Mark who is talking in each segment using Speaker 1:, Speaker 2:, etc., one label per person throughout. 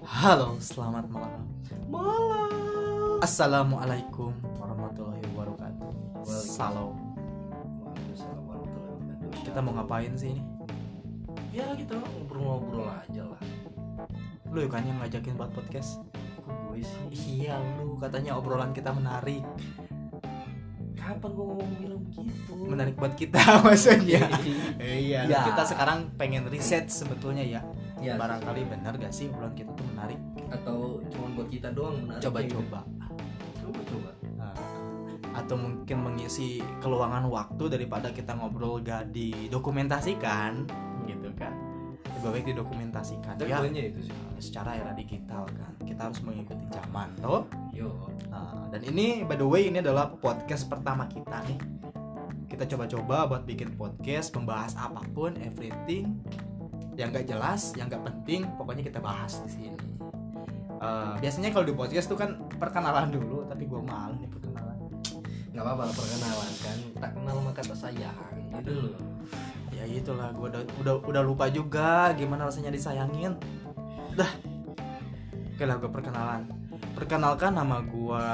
Speaker 1: Halo, selamat malam. Malam. Assalamualaikum warahmatullahi wabarakatuh.
Speaker 2: Waalaikumsalam.
Speaker 1: Salam.
Speaker 2: Waalaikumsalam warahmatullahi wabarakatuh.
Speaker 1: Kita mau ngapain sih ini?
Speaker 2: ya kita ngobrol-ngobrol aja lah.
Speaker 1: Lu kan yang ngajakin buat podcast.
Speaker 2: Kok gue sih?
Speaker 1: Iya, lu katanya obrolan kita menarik.
Speaker 2: Kapan gue ngomong bilang gitu? begitu?
Speaker 1: Menarik buat kita maksudnya. Iya,
Speaker 2: Ya.
Speaker 1: kita sekarang pengen riset sebetulnya ya.
Speaker 2: Ya,
Speaker 1: Barangkali benar gak sih obrolan kita tuh menarik?
Speaker 2: atau cuma buat kita doang menarik.
Speaker 1: Coba-coba.
Speaker 2: Coba-coba.
Speaker 1: Nah, atau mungkin mengisi keluangan waktu daripada kita ngobrol gak didokumentasikan gitu kan lebih baik didokumentasikan
Speaker 2: Tapi
Speaker 1: ya
Speaker 2: gunanya itu sih.
Speaker 1: secara era digital kan kita harus mengikuti zaman toh
Speaker 2: Yo.
Speaker 1: Nah, dan ini by the way ini adalah podcast pertama kita nih kita coba-coba buat bikin podcast membahas apapun everything yang gak jelas yang gak penting pokoknya kita bahas di sini Eh, biasanya kalau di podcast tuh kan perkenalan dulu tapi gue malu nih perkenalan
Speaker 2: Gak apa-apa lah perkenalan kan. Tak kenal maka tak sayang. Gitu loh.
Speaker 1: ya itulah gue udah, udah udah lupa juga gimana rasanya disayangin dah oke lah gue perkenalan perkenalkan nama gue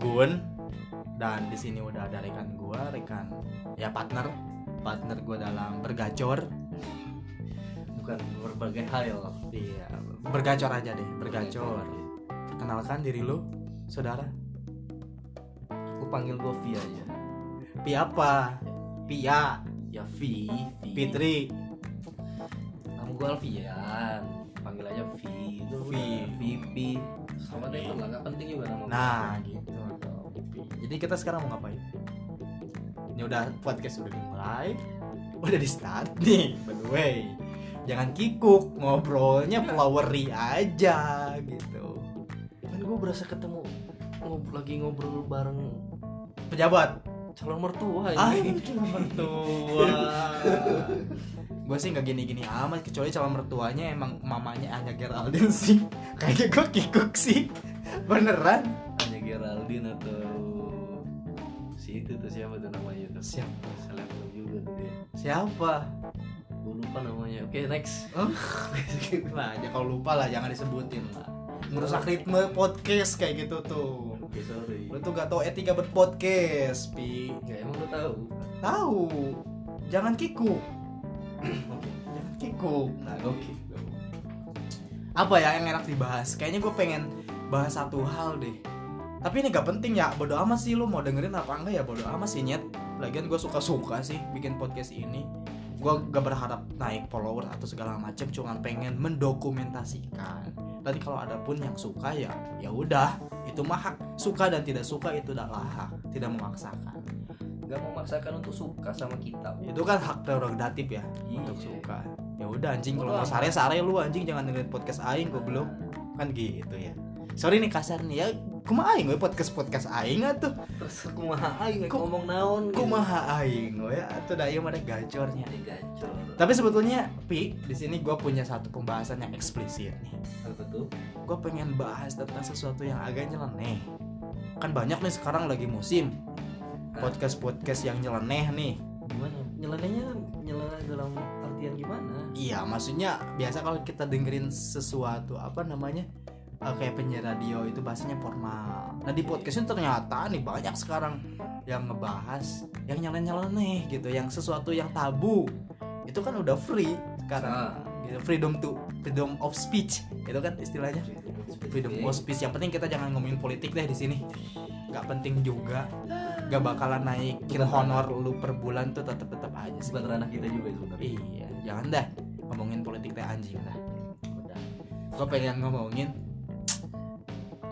Speaker 1: Gun dan di sini udah ada rekan gue rekan ya partner partner gue dalam bergacor
Speaker 2: Bukan berbagai hal. ya.
Speaker 1: iya bergacor aja deh bergacor perkenalkan diri lu saudara
Speaker 2: Aku panggil gue Vi aja.
Speaker 1: Pi apa Pia
Speaker 2: Ya Vi. Vi.
Speaker 1: Fitri
Speaker 2: Nama gue Alfian. Panggil aja Vi. Itu
Speaker 1: Vi.
Speaker 2: Vipi. Sama deh itu lah. Gak penting juga nama.
Speaker 1: Nah, gitu. Jadi kita sekarang mau ngapain? Ini udah podcast udah dimulai, udah di start nih. By the way, jangan kikuk ngobrolnya flowery aja gitu.
Speaker 2: kan gue berasa ketemu ngob lagi ngobrol bareng
Speaker 1: Pejabat,
Speaker 2: calon mertua ini
Speaker 1: anjing mertua. gue sih nggak gini-gini amat kecuali calon mertuanya emang mamanya Anya Geraldine sih. Kayaknya gue kikuk sih. Beneran?
Speaker 2: hanya Geraldine atau si itu tuh siapa tuh namanya tuh
Speaker 1: Siapa?
Speaker 2: selebgram juga tuh dia
Speaker 1: Siapa?
Speaker 2: gue lupa namanya oke next
Speaker 1: Nah, ya kalau lupa lah jangan disebutin lah. Merusak ritme podcast kayak gitu tuh.
Speaker 2: oke sorry
Speaker 1: Lu tuh gak tau etika berpodcast, Pi.
Speaker 2: ya emang lu tahu
Speaker 1: Tahu. Jangan kikuk.
Speaker 2: oke
Speaker 1: Jangan kikuk.
Speaker 2: nah oke
Speaker 1: Apa ya yang enak dibahas? Kayaknya gue pengen bahas satu hal deh. Tapi ini gak penting ya, bodo amat sih lu mau dengerin apa enggak ya bodo amat sih nyet Lagian gue suka-suka sih bikin podcast ini Gue gak berharap naik follower atau segala macem Cuman pengen mendokumentasikan Dan kalau ada pun yang suka ya ya udah Itu mah hak suka dan tidak suka itu adalah hak Tidak memaksakan
Speaker 2: nggak memaksakan untuk suka sama kita
Speaker 1: Itu kan hak prerogatif ya
Speaker 2: Iya.
Speaker 1: untuk suka ya udah anjing kalau mau
Speaker 2: Bodo amat.
Speaker 1: sare sare lu anjing jangan dengerin podcast aing goblok kan gitu ya sorry nih kasar nih ya kumaha aing we podcast podcast aing atuh
Speaker 2: terus kumaha aing
Speaker 1: Ku-
Speaker 2: ngomong naon gitu.
Speaker 1: kumaha aing we atuh da ieu mah ada gacornya
Speaker 2: Ini gacor
Speaker 1: tapi sebetulnya pi di sini gue punya satu pembahasan yang eksplisit nih
Speaker 2: apa tuh
Speaker 1: gue pengen bahas tentang sesuatu yang agak nyeleneh kan banyak nih sekarang lagi musim podcast podcast yang nyeleneh nih
Speaker 2: gimana nyelenehnya nyeleneh dalam artian gimana
Speaker 1: Iya, maksudnya biasa kalau kita dengerin sesuatu apa namanya eh, kayak penyiar radio itu bahasanya formal. Nah di podcastnya ternyata nih banyak sekarang yang ngebahas yang nyeleneh-nyeleneh gitu, yang sesuatu yang tabu itu kan udah free sekarang.
Speaker 2: Ah.
Speaker 1: Gitu, freedom to freedom of speech itu kan istilahnya freedom of speech. Yang penting kita jangan ngomongin politik deh di sini. Gak penting juga, gak bakalan naikin honor lu per bulan tuh tetep tetep aja. sih.
Speaker 2: bukan ranah kita juga ya sebenarnya
Speaker 1: Iya, jangan dah ngomongin politik teh anjing dah. Udah. Gue pengen ngomongin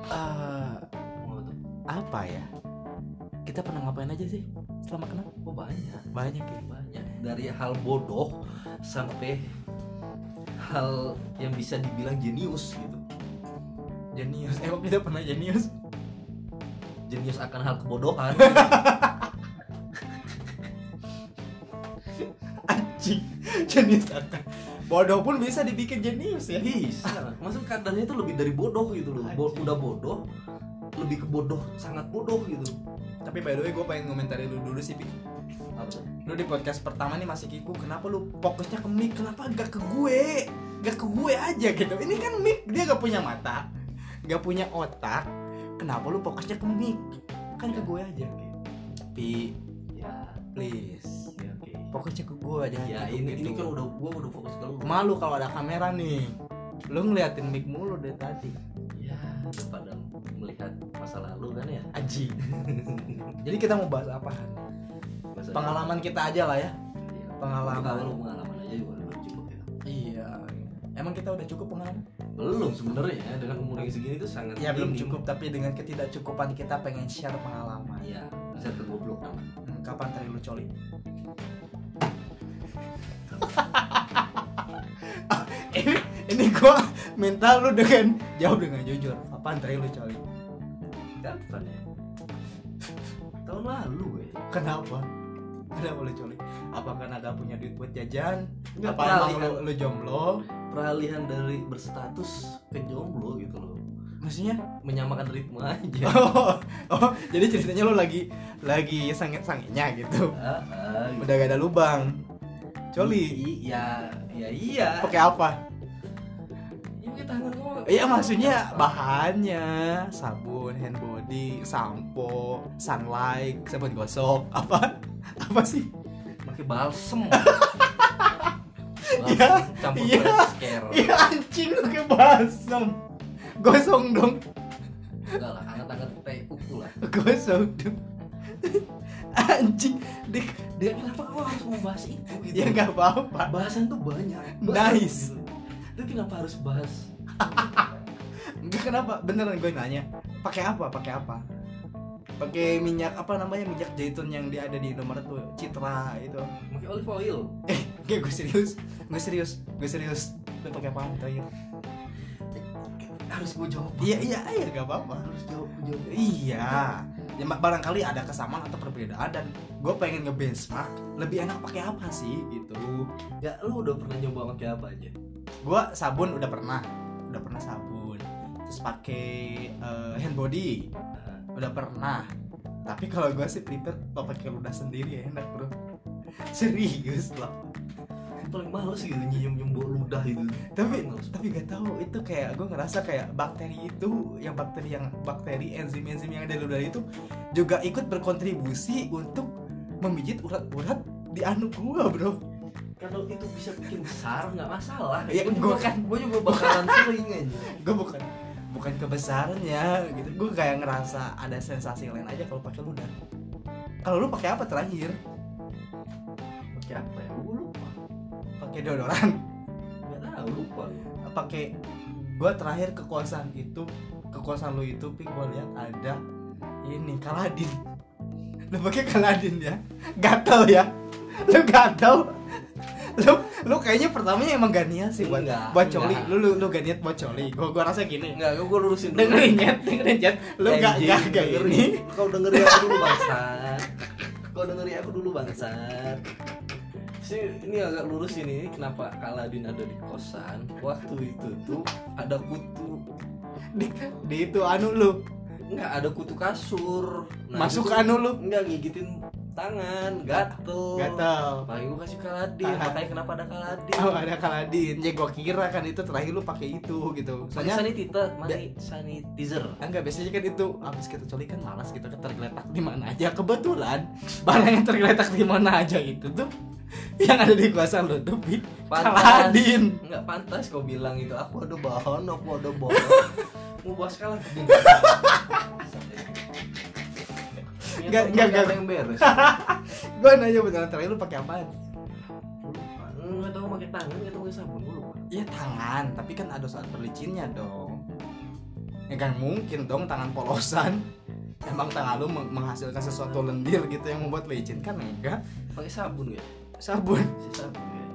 Speaker 1: eh,
Speaker 2: Mau tuh?
Speaker 1: apa ya? Kita pernah ngapain aja sih selama kenal?
Speaker 2: oh banyak
Speaker 1: Banyak ya.
Speaker 2: banyak dari hal bodoh sampai hal yang bisa dibilang jenius gitu
Speaker 1: Jenius. Emang kita pernah jenius?
Speaker 2: jenius akan hal kebodohan
Speaker 1: Anjing. Jenius akan. Bodoh pun bisa dibikin jenius ya.
Speaker 2: bisa maksud kadarnya itu lebih dari bodoh gitu loh Bo-
Speaker 1: Anjing.
Speaker 2: udah bodoh lebih ke bodoh sangat bodoh gitu
Speaker 1: Tapi by the way gue pengen komentari lu dulu sih, Pi.
Speaker 2: Apa tuh?
Speaker 1: Lu di podcast pertama nih masih kiku, kenapa lu fokusnya ke mic? Kenapa gak ke gue? gak ke gue aja gitu ini kan mic dia gak punya mata gak punya otak kenapa lu fokusnya ke mic kan ke gue aja pi
Speaker 2: ya
Speaker 1: please
Speaker 2: ya oke
Speaker 1: fokusnya ke gue aja Gitu,
Speaker 2: ya ini ini kan udah gua udah fokus ke lu
Speaker 1: malu kalau ada kamera nih lu ngeliatin mic mulu dari tadi
Speaker 2: ya daripada melihat masa lalu kan ya
Speaker 1: aji jadi kita mau bahas apa
Speaker 2: Masa
Speaker 1: pengalaman kita aja lah ya
Speaker 2: Iya.
Speaker 1: pengalaman.
Speaker 2: Kita lu pengalaman aja juga udah cukup ya
Speaker 1: iya emang kita udah cukup pengalaman
Speaker 2: belum sebenarnya ya, dengan umur yang segini tuh sangat
Speaker 1: ya belum
Speaker 2: ini.
Speaker 1: cukup tapi dengan ketidakcukupan kita pengen share pengalaman
Speaker 2: Iya, bisa kegoblokan.
Speaker 1: Hmm, kapan tadi lu coli ini, ini gua minta lu dengan jawab dengan jujur kapan tadi lu coli
Speaker 2: Kapan ya? Tahun lalu ya.
Speaker 1: kenapa kenapa lu coli apa karena gak punya duit buat jajan
Speaker 2: Nggak,
Speaker 1: apa emang
Speaker 2: peralihan.
Speaker 1: lu, lu jomblo
Speaker 2: Peralihan dari berstatus ke jomblo gitu loh.
Speaker 1: maksudnya
Speaker 2: Menyamakan ritme aja.
Speaker 1: oh, oh, jadi ceritanya lu lagi lagi sangat sanginya gitu
Speaker 2: Ah, ah, gitu.
Speaker 1: udah gak ada lubang coli
Speaker 2: I- Ya, ya iya.
Speaker 1: pakai apa
Speaker 2: Ya pakai tangan kok.
Speaker 1: Iya maksudnya bahannya sabun, hand body, sampo, sunlight, sabun gosok, apa? Apa sih?
Speaker 2: pakai balsem.
Speaker 1: Iya,
Speaker 2: Balsem campur
Speaker 1: iya.
Speaker 2: beras care.
Speaker 1: Iya anjing lu ke balsam. Gosong dong,
Speaker 2: Enggak lah, hangat-hangat teh kuku lah.
Speaker 1: gosong dong. Anjing, dik,
Speaker 2: Dia kenapa kau harus membahas itu gitu?
Speaker 1: ya nggak apa-apa.
Speaker 2: Bahasan tuh banyak.
Speaker 1: Nice.
Speaker 2: Itu kenapa harus bahas
Speaker 1: Enggak kenapa, beneran gue nanya. Pakai apa? Pakai apa? Pakai minyak apa namanya minyak zaitun yang dia ada di nomor tuh Citra itu.
Speaker 2: pakai olive oil?
Speaker 1: Eh, gue gue serius, gue serius, gue serius. Lu pakai apa? Tanya.
Speaker 2: Harus gue jawab.
Speaker 1: Iya iya iya gak apa-apa.
Speaker 2: Harus jawab gua jawab. Ah.
Speaker 1: Iya. Ya ma- barangkali ada kesamaan atau perbedaan dan gue pengen ngebenchmark lebih enak pakai apa sih gitu.
Speaker 2: Ya lu udah pernah nyoba pakai apa aja?
Speaker 1: Gue sabun udah pernah, udah pernah sabun. Terus pakai eh, hand body eh,
Speaker 2: Nah,
Speaker 1: udah pernah. Tapi kalau gue sih prefer lo pakai ludah sendiri ya enak bro. Serius loh.
Speaker 2: gua paling males gitu nyium nyium bau ludah itu.
Speaker 1: Tapi
Speaker 2: Males.
Speaker 1: tapi gak tahu itu kayak gue ngerasa kayak bakteri itu yang bakteri yang bakteri enzim enzim yang ada di ludah itu juga ikut berkontribusi untuk memijit urat-urat di anu gue bro
Speaker 2: kalau itu bisa bikin besar nggak masalah.
Speaker 1: Ya,
Speaker 2: Iya, Gua
Speaker 1: gua
Speaker 2: juga-
Speaker 1: kan-
Speaker 2: gua juga bakalan sering aja.
Speaker 1: gue bukan bukan kebesarannya gitu gue kayak ngerasa ada sensasi lain aja kalau pakai ludah kalau lu pakai apa terakhir
Speaker 2: Pakai apa ya? Gue lupa.
Speaker 1: pakai deodoran
Speaker 2: Gak tahu lupa. gua.
Speaker 1: pakai gue terakhir ke kosan itu ke kosan lu itu pik gue lihat ada ini kaladin lu pakai kaladin ya gatel ya lu gatel lu lu kayaknya pertamanya emang gak niat sih buat
Speaker 2: Enggak,
Speaker 1: buat coli
Speaker 2: enggak.
Speaker 1: lu lu lu gak niat buat coli gue gue rasa gini
Speaker 2: Enggak, gue lurusin dulu.
Speaker 1: dengerin ya dengerin ya lu gak
Speaker 2: Anjing,
Speaker 1: gak gak
Speaker 2: dengerin.
Speaker 1: ini
Speaker 2: Kau dengerin aku dulu bangsat. Kau dengerin aku dulu bangsat. Si ini agak lurus ini kenapa Kaladin ada di kosan waktu itu tuh ada kutu
Speaker 1: di, di itu anu lu
Speaker 2: enggak ada kutu kasur
Speaker 1: masuk
Speaker 2: Nah, itu
Speaker 1: anu lu
Speaker 2: enggak gigitin tangan gatel
Speaker 1: gatel
Speaker 2: makanya gue kasih Kaladin
Speaker 1: Tahan.
Speaker 2: makanya kenapa ada Kaladin
Speaker 1: oh ada kaladin ya gue kira kan itu terakhir lu pakai itu gitu
Speaker 2: Pakai
Speaker 1: soalnya
Speaker 2: sanitizer mari sanitizer
Speaker 1: Enggak, biasanya kan itu habis kita coli kan malas gitu tergeletak di mana aja. Kebetulan barang yang tergeletak di mana aja itu tuh yang ada di kosan lu tuh Bi. kaladin.
Speaker 2: Enggak pantas kau bilang itu. Aku ada bahan, aku ada bahan. Mau bahas kaladin.
Speaker 1: Nggak, nggak, nggak.
Speaker 2: yang beres.
Speaker 1: Gue nanya beneran terakhir lu pakai apaan?
Speaker 2: Enggak tahu pakai tangan, enggak tahu pakai sabun gua lupa.
Speaker 1: Ya tangan, tapi kan ada saat berlicinnya dong. Ya kan mungkin dong tangan polosan. Emang tangan lu meng- menghasilkan sesuatu lendir gitu yang membuat licin kan enggak?
Speaker 2: Pakai sabun ya?
Speaker 1: Sabun
Speaker 2: Si sabun ya.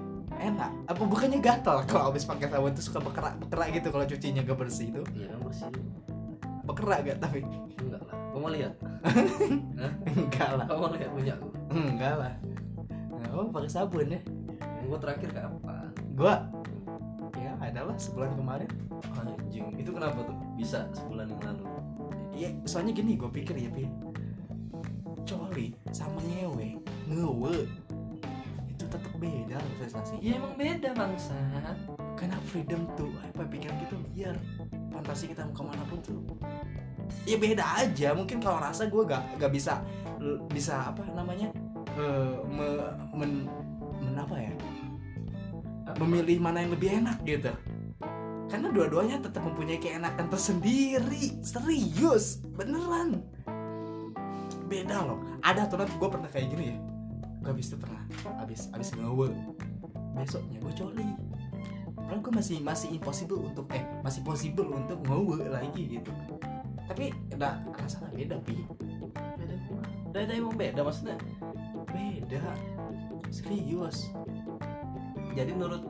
Speaker 1: enak. Apa bukannya gatal kalau habis pakai sabun tuh suka bekerak-bekerak gitu kalau cucinya gak bersih itu?
Speaker 2: Iya kan bersih.
Speaker 1: Bekerak gak tapi?
Speaker 2: Enggak lah. Kau mau lihat? Hah?
Speaker 1: enggak lah
Speaker 2: Kau mau lihat punya aku?
Speaker 1: enggak lah Nah, oh pakai sabun ya
Speaker 2: Gua terakhir kapan?
Speaker 1: gua ya adalah sebulan kemarin
Speaker 2: Anjing, itu kenapa tuh? Bisa sebulan yang lalu.
Speaker 1: ya soalnya gini gua pikir ya pi coli sama ngewe ngewe itu tetap beda sensasinya
Speaker 2: Ya emang beda Iya, bangsa.
Speaker 1: karena freedom tuh apa ya, pikiran kita biar fantasi kita mau kemana pun tuh ya beda aja mungkin kalau rasa gue gak gak bisa l- bisa apa namanya eh, me- men, men- apa ya memilih mana yang lebih enak gitu karena dua-duanya tetap mempunyai keenakan tersendiri serius beneran beda loh ada aturan gue pernah kayak gini ya gue habis itu pernah habis habis ngewe besoknya gue coli Padahal gue masih masih impossible untuk eh masih possible untuk ngewe lagi gitu tapi nah, rasanya beda pi
Speaker 2: beda gua. Nah, itu emang beda maksudnya
Speaker 1: beda serius
Speaker 2: jadi menurut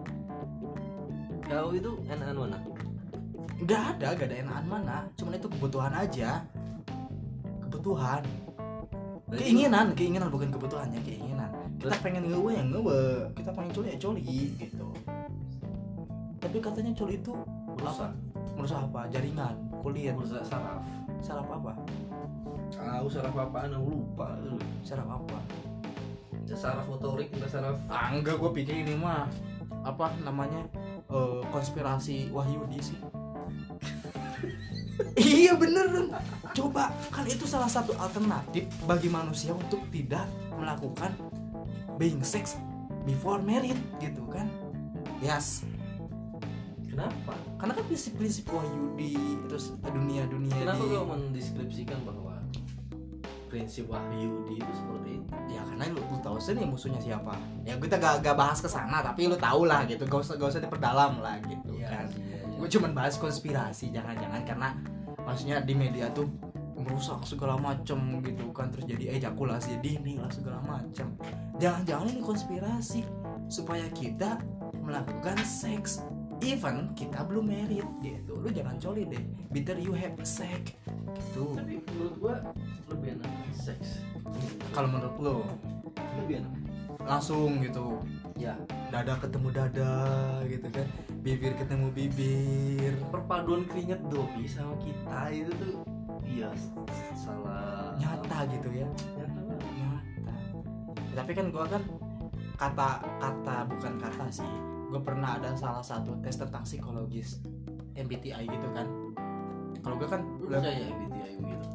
Speaker 2: kau itu enakan mana
Speaker 1: nggak ada gak ada enakan mana cuman itu kebutuhan aja kebutuhan
Speaker 2: Berarti
Speaker 1: keinginan keinginan bukan kebutuhannya keinginan kita
Speaker 2: Terus?
Speaker 1: pengen ngewe ya ngewe kita pengen coli ya coli gitu tapi katanya coli itu
Speaker 2: lu merusak
Speaker 1: merusak apa jaringan kulit
Speaker 2: merusak saraf
Speaker 1: saraf apa
Speaker 2: tahu saraf apaan aku lupa lu
Speaker 1: saraf apa
Speaker 2: Ya, saraf motorik udah saraf
Speaker 1: ah enggak gue pikir ini mah apa namanya eh, konspirasi Wahyudi sih iya beneran coba kan itu salah satu alternatif bagi manusia untuk tidak melakukan being sex before married gitu kan yes
Speaker 2: kenapa
Speaker 1: karena kan prinsip-prinsip Wahyudi terus dunia-dunia
Speaker 2: kenapa
Speaker 1: di-
Speaker 2: kau mendeskripsikan bahwa prinsip Wahyudi itu seperti itu
Speaker 1: ya karena lu, lu tahu sendiri musuhnya siapa ya kita gak, gak bahas ke sana tapi lu tau lah gitu gak usah gak usah diperdalam lah gitu
Speaker 2: Iya.
Speaker 1: kan
Speaker 2: ya,
Speaker 1: gue cuman bahas konspirasi jangan-jangan karena maksudnya di media tuh merusak segala macem gitu kan terus jadi ejakulasi dini lah segala macem jangan-jangan ini konspirasi supaya kita melakukan seks even kita belum married gitu lu jangan coli deh bitter you have sex gitu
Speaker 2: tapi menurut gua lebih enak seks
Speaker 1: kalau menurut lu
Speaker 2: lebih enak
Speaker 1: langsung gitu
Speaker 2: ya
Speaker 1: dada ketemu dada gitu kan bibir ketemu bibir
Speaker 2: perpaduan keringat Dobby sama kita itu tuh iya s- salah
Speaker 1: nyata gitu ya
Speaker 2: Nyata banget.
Speaker 1: nyata tapi kan gua kan kata kata bukan kata sih gue pernah ada salah satu tes tentang psikologis MBTI gitu kan kalau gue kan
Speaker 2: Lu percaya ya MBTI gitu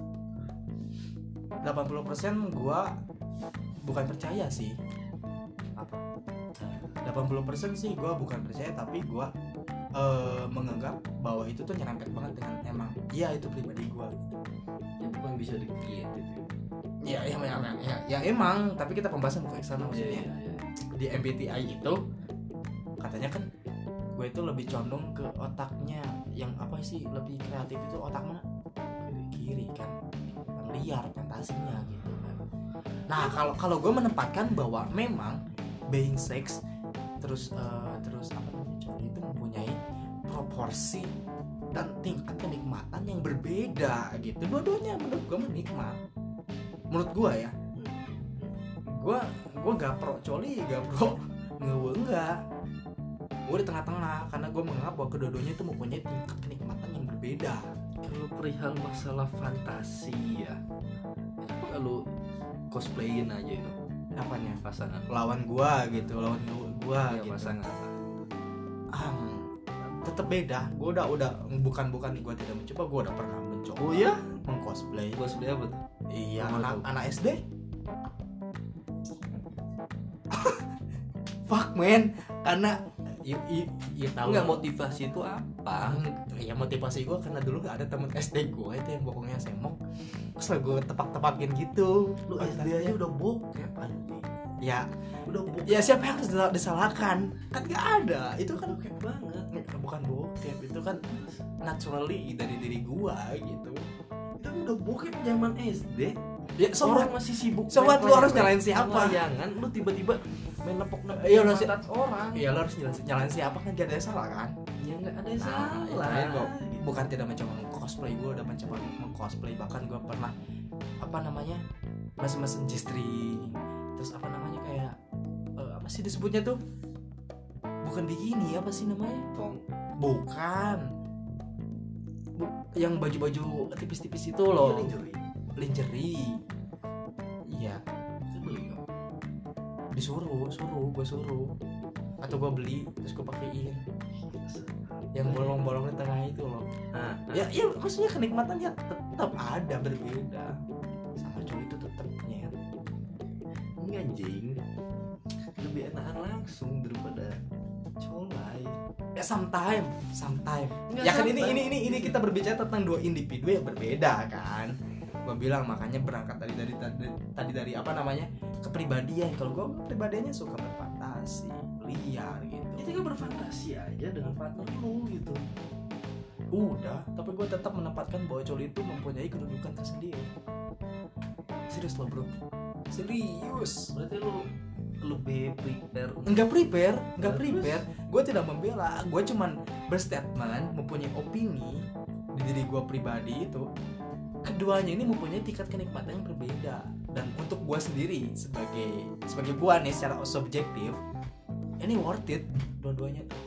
Speaker 1: 80% gua bukan percaya sih apa 80% sih gua bukan percaya tapi gua eh, menganggap bahwa itu tuh nyerempet banget dengan emang iya itu pribadi gua
Speaker 2: ya bukan bisa di create itu Iya,
Speaker 1: ya ya, ya, ya, ya, ya, emang tapi kita pembahasan bukan sana maksudnya
Speaker 2: iya
Speaker 1: di MBTI itu katanya kan gue itu lebih condong ke otaknya yang apa sih lebih kreatif itu otak mana kiri kan liar fantasinya gitu kan nah kalau kalau gue menempatkan bahwa memang being sex terus eh, terus apa namanya cowok itu mempunyai proporsi dan tingkat kenikmatan yang berbeda gitu dua-duanya menurut gue menikmat menurut gue ya gue gue gak pro coli gak pro ngewe enggak gue di tengah-tengah karena gue menganggap bahwa kedua-duanya itu mempunyai tingkat kenikmatan yang berbeda
Speaker 2: kalau perihal masalah fantasi ya kenapa nggak lu cosplayin aja itu
Speaker 1: apanya
Speaker 2: pasangan
Speaker 1: lawan gua gitu lawan ngewe gua
Speaker 2: ya
Speaker 1: gitu
Speaker 2: pasangan
Speaker 1: Ah, tetap beda gue udah udah bukan bukan gue tidak mencoba gue udah pernah mencoba
Speaker 2: Oh ya?
Speaker 1: mengcosplay
Speaker 2: cosplay apa tuh
Speaker 1: iya
Speaker 2: Apa
Speaker 1: anak
Speaker 2: tuh?
Speaker 1: anak SD fuck man karena
Speaker 2: Iya,
Speaker 1: ya, ya, ya tahu
Speaker 2: nggak motivasi itu apa
Speaker 1: Ang- ya motivasi gue karena dulu ada temen SD gue itu yang bokongnya semok terus lah gue tepak-tepakin gitu
Speaker 2: lu SD
Speaker 1: Pantatnya.
Speaker 2: aja udah bokep anjing
Speaker 1: ya
Speaker 2: udah bokep
Speaker 1: ya siapa yang harus disal- disalahkan kan gak ada itu kan
Speaker 2: bokep banget
Speaker 1: bukan bokep itu kan naturally dari diri gua gitu
Speaker 2: itu udah bokep zaman SD
Speaker 1: ya
Speaker 2: Sobat
Speaker 1: sobat
Speaker 2: masih sibuk.
Speaker 1: sobat lu harus nyalain
Speaker 2: apa?
Speaker 1: siapa
Speaker 2: Jangan lu tiba-tiba main nepok nepok
Speaker 1: Iya, lu sih-
Speaker 2: orang.
Speaker 1: ya lu harus nyalain, nyalain siapa kan gak ada yang salah kan
Speaker 2: Ya enggak ada yang
Speaker 1: Nah,
Speaker 2: salah. Gitu.
Speaker 1: itu aja gua bukan tidak mencoba cosplay gue udah mencoba cosplay bahkan gue pernah apa namanya mas mas industri terus apa namanya kayak eh, apa sih disebutnya tuh bukan bikini apa sih namanya
Speaker 2: Tong.
Speaker 1: bukan Bu- yang baju-baju tipis-tipis itu
Speaker 2: Lo
Speaker 1: loh lingerie iya disuruh suruh gue suruh atau gue beli terus gue pakein
Speaker 2: bangsat.
Speaker 1: yang bolong-bolong di tengah itu loh
Speaker 2: Nah, nah,
Speaker 1: ya ya maksudnya kenikmatannya tetap ada berbeda sama cowok itu tetap nyet Iya,
Speaker 2: ini Iya, anjing lebih enakan langsung daripada colai.
Speaker 1: ya sometime sometime
Speaker 2: Nggak
Speaker 1: ya kan ini
Speaker 2: sometime.
Speaker 1: ini ini ini kita berbicara tentang dua individu yang berbeda kan gua bilang makanya berangkat tadi dari tadi, tadi dari apa namanya kepribadian kalau gua kepribadiannya suka berfantasi liar
Speaker 2: Ya
Speaker 1: gitu
Speaker 2: tinggal berfantasi aja dengan partner lu gitu.
Speaker 1: udah tapi gua tetap menempatkan bahwa cowok itu mempunyai kedudukan tersendiri serius lo bro serius
Speaker 2: Berarti lu lebih prepare untuk
Speaker 1: nggak prepare nggak prepare gue tidak membela gue cuman berstatement mempunyai opini di diri gue pribadi itu keduanya ini mempunyai tingkat kenikmatan yang berbeda dan untuk gue sendiri sebagai sebagai gue nih secara subjektif ini worth it dua-duanya tuh.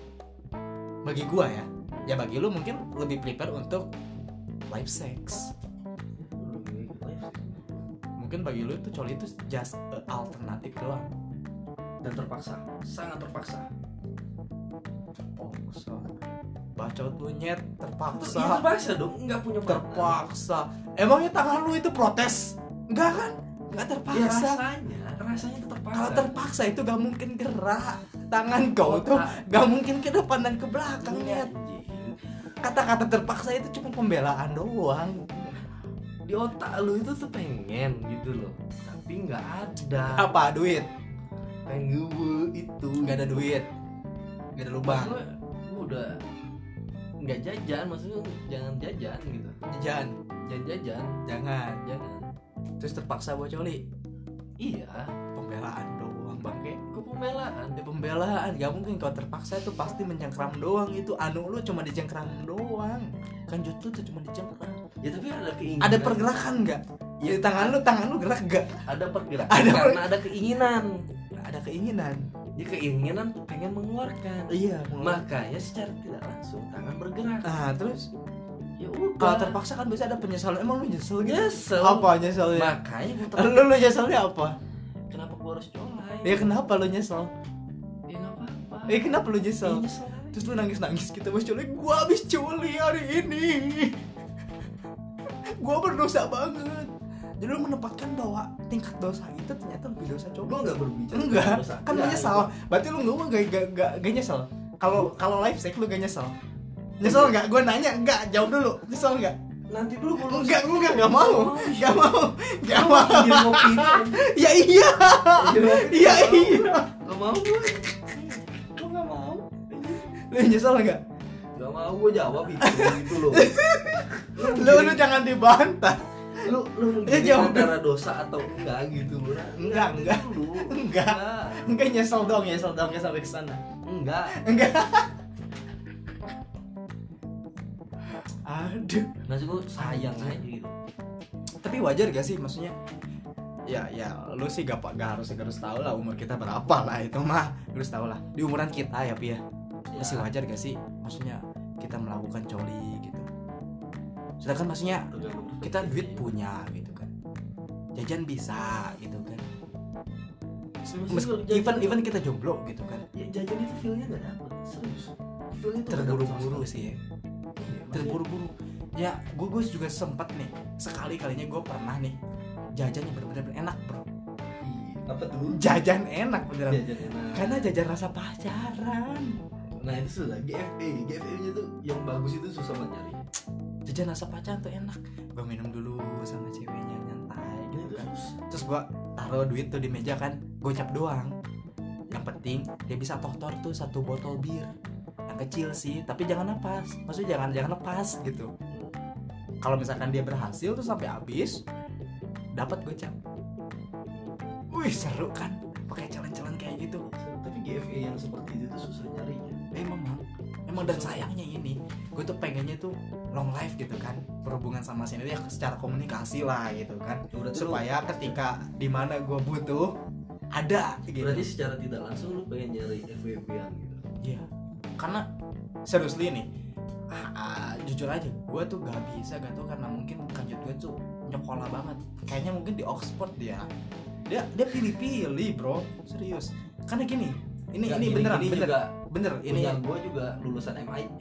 Speaker 1: bagi gue ya ya bagi lu mungkin lebih prepare untuk live sex
Speaker 2: lebih
Speaker 1: mungkin bagi lu itu coli itu just a alternatif doang
Speaker 2: dan terpaksa, sangat terpaksa.
Speaker 1: terpaksa bacot lu nyet terpaksa
Speaker 2: Iya terpaksa dong, nggak punya partner.
Speaker 1: terpaksa emangnya tangan lu itu protes enggak kan enggak
Speaker 2: Ya,
Speaker 1: terpaksa
Speaker 2: rasanya, rasanya itu terpaksa.
Speaker 1: kalau terpaksa itu gak mungkin gerak tangan kau tuh
Speaker 2: Otak.
Speaker 1: gak mungkin ke depan dan ke belakang
Speaker 2: Iya,
Speaker 1: Nyet.
Speaker 2: anjing.
Speaker 1: kata-kata terpaksa itu cuma pembelaan doang
Speaker 2: di otak lu itu tuh pengen gitu loh tapi nggak ada
Speaker 1: apa duit
Speaker 2: pengen gue itu
Speaker 1: nggak ada duit nggak ada lubang
Speaker 2: gue gue udah nggak jajan maksudnya jangan jajan gitu
Speaker 1: jangan
Speaker 2: jangan jajan
Speaker 1: jangan
Speaker 2: jangan
Speaker 1: terus terpaksa buat coli
Speaker 2: iya
Speaker 1: pembelaan doang bangke
Speaker 2: gue pembelaan
Speaker 1: ada pembelaan gak mungkin kalau terpaksa itu pasti mencengkram doang itu anu lu cuma dicengkram doang kan jut lu tuh cuma dicengkram
Speaker 2: ya tapi ada keinginan
Speaker 1: ada pergerakan nggak ya di tangan lu tangan lu gerak nggak
Speaker 2: ada pergerakan
Speaker 1: Ada
Speaker 2: karena ada keinginan
Speaker 1: ada keinginan
Speaker 2: ya keinginan tuh pengen mengeluarkan
Speaker 1: iya
Speaker 2: makanya secara tidak langsung tangan bergerak
Speaker 1: nah terus
Speaker 2: ya udah
Speaker 1: kalau terpaksa kan biasa ada penyesalan emang lu nyesel gitu
Speaker 2: nyesel
Speaker 1: apa nyeselnya
Speaker 2: makanya gue
Speaker 1: lu lu nyeselnya apa
Speaker 2: kenapa gue harus colai
Speaker 1: ya kenapa lu nyesel
Speaker 2: ya nggak apa-apa
Speaker 1: ya kenapa lu
Speaker 2: Ya,
Speaker 1: nyesel
Speaker 2: nyesel aja.
Speaker 1: terus lu nangis nangis gitu mas coli gua habis coli hari ini gua berdosa banget jadi lu menempatkan bahwa tingkat dosa itu ternyata lebih dosa
Speaker 2: Gua
Speaker 1: coba
Speaker 2: nggak berbicara
Speaker 1: enggak
Speaker 2: tentang dosa.
Speaker 1: kan lu
Speaker 2: Nggak,
Speaker 1: nyesal berarti lu nggak nggak nggak nggak nggak nyesel kalau kalau live sex lu gak nyesel nyesel nggak gue nanya nggak jawab dulu nyesel nggak
Speaker 2: gua- nanti dulu gue
Speaker 1: enggak gue nggak nggak mau nggak mau nggak mau
Speaker 2: Jadi ngopi ini,
Speaker 1: ya iya
Speaker 2: jadi ngopi.
Speaker 1: Iya, iya.
Speaker 2: Nggak mau gue Gue nggak mau
Speaker 1: lu nyesel nggak
Speaker 2: Nggak mau gue jawab itu Gitu loh
Speaker 1: lu lu jangan dibantah
Speaker 2: Lu lu
Speaker 1: Ya,
Speaker 2: jadi
Speaker 1: jawab.
Speaker 2: antara dosa atau enggak gitu loh
Speaker 1: Enggak, enggak.
Speaker 2: Lu
Speaker 1: Enggak. enggak nyesel dong nyesel dong nyesel sampai kesana
Speaker 2: Enggak
Speaker 1: enggak aduh
Speaker 2: Maksud gue sayang aja gitu
Speaker 1: tapi wajar gak sih maksudnya ya ya lu sih gak, pa- gak harus gak harus tahu lah umur kita berapa lah itu mah harus tahu lah di umuran kita ya pi ya masih
Speaker 2: Ya,
Speaker 1: wajar gak sih maksudnya kita melakukan coli gitu sedangkan maksudnya
Speaker 2: tergantung perspektif
Speaker 1: kita duit
Speaker 2: aja.
Speaker 1: punya gitu kan jajan bisa gitu kan
Speaker 2: Maksud
Speaker 1: Mes-
Speaker 2: gua jajan-
Speaker 1: even even kita jomblo gitu kan
Speaker 2: Ya, Jajan itu feelnya nggak dapet Serius Feelnya tuh nggak dapet sama
Speaker 1: terburu-buru
Speaker 2: sekali.
Speaker 1: sih ya
Speaker 2: Iya, maksudnya-
Speaker 1: terburu-buru ya gue gue juga sempet nih sekali kalinya gue pernah nih jajan yang bener-bener enak bro
Speaker 2: Iya, Apa tuh? Iya,
Speaker 1: jajan enak beneran
Speaker 2: Jajan enak.
Speaker 1: karena jajan rasa pacaran
Speaker 2: Nah itu susah, GFA, GFA nya tuh yang bagus itu susah banget nyari
Speaker 1: jajan rasa pacaran tuh enak gue minum dulu sama ceweknya nyantai
Speaker 2: Ini
Speaker 1: gitu
Speaker 2: tuh
Speaker 1: kan
Speaker 2: susah
Speaker 1: terus gue taruh duit tuh di meja kan gocap doang yang penting dia bisa totor tuh satu botol bir yang kecil sih tapi jangan lepas maksudnya jangan jangan lepas gitu kalau misalkan dia berhasil tuh sampai habis dapat gocap wih seru kan pakai calon-calon kayak gitu
Speaker 2: Tapi GFA yang seperti itu tuh susah nyarinya
Speaker 1: emang Bang. emang dan sayangnya ini gue tuh pengennya tuh long life gitu kan berhubungan sama sini ya secara komunikasi lah gitu kan
Speaker 2: Berarti lu-
Speaker 1: supaya ketika dimana gue butuh ada gitu
Speaker 2: Berarti secara tidak langsung lu pengen nyari FWB an gitu
Speaker 1: Iya. Karena seriously nih, ah, ah, jujur aja, gue tuh gak bisa gak tuh karena mungkin kanjut gue tuh nyekolah banget. Kayaknya mungkin di Oxford dia. Dia dia pilih-pilih bro, serius. Karena gini, ini
Speaker 2: Nggak,
Speaker 1: ini beneran
Speaker 2: gini-gini
Speaker 1: bener.
Speaker 2: juga
Speaker 1: bener ini
Speaker 3: punya gue juga lulusan MIT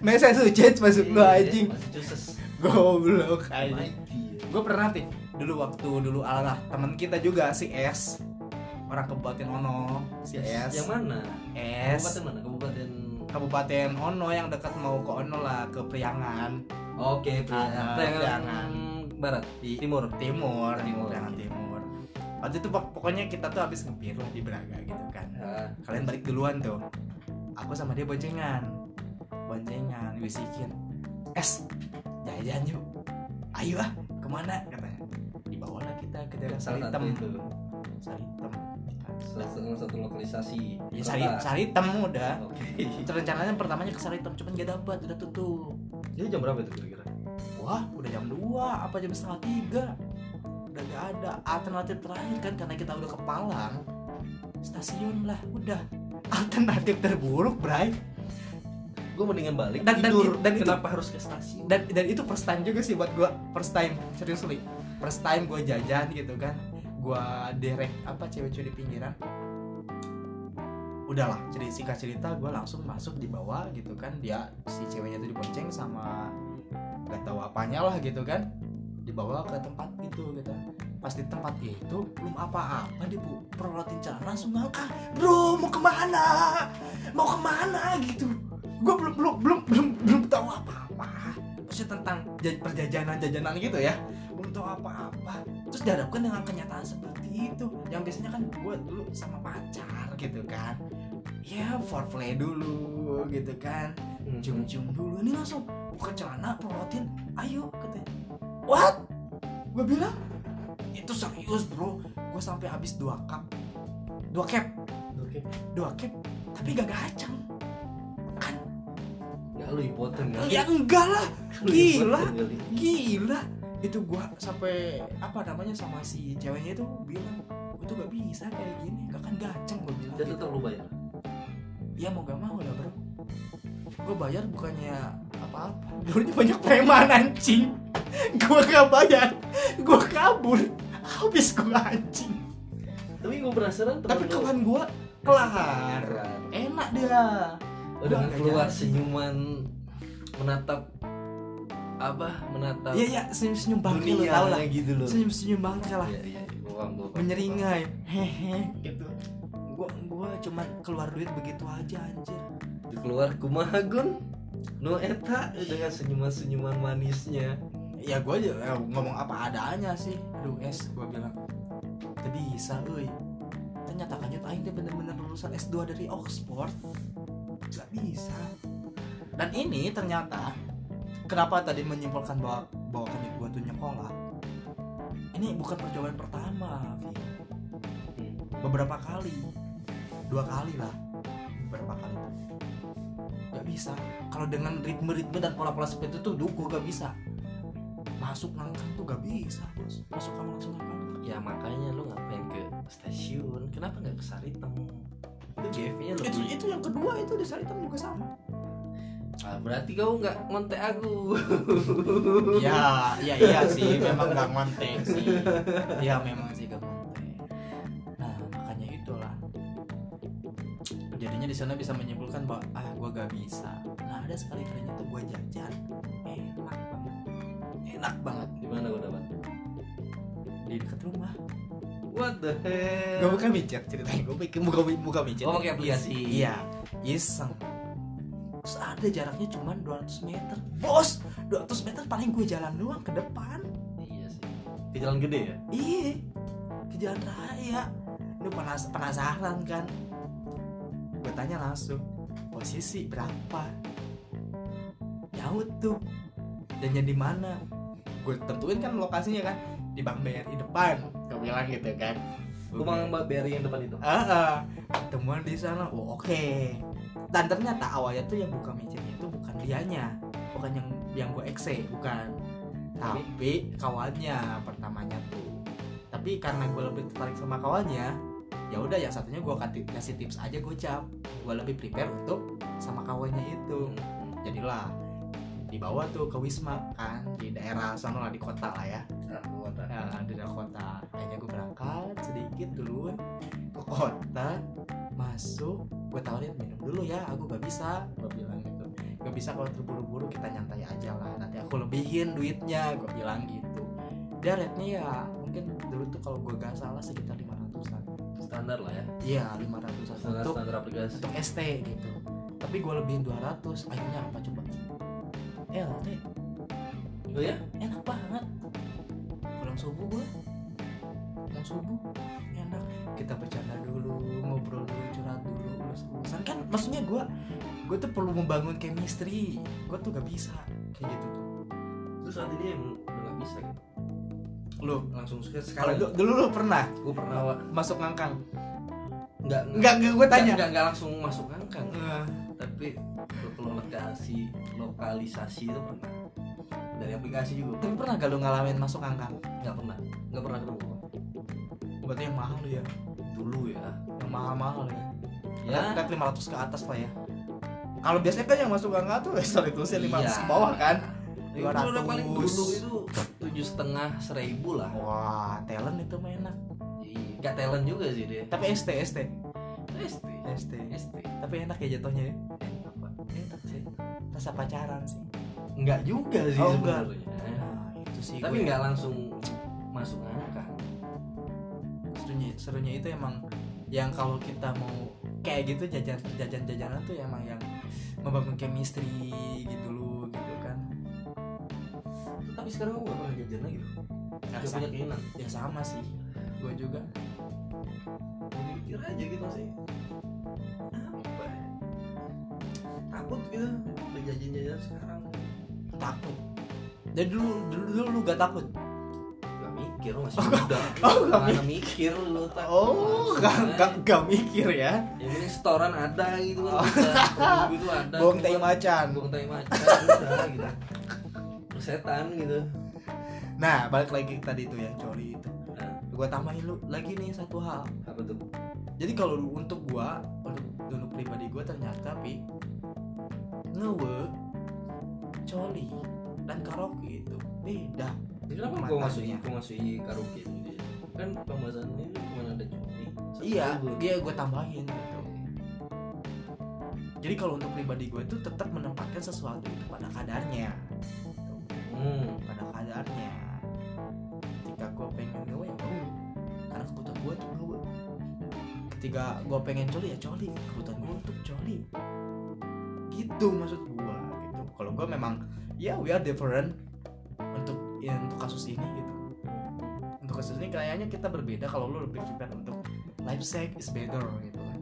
Speaker 1: Massachusetts masuk
Speaker 3: Iya,
Speaker 1: gua anjing
Speaker 3: Massachusetts
Speaker 1: goblok anjing
Speaker 3: MIT
Speaker 1: gue pernah sih dulu waktu dulu alah temen kita juga si S orang kebupaten Ono si S
Speaker 3: yang mana
Speaker 1: S
Speaker 3: kabupaten mana kabupaten
Speaker 1: kabupaten Ono yang dekat mau ke Ono lah ke Priangan
Speaker 3: oke
Speaker 1: Ah,
Speaker 3: Priangan
Speaker 1: Priangan.
Speaker 3: Priangan barat
Speaker 1: di
Speaker 3: timur
Speaker 1: Timur
Speaker 3: Timur.
Speaker 1: Priangan Timur waktu itu pok- pokoknya kita tuh habis ngebir lah di Braga gitu kan
Speaker 3: Ah,
Speaker 1: kalian balik duluan tuh aku sama dia boncengan boncengan bisikin es jajan yuk ayo ah kemana katanya dibawalah kita ke daerah
Speaker 3: salah satu
Speaker 1: Saritem
Speaker 3: itu
Speaker 1: Saritem
Speaker 3: salah satu, salah satu lokalisasi
Speaker 1: ya
Speaker 3: Kota.
Speaker 1: Sari Saritem udah
Speaker 3: oke
Speaker 1: rencananya pertamanya ke Saritem cuman gak dapat udah tutup
Speaker 3: itu jam berapa itu kira-kira
Speaker 1: wah udah jam 2 apa jam setengah tiga udah gak ada alternatif terakhir kan karena kita udah kepalang stasiun lah udah alternatif terburuk Bray
Speaker 3: gue mendingan balik
Speaker 1: Dan- dan-
Speaker 3: tidur
Speaker 1: dan itu-
Speaker 3: kenapa harus ke stasiun
Speaker 1: dan dan itu first time juga sih buat gua first time seriously first time gua jajan gitu kan gua derek apa cewek-cewek di pinggiran udahlah jadi singkat cerita gua langsung masuk di bawah gitu kan dia si ceweknya itu dibonceng sama gak tahu apanya lah gitu kan dibawa ke tempat itu gitu pas di tempat itu belum apa-apa di perolatin celana langsung ngangkah bro mau kemana mau kemana gitu gue belum belum belum belum belum tahu apa-apa maksudnya tentang ja- perjajanan-jajanan gitu ya belum tahu apa-apa terus dihadapkan dengan kenyataan seperti itu yang biasanya kan gue dulu sama pacar gitu kan ya foreplay dulu gitu kan
Speaker 3: Hmm.
Speaker 1: cium-cium dulu nih langsung buka celana porotin ayo katanya what gue bilang itu serius bro gue sampai habis dua cup dua cap
Speaker 3: oke
Speaker 1: dua cap tapi gak gacang kan
Speaker 3: ya lu hipoten kan
Speaker 1: ya enggak lah
Speaker 3: Lu
Speaker 1: gila.
Speaker 3: hipoten kali. ya.
Speaker 1: gila itu gua sampai apa namanya sama si ceweknya itu bilang "Gua tuh gak bisa kayak gini gak kan gaceng gua bilang
Speaker 3: dia
Speaker 1: gitu.
Speaker 3: tetap lu bayar
Speaker 1: ya mau gak mau lah bro gua bayar bukannya apa-apa dulunya banyak preman anjing gua gak bayar gua kabur habis gua anjing
Speaker 3: tapi gue penasaran temen
Speaker 1: tapi
Speaker 3: lu-
Speaker 1: kawan gua kelar enak dia
Speaker 3: Oh, dengan
Speaker 1: Wah,
Speaker 3: keluar
Speaker 1: gak jadi.
Speaker 3: senyuman menatap apa menatap
Speaker 1: iya iya senyum-senyum bangke lo
Speaker 3: dunia
Speaker 1: tau lah
Speaker 3: gitu loh
Speaker 1: senyum-senyum bangke lah
Speaker 3: Iya, iya, gua paham, gua paham.
Speaker 1: menyeringai hehe gitu gua gua cuman keluar duit begitu aja anjir
Speaker 3: Itu keluar kumaha gun nu eta dengan senyuman senyuman manisnya
Speaker 1: ya gua aja eh, ngomong apa adanya sih aduh es gua bilang tidak bisa euy ternyata kanyut aing dia bener-bener lulusan S2 dari Oxford gak bisa dan ini ternyata kenapa tadi menyimpulkan bahwa bahwa kanyut gua tuh nyekolah ini bukan percobaan pertama Vi.
Speaker 3: Hmm.
Speaker 1: beberapa kali dua kali lah beberapa kali gak bisa kalau dengan ritme-ritme dan pola-pola seperti itu tuh gue gak bisa masuk nangkang tuh gak bisa bos masuk kamar langsung nangkang
Speaker 3: ya makanya lu ngapain ke stasiun kenapa nggak ke Saritem itu GV nya
Speaker 1: itu
Speaker 3: lebih
Speaker 1: itu yang kedua itu di Saritem juga sama
Speaker 3: Ah, berarti kau nggak ngontek aku
Speaker 1: ya iya iya sih memang gak ngonteng sih ya memang sih gak ngonteng nah makanya itulah jadinya di sana bisa menyimpulkan bahwa ah gue gak bisa nah ada sekali kalinya tuh gue jajan enak banget enak banget
Speaker 3: di mana gua dapat
Speaker 1: di dekat rumah
Speaker 3: what the
Speaker 1: gue
Speaker 3: hell
Speaker 1: buka micet ceritanya gue bikin buka buka micet
Speaker 3: Oh, pakai aplikasi.
Speaker 1: iya iseng terus ada jaraknya cuma 200 meter bos 200 meter paling gue jalan doang ke depan
Speaker 3: iya sih ke jalan gede ya
Speaker 1: Iya, ke jalan raya. Lu penas penasaran kan? Gue tanya langsung, posisi berapa? Jauh tuh. Dan yang di mana? Gue tentuin kan lokasinya kan di Bank BRI depan. Gue bilang gitu kan. Gua
Speaker 3: rumah Mbak Berry yang depan itu
Speaker 1: Ah, ah. ketemuan di sana. Oh, oke. Dan ternyata awalnya tuh yang buka micetnya itu bukan dianya, bukan yang yang gue ekse, bukan. Tapi kawannya pertamanya tuh. Tapi karena gue lebih tertarik sama kawannya, ya udah yang satunya gue kasih tips aja gocap. Gue lebih prepare untuk sama kawannya
Speaker 2: Hmm.
Speaker 1: itu. Jadilah dibawa tuh ke Wisma kan di daerah sana lah di kota lah ya
Speaker 3: Nah, gua ada.
Speaker 1: ya di dalam kota akhirnya gue berangkat sedikit duluan ke kota masuk gue tawarin minum dulu ya aku gak bisa gue bilang gitu gak bisa kalau terburu-buru kita nyantai aja lah nanti aku lebihin duitnya gue bilang gitu dia rate-nya ya mungkin dulu tuh kalau gue gak salah sekitar 500an
Speaker 2: standar lah ya
Speaker 1: iya 500an
Speaker 2: standar
Speaker 1: untuk
Speaker 2: standar aplikasi
Speaker 1: untuk ST gitu tapi gue lebihin 200 akhirnya apa coba Eh, LT
Speaker 2: oh ya
Speaker 1: enak banget pulang subuh gue pulang subuh enak kita bercanda dulu ngobrol dulu curhat dulu ulas-ulasan kan maksudnya gue gue tuh perlu membangun chemistry gue tuh gak bisa kayak gitu tuh
Speaker 2: terus saat ini emang udah nggak bisa gitu
Speaker 1: lo
Speaker 2: langsung suka
Speaker 1: kalau
Speaker 2: sekali
Speaker 1: dulu, dulu lo pernah
Speaker 2: gue pernah Wak.
Speaker 1: masuk ngangkang
Speaker 2: nggak
Speaker 1: nggak nggak gue tanya
Speaker 2: nggak nggak langsung masuk angkang
Speaker 1: Eh,
Speaker 2: tapi kalau lokasi lokalisasi itu pernah dari aplikasi juga
Speaker 1: tapi pernah gak lo ngalamin masuk ngangkang
Speaker 2: nggak pernah nggak pernah ketemu gua.
Speaker 1: obatnya yang mahal ya
Speaker 2: dulu ya
Speaker 1: yang mahal mahal ya
Speaker 2: ya
Speaker 1: ya. 500 ke atas lah ya kalau biasanya kan yang masuk angka tuh sorry tuh sih 500 ke
Speaker 2: Iya.
Speaker 1: bawah kan
Speaker 2: itu udah paling
Speaker 1: 200.
Speaker 2: dulu itu tujuh setengah seribu lah
Speaker 1: wah talent itu mah enak
Speaker 2: Iya, nggak talent juga sih dia
Speaker 1: tapi ST ST
Speaker 2: ST
Speaker 1: ST
Speaker 2: ST
Speaker 1: tapi enak ya jatuhnya ya
Speaker 2: apa
Speaker 1: enak sih rasa pacaran sih
Speaker 2: nggak ya? juga sih
Speaker 1: Oh, nggak.
Speaker 2: sebenarnya
Speaker 1: nah itu sih
Speaker 2: Eh. tapi
Speaker 1: gue-
Speaker 2: nggak langsung masuk angka
Speaker 1: serunya serunya itu emang yang kalau kita mau kayak gitu jajan jajan jajanan tuh emang yang membangun chemistry gitu loh gitu kan
Speaker 2: tapi sekarang gua nggak pernah jajan lagi loh
Speaker 1: Nah,
Speaker 2: nggak
Speaker 1: sama,
Speaker 2: punya keinginan
Speaker 1: ya sama sih gue juga
Speaker 2: mikir aja gitu sih apa ya? takut gitu udah jajan jajan sekarang
Speaker 1: takut dari dulu dulu dulu lu gak takut
Speaker 2: nggak mikir lu masih muda
Speaker 1: oh, nggak
Speaker 2: mana mikir lu takut
Speaker 1: Oh,
Speaker 2: Langsung
Speaker 1: gak,
Speaker 2: aja.
Speaker 1: gak, gak mikir ya.
Speaker 2: yang penting setoran ada gitu kan
Speaker 1: Oh.
Speaker 2: oh. itu ada
Speaker 1: Bohong tai
Speaker 2: Cuman,
Speaker 1: macan.
Speaker 2: bohong tai macan udah gitu persetan gitu
Speaker 1: Nah, balik lagi ke tadi itu ya, Jolly itu.
Speaker 2: nah,
Speaker 1: Gua tambahin lu lagi nih satu hal.
Speaker 2: apa tuh
Speaker 1: Jadi kalau lu- untuk gua, untuk dulu pribadi gua ternyata pi ngewe, Jolly dan karaoke itu beda.
Speaker 2: kenapa
Speaker 1: Nikmat
Speaker 2: gua masukin
Speaker 1: rasanya.
Speaker 2: gua masukin karaoke gitu ya? kan pembahasannya ini cuma ada judi Satu
Speaker 1: Iya,
Speaker 2: lagu.
Speaker 1: dia gua tambahin gitu. Jadi kalau untuk pribadi gue itu tetap menempatkan sesuatu itu pada kadarnya.
Speaker 2: hmm.
Speaker 1: pada kadarnya ketika gue pengen gawe ya gawe karena kebutuhan gue tuh gawe ketika gue pengen coli ya coli kebutuhan gue untuk coli gitu maksud gue gitu kalau gue memang ya we are different untuk ya, untuk kasus ini gitu untuk kasus ini kayaknya kita berbeda kalau lu lebih prefer untuk life sex is better gitu kan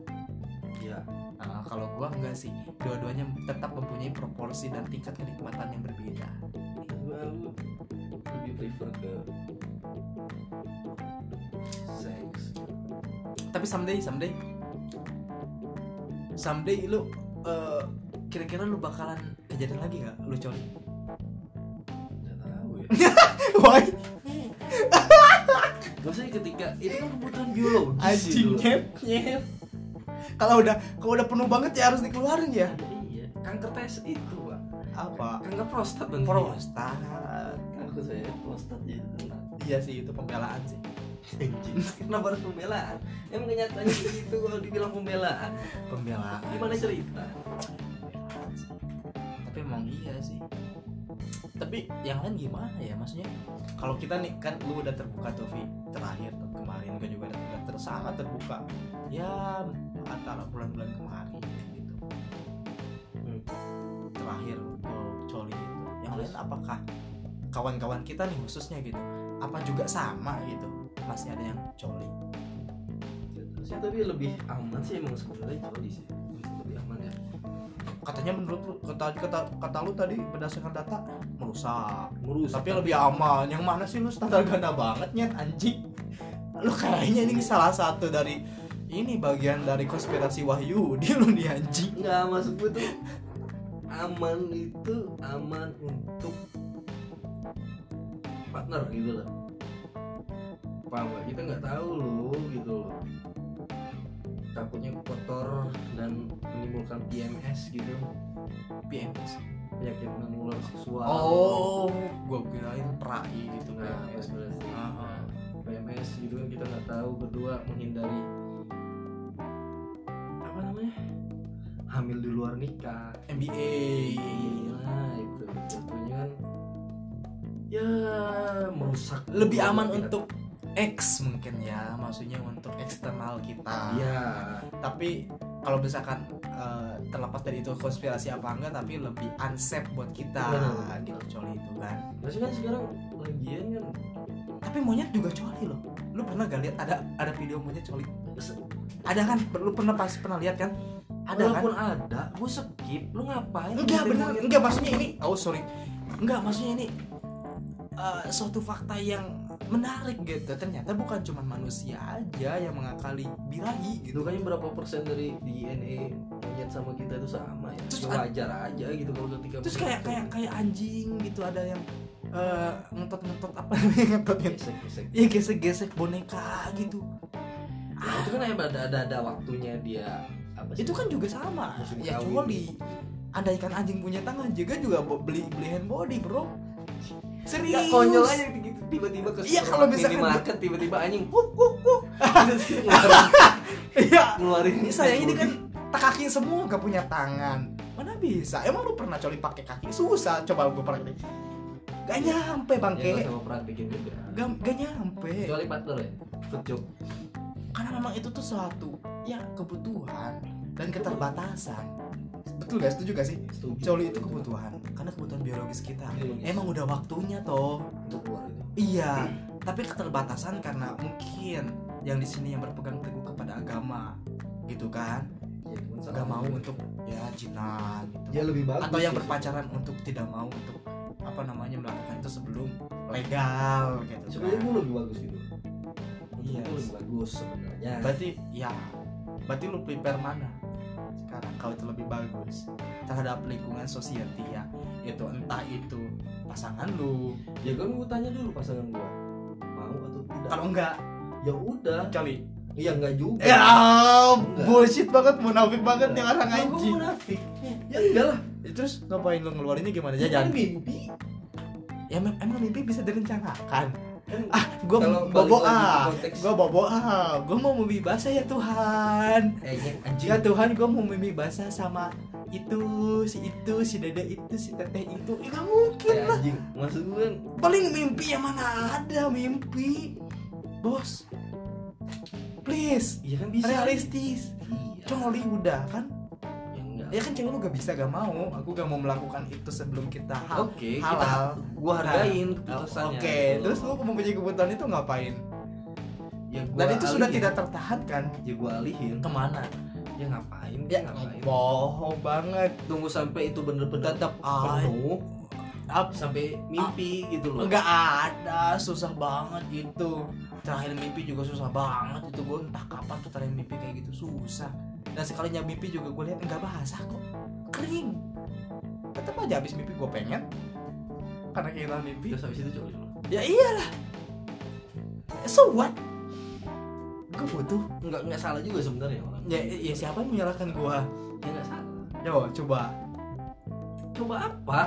Speaker 2: iya
Speaker 1: Nah, kalau gua enggak sih dua-duanya tetap mempunyai proporsi dan tingkat kenikmatan yang berbeda
Speaker 2: Gua lu lebih prefer ke seks
Speaker 1: tapi someday someday someday lu eh, kira-kira lu bakalan kejadian lagi gak lu coli
Speaker 2: nggak tahu ya
Speaker 1: why
Speaker 2: maksudnya ketika ini kan kebutuhan biologis
Speaker 1: anjing
Speaker 2: gitu loh.
Speaker 1: nyet nyet kalau udah kalau udah penuh banget ya harus dikeluarin ya
Speaker 2: iya kanker tes itu pak
Speaker 1: apa
Speaker 2: kanker prostat dan
Speaker 1: prostat
Speaker 2: aku saya prostat jadi tenang
Speaker 1: iya sih itu pembelaan sih
Speaker 2: kenapa harus pembelaan emang kenyataannya gitu kalau dibilang pembelaan
Speaker 1: pembelaan
Speaker 2: gimana cerita
Speaker 1: Pembelaan sih. tapi emang iya sih tapi yang lain gimana ya maksudnya kalau kita nih kan lu udah terbuka tuh Vi terakhir tuh kemarin gue juga udah, udah tersama terbuka ya antara bulan-bulan kemarin gitu
Speaker 2: Hmm.
Speaker 1: terakhir gue coli gitu yang lain apakah kawan-kawan kita nih khususnya gitu apa juga sama gitu masih ada yang coli
Speaker 2: saya tapi lebih aman sih emang sebenarnya coli sih lebih aman ya
Speaker 1: katanya menurut lu kata kata kata lu tadi berdasarkan data merusak
Speaker 2: ngurus
Speaker 1: tapi lebih aman yang mana sih lu standar ganda banget nyet anjing lu kayaknya ini salah satu dari ini bagian dari konspirasi Wahyu dia lu nih anjing
Speaker 2: nggak maksud gue tuh aman itu aman untuk partner gitu loh paham gak? kita nggak tahu loh gitu loh takutnya kotor dan menimbulkan PMS gitu
Speaker 1: PMS
Speaker 2: penyakit menular seksual
Speaker 1: oh gua kirain perai gitu PMS.
Speaker 2: nah PMS berarti
Speaker 1: Ah, ah.
Speaker 2: PMS gitu kan kita nggak tahu kedua menghindari apa namanya hamil di luar nikah
Speaker 1: MBA
Speaker 2: nah itu jatuhnya kan ya merusak
Speaker 1: lebih
Speaker 2: keluarga
Speaker 1: aman
Speaker 2: kita.
Speaker 1: untuk X mungkin ya maksudnya untuk eksternal kita
Speaker 2: ya
Speaker 1: tapi kalau misalkan eh, terlepas dari itu konspirasi apa enggak tapi lebih unsafe buat kita
Speaker 2: Benar.
Speaker 1: gitu coli itu kan
Speaker 2: masih kan sekarang lagian kan
Speaker 1: tapi monyet juga coli loh lu pernah gak lihat ada ada video monyet coli
Speaker 2: se-
Speaker 1: ada kan lu pernah pas pernah lihat kan ada kan
Speaker 2: walaupun ada gue skip lu ngapain
Speaker 1: enggak
Speaker 2: ngikutin
Speaker 1: benar
Speaker 2: monyet?
Speaker 1: enggak maksudnya ini oh sorry enggak maksudnya ini eh, suatu fakta yang menarik gitu ternyata bukan cuma manusia aja yang mengakali birahi gitu
Speaker 2: gitu kan berapa persen dari DNA monyet sama kita itu sama ya
Speaker 1: Terus
Speaker 2: Ya
Speaker 1: ad-
Speaker 2: wajar aja gitu kalau ketika
Speaker 1: terus kayak kayak kayak anjing gitu ada yang eh ngetot ngetot apa namanya ngetot ngetot
Speaker 2: gesek gesek
Speaker 1: ya gesek gesek boneka gitu
Speaker 2: Nah, itu kan ada ada ada waktunya dia apa sih
Speaker 1: itu kan juga sama
Speaker 2: Musim
Speaker 1: ya
Speaker 2: kawin.
Speaker 1: coli andaikan anjing punya tangan juga juga bo- beli beli hand body bro serius
Speaker 2: Gak konyol aja gitu tiba-tiba ke
Speaker 1: Iya, kalau misalkan-
Speaker 2: minimarket tiba-tiba anjing kuk kuk kuk Terus ngeluarin,
Speaker 1: iya
Speaker 2: ngeluarin
Speaker 1: Ini sayangnya ini kan tak kaki semua gak punya tangan. Mana bisa? Emang lu pernah coli pakai kaki? Susah. Coba gue praktek. Gak nyampe
Speaker 2: ya gak
Speaker 1: bangke.
Speaker 2: sama praktikin juga
Speaker 1: Gak, gak nyampe.
Speaker 2: kecuali partner ya foot job
Speaker 1: Karena memang itu tuh suatu ya kebutuhan dan keterbatasan. Betul gak? Setuju gak sih?
Speaker 2: setuju
Speaker 1: Coli itu kebutuhan. Karena kebutuhan biologis kita.
Speaker 2: Biologis.
Speaker 1: Emang udah waktunya toh.
Speaker 2: Untuk keluar itu
Speaker 1: Iya, tapi keterbatasan karena mungkin yang di sini yang berpegang teguh kepada agama, gitu kan?
Speaker 2: Ya, cuman
Speaker 1: Gak
Speaker 2: sama-
Speaker 1: mau untuk ya jinak gitu.
Speaker 2: ya lebih bagus
Speaker 1: atau yang
Speaker 2: sih.
Speaker 1: berpacaran untuk tidak mau untuk apa namanya melakukan itu sebelum legal gitu
Speaker 2: sebenarnya
Speaker 1: kan
Speaker 2: gue lebih bagus gitu
Speaker 1: Iya.
Speaker 2: Itu lebih bagus sebenarnya
Speaker 1: berarti ya berarti lu prepare mana sekarang kalau itu lebih bagus terhadap lingkungan society ya itu entah itu pasangan lu
Speaker 2: ya kan gue tanya dulu pasangan gue mau atau tidak
Speaker 1: kalau enggak
Speaker 2: ya udah
Speaker 1: coli
Speaker 2: ya enggak juga
Speaker 1: ya
Speaker 2: Enggak.
Speaker 1: bullshit banget munafik banget yang Kan orang
Speaker 2: Lah, kok
Speaker 1: anjing
Speaker 2: munafik ya enggak lah
Speaker 1: Ya, terus ngapain lu ngeluarinnya gimana aja
Speaker 2: Ini
Speaker 1: jangan
Speaker 2: mimpi
Speaker 1: ya emang, emang mimpi bisa direncanakan
Speaker 2: Kan
Speaker 1: ah gue
Speaker 2: kalau balik
Speaker 1: bobo
Speaker 2: lagi ke
Speaker 1: ah
Speaker 2: konteks-
Speaker 1: gue bobo ah gue mau mimpi basah ya Tuhan
Speaker 2: kayaknya eh, iya, anjing
Speaker 1: Ya Tuhan, gue mau mimpi basah sama itu, si itu, si dede itu, si teteh itu. Ya gak mungkin
Speaker 2: kayak
Speaker 1: lah.
Speaker 2: Iya, anjing maksud gue kan
Speaker 1: Paling mimpi yang mana ada mimpi. Bos, please.
Speaker 2: iya kan bisa
Speaker 1: Realistis.
Speaker 2: iya
Speaker 1: Coli udah kan?
Speaker 2: ya enggak
Speaker 1: Ya kan cewek lu gak bisa gak mau. Aku gak mau melakukan itu sebelum kita hal.
Speaker 2: oke kita
Speaker 1: halal.
Speaker 2: gue hargain
Speaker 1: Oh,
Speaker 2: keputusannya gitu
Speaker 1: Oke, terus lu mempunyai kebutuhan itu ngapain?
Speaker 2: ya gua
Speaker 1: Dan itu sudah
Speaker 2: alihin.
Speaker 1: tidak tertahankan.
Speaker 2: ya gue alihin
Speaker 1: Kemana?
Speaker 2: ya ngapain
Speaker 1: Ya,
Speaker 2: ngapain
Speaker 1: bohong banget.
Speaker 2: tunggu sampai itu bener-bener
Speaker 1: Tetap aja.
Speaker 2: penuh
Speaker 1: Apa?
Speaker 2: sampai mimpi gitu loh
Speaker 1: nggak ada susah banget gitu terakhir mimpi juga susah banget itu gue entah kapan tuh terakhir mimpi kayak gitu susah dan sekalinya mimpi juga gue lihat nggak basah kok kering tetap aja habis mimpi gue pengen karena kehilangan mimpi
Speaker 2: terus habis itu coli lu
Speaker 1: ya iyalah so what gue butuh
Speaker 2: nggak nggak salah juga sebenarnya orang
Speaker 1: ya, ya siapa yang menyalahkan gue
Speaker 2: ya nggak salah
Speaker 1: yo coba
Speaker 2: coba apa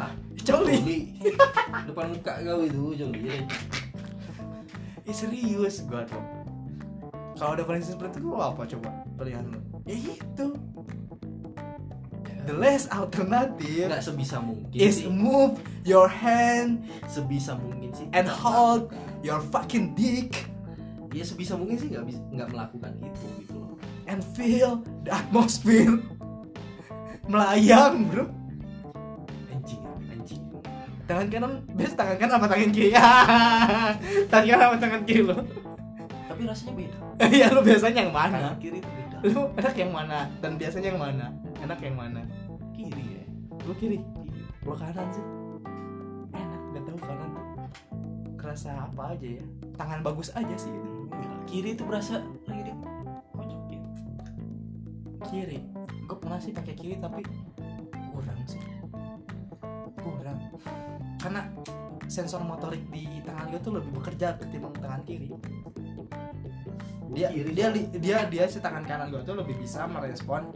Speaker 1: coli
Speaker 2: coli depan muka kau itu coli Jadi,
Speaker 1: Ih Eh, serius gua tuh kalau ada kondisi seperti itu gua apa coba pilihan lu ya itu the less alternative
Speaker 2: nggak sebisa mungkin
Speaker 1: is
Speaker 2: Iya. sih
Speaker 1: move your hand
Speaker 2: sebisa mungkin sih
Speaker 1: And
Speaker 2: nggak
Speaker 1: hold.
Speaker 2: melakukan.
Speaker 1: your fucking dick
Speaker 2: ya sebisa mungkin sih nggak bis- nggak melakukan itu gitu loh
Speaker 1: and feel the atmosphere melayang bro
Speaker 2: anjing anjing
Speaker 1: tangan kanan biasa tangan kanan apa tangan kiri tangan kanan apa tangan kiri lo
Speaker 2: tapi rasanya beda
Speaker 1: ya lu biasanya yang mana
Speaker 2: kanan kiri itu beda
Speaker 1: lu enak yang mana dan biasanya yang mana enak yang mana
Speaker 2: kiri ya
Speaker 1: lu kiri
Speaker 2: kiri.
Speaker 1: gua kanan sih enak gak tahu kanan tuh kerasa apa aja ya tangan bagus aja sih itu
Speaker 2: Enggak, kiri itu berasa kiri kocok gitu
Speaker 1: kiri gue pernah sih pakai kiri tapi kurang sih kurang karena sensor motorik di tangan gue tuh lebih bekerja ketimbang tangan kiri dia
Speaker 2: Kiri.
Speaker 1: dia li- dia dia si tangan kanan gue tuh lebih bisa merespon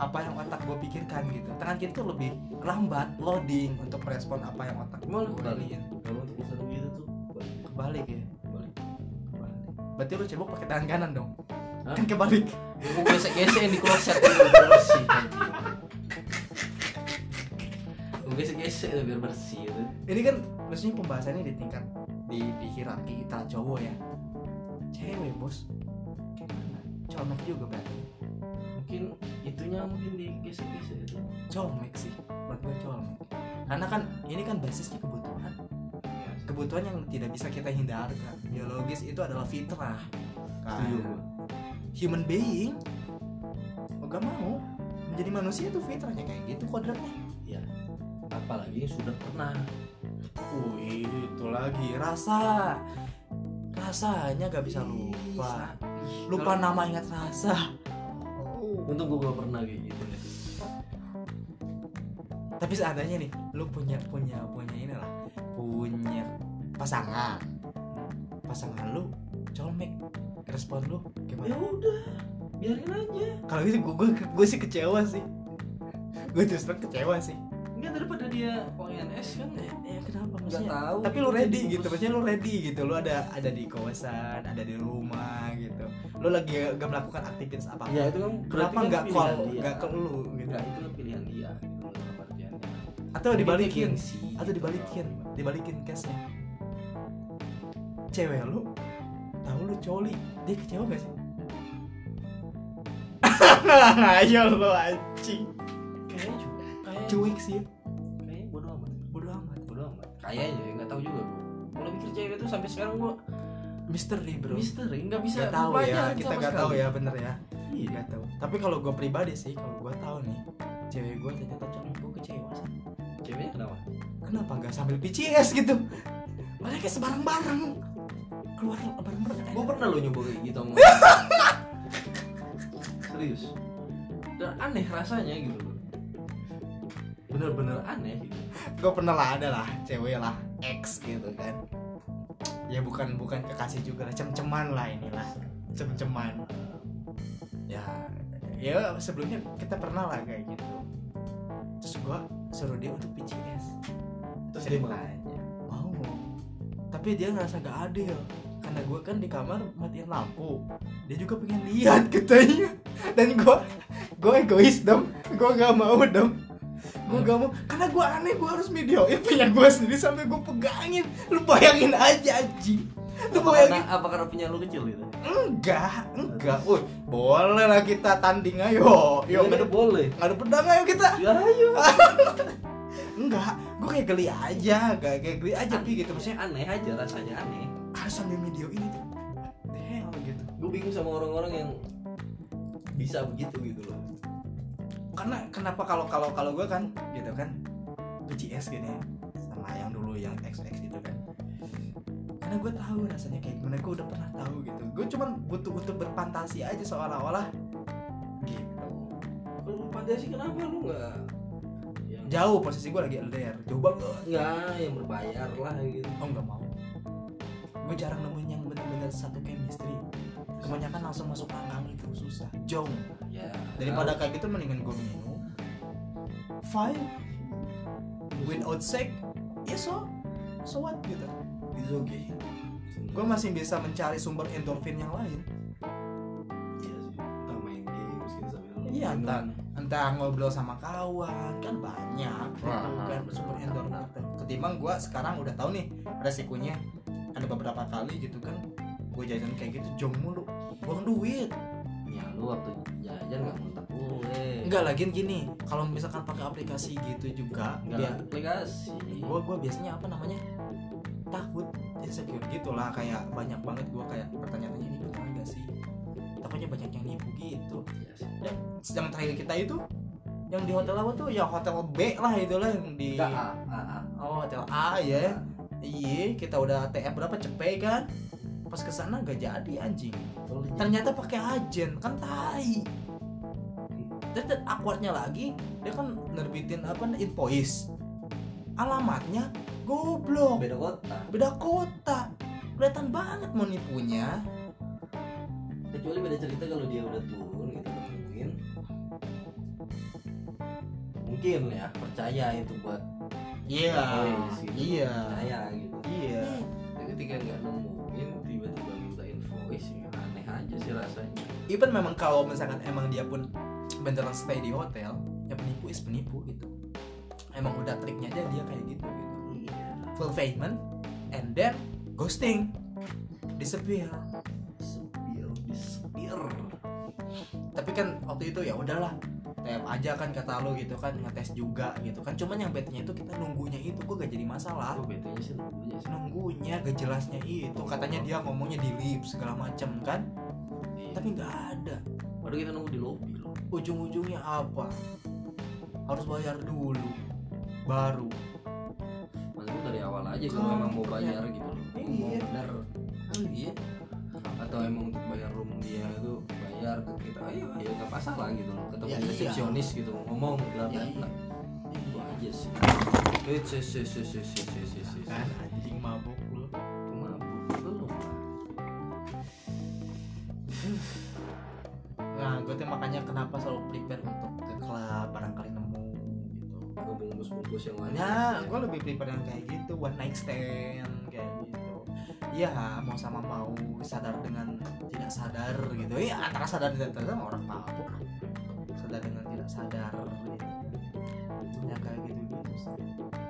Speaker 1: apa yang otak gue pikirkan gitu tangan kiri tuh lebih lambat loading untuk merespon apa yang otak
Speaker 2: Emang lu
Speaker 1: gue
Speaker 2: kebalik?
Speaker 1: ini
Speaker 2: kalau untuk urusan gitu tuh balik
Speaker 1: kebalik ya
Speaker 2: balik balik
Speaker 1: Berarti lu cebok pakai tangan kanan dong.
Speaker 2: Hah?
Speaker 1: Kan kebalik.
Speaker 2: Gue gesek-gesek yang di kloset dulu, terus sih anjing. gue gesek-gesek tuh biar bersih gitu
Speaker 1: ini kan maksudnya pembahasannya di tingkat di, di hierarki kita cowok ya cewek bos gimana comek juga berarti
Speaker 2: mungkin itunya mungkin digesek-gesek itu
Speaker 1: comek sih buat gue comek karena kan ini kan basisnya kebutuhan kebutuhan yang tidak bisa kita hindarkan biologis itu adalah fitrah kan
Speaker 2: setuju gue
Speaker 1: human being mau gak mau menjadi manusia itu fitrahnya kayak gitu kodratnya
Speaker 2: apalagi sudah pernah
Speaker 1: wih itu lagi rasa rasanya gak bisa lupa lupa
Speaker 2: Kalau-
Speaker 1: nama ingat rasa Oh.
Speaker 2: untung gue gak pernah kayak gitu ya
Speaker 1: tapi seadanya nih lu punya punya punya inilah punya pasangan pasangan lu colmek respon lu
Speaker 2: ya
Speaker 1: gimana
Speaker 2: udah biarin aja
Speaker 1: kalau gitu gue, gue sih kecewa sih gue terus terang kecewa sih
Speaker 2: enggak daripada dia ONS kan ya
Speaker 1: ya kenapa
Speaker 2: nggak
Speaker 1: maksudnya
Speaker 2: tahu
Speaker 1: tapi lu ready gitu maksudnya lu ready gitu lu ada ada di kawasan ada di rumah gitu lu lagi gak melakukan aktivitas apa
Speaker 2: ya itu kan berarti
Speaker 1: Iya, kenapa
Speaker 2: kan
Speaker 1: nggak
Speaker 2: pilihan
Speaker 1: call
Speaker 2: dia.
Speaker 1: nggak ke lu gitu
Speaker 2: Enggak, itu kan pilihan dia gitu loh, pengertiannya.
Speaker 1: atau dibalikin
Speaker 2: Mungkin sih,
Speaker 1: atau
Speaker 2: gitu
Speaker 1: dibalikin
Speaker 2: loh.
Speaker 1: dibalikin case-nya cewek lu tahu lu coli dia kecewa gak sih ayo lu anjing
Speaker 2: kayaknya juga kayaknya
Speaker 1: cuek sih ya.
Speaker 2: kayaknya bodo amat
Speaker 1: bodo amat
Speaker 2: bodo amat kayaknya ya, nggak tahu juga gua. kalau mikir cewek itu sampai sekarang gua
Speaker 1: misteri bro
Speaker 2: misteri nggak bisa
Speaker 1: Gak tahu ya
Speaker 2: pelajaran
Speaker 1: kita
Speaker 2: sama
Speaker 1: gak
Speaker 2: sekali.
Speaker 1: tahu ya bener ya
Speaker 2: iya
Speaker 1: nggak tahu tapi kalau gue pribadi sih kalau gue tahu nih cewek gue ternyata coli gue kecewa sih
Speaker 2: ceweknya kenapa
Speaker 1: kenapa nggak sambil PCS gitu mereka sebarang bareng keluar bareng bareng
Speaker 2: gue pernah lo nyoba kayak gitu sama serius dan aneh rasanya gitu loh bener-bener aneh gitu.
Speaker 1: gue pernah lah ada lah cewek lah ex gitu kan ya bukan bukan kekasih juga lah cem-ceman lah inilah cem-ceman ya ya sebelumnya kita pernah lah kayak gitu terus gue suruh dia untuk PCS
Speaker 2: terus dia mau
Speaker 1: ceritanya mau tapi dia ngerasa gak adil karena gue kan di kamar matiin lampu dia juga pengen lihat katanya dan gue gue egois dong gue gak mau dong gue gak mau karena gue aneh gue harus videoin punya gue sendiri sampai gue pegangin lu bayangin aja anjing lu
Speaker 2: apa karena,
Speaker 1: bayangin
Speaker 2: apa karena punya lu kecil gitu
Speaker 1: enggak enggak Uy, boleh lah kita tanding ayo yo
Speaker 2: Boleh,
Speaker 1: ngadu
Speaker 2: boleh
Speaker 1: ngadu pedang ayo kita
Speaker 2: ya ayo
Speaker 1: enggak gue kayak geli aja kayak kayak geli
Speaker 2: Ah.
Speaker 1: aja pi gitu maksudnya
Speaker 2: maksudnya aneh aja rasanya aneh
Speaker 1: harus sambil video ini tuh the hell gitu
Speaker 2: gue bingung sama orang-orang yang bisa begitu gitu loh
Speaker 1: karena kenapa kalau kalau kalau gue kan gitu kan BCS gini ya, sama yang dulu yang XX itu kan karena gue tahu rasanya kayak gimana gue udah pernah tahu gitu gue cuman butuh untuk berfantasi aja seolah-olah gitu
Speaker 2: lu fantasi kenapa lu nggak yang
Speaker 1: jauh posisi gue lagi LDR coba gue
Speaker 2: nggak yang berbayar lah gitu
Speaker 1: oh nggak mau gue jarang nemuin yang benar-benar satu chemistry kebanyakan langsung masuk angkang itu susah jauh
Speaker 2: ya
Speaker 1: daripada kayak gitu mendingan gue minum fine without sex ya so so what gitu
Speaker 2: itu oke
Speaker 1: gue masih bisa mencari sumber endorfin yang lain
Speaker 2: Entah main game mungkin sambil lu
Speaker 1: Iya,
Speaker 2: minum.
Speaker 1: entah. entah ngobrol sama kawan kan banyak gitu
Speaker 2: Wah.
Speaker 1: kan sumber endorfin ketimbang gue sekarang udah tahu nih resikonya ada beberapa kali gitu kan gue jajan kayak gitu jong mulu buang duit
Speaker 2: ya lu waktu jajan nggak eh. muntah boleh
Speaker 1: enggak lagian gini kalau misalkan pakai aplikasi gitu juga
Speaker 2: nggak
Speaker 1: biar
Speaker 2: aplikasi
Speaker 1: gue gue biasanya apa namanya takut insecure gitulah kayak banyak banget gue kayak pertanyaannya ini benar nggak sih takutnya banyak yang nipu gitu
Speaker 2: Iya sih.
Speaker 1: sedang terakhir kita itu yang di hotel apa tuh ya hotel B lah itulah yang di
Speaker 2: nggak ah, ah, ah.
Speaker 1: oh hotel A ya iya kita udah TF berapa cepet kan pas kesana gak jadi anjing
Speaker 2: Kalau di-
Speaker 1: ternyata pakai agen kan tai terus dan awkwardnya lagi dia kan nerbitin apa invoice alamatnya goblok
Speaker 2: oh, beda kota
Speaker 1: beda kota kelihatan banget mau nipunya
Speaker 2: kecuali beda cerita kalau dia udah turun gitu mungkin mungkin ya percaya itu buat
Speaker 1: iya
Speaker 2: invoice gitu.
Speaker 1: iya
Speaker 2: percaya gitu
Speaker 1: iya
Speaker 2: Tapi ketika nggak nemuin tiba-tiba minta invoice ya aneh aja sih rasanya
Speaker 1: even memang kalau misalkan emang dia pun beneran stay di hotel ya penipu is penipu gitu emang udah triknya aja dia kayak gitu gitu
Speaker 2: Iya.
Speaker 1: fulfillment and then ghosting disappear
Speaker 2: Disappear, disappear.
Speaker 1: tapi kan waktu itu ya udahlah TM aja kan kata lo gitu kan ngetes juga gitu kan cuman yang betenya itu kita nunggunya itu kok gak jadi masalah
Speaker 2: Aku betenya sih nunggunya sih.
Speaker 1: nunggunya gak jelasnya itu katanya dia ngomongnya di lip segala macem kan
Speaker 2: Iya.
Speaker 1: tapi nggak ada
Speaker 2: Padahal kita nunggu di lobby loh.
Speaker 1: ujung-ujungnya apa harus bayar dulu baru
Speaker 2: Maksudnya dari awal aja kalau
Speaker 1: Kan,
Speaker 2: emang mau
Speaker 1: iya.
Speaker 2: bayar gitu loh. Mau
Speaker 1: Iya.
Speaker 2: bener. Oh iya. Atau emang untuk bayar room dia itu bayar ke kita. Ayo, ya nggak masalah gitu loh. Ketemu
Speaker 1: Ya, iya.
Speaker 2: resepsionis gitu ngomong bla bla
Speaker 1: Ya,
Speaker 2: bla.
Speaker 1: iya.
Speaker 2: Itu aja sih. Eh, sih sih sih sih sih sih sih sih.
Speaker 1: kan anjing mabuk lu
Speaker 2: Mabuk lu.
Speaker 1: nah gue tuh makanya kenapa selalu prepare untuk ke club barangkali nemu gitu
Speaker 2: Gue bungkus-bungkus yang lain.
Speaker 1: Nah, gue lebih prefer yang kayak gitu, one night stand kayak gitu. Iya, mau sama mau sadar dengan tidak sadar gitu. Iya, antara sadar dan tidak sadar mah orang tahu. Sadar dengan tidak sadar gitu. Ya kayak gitu gitu sih.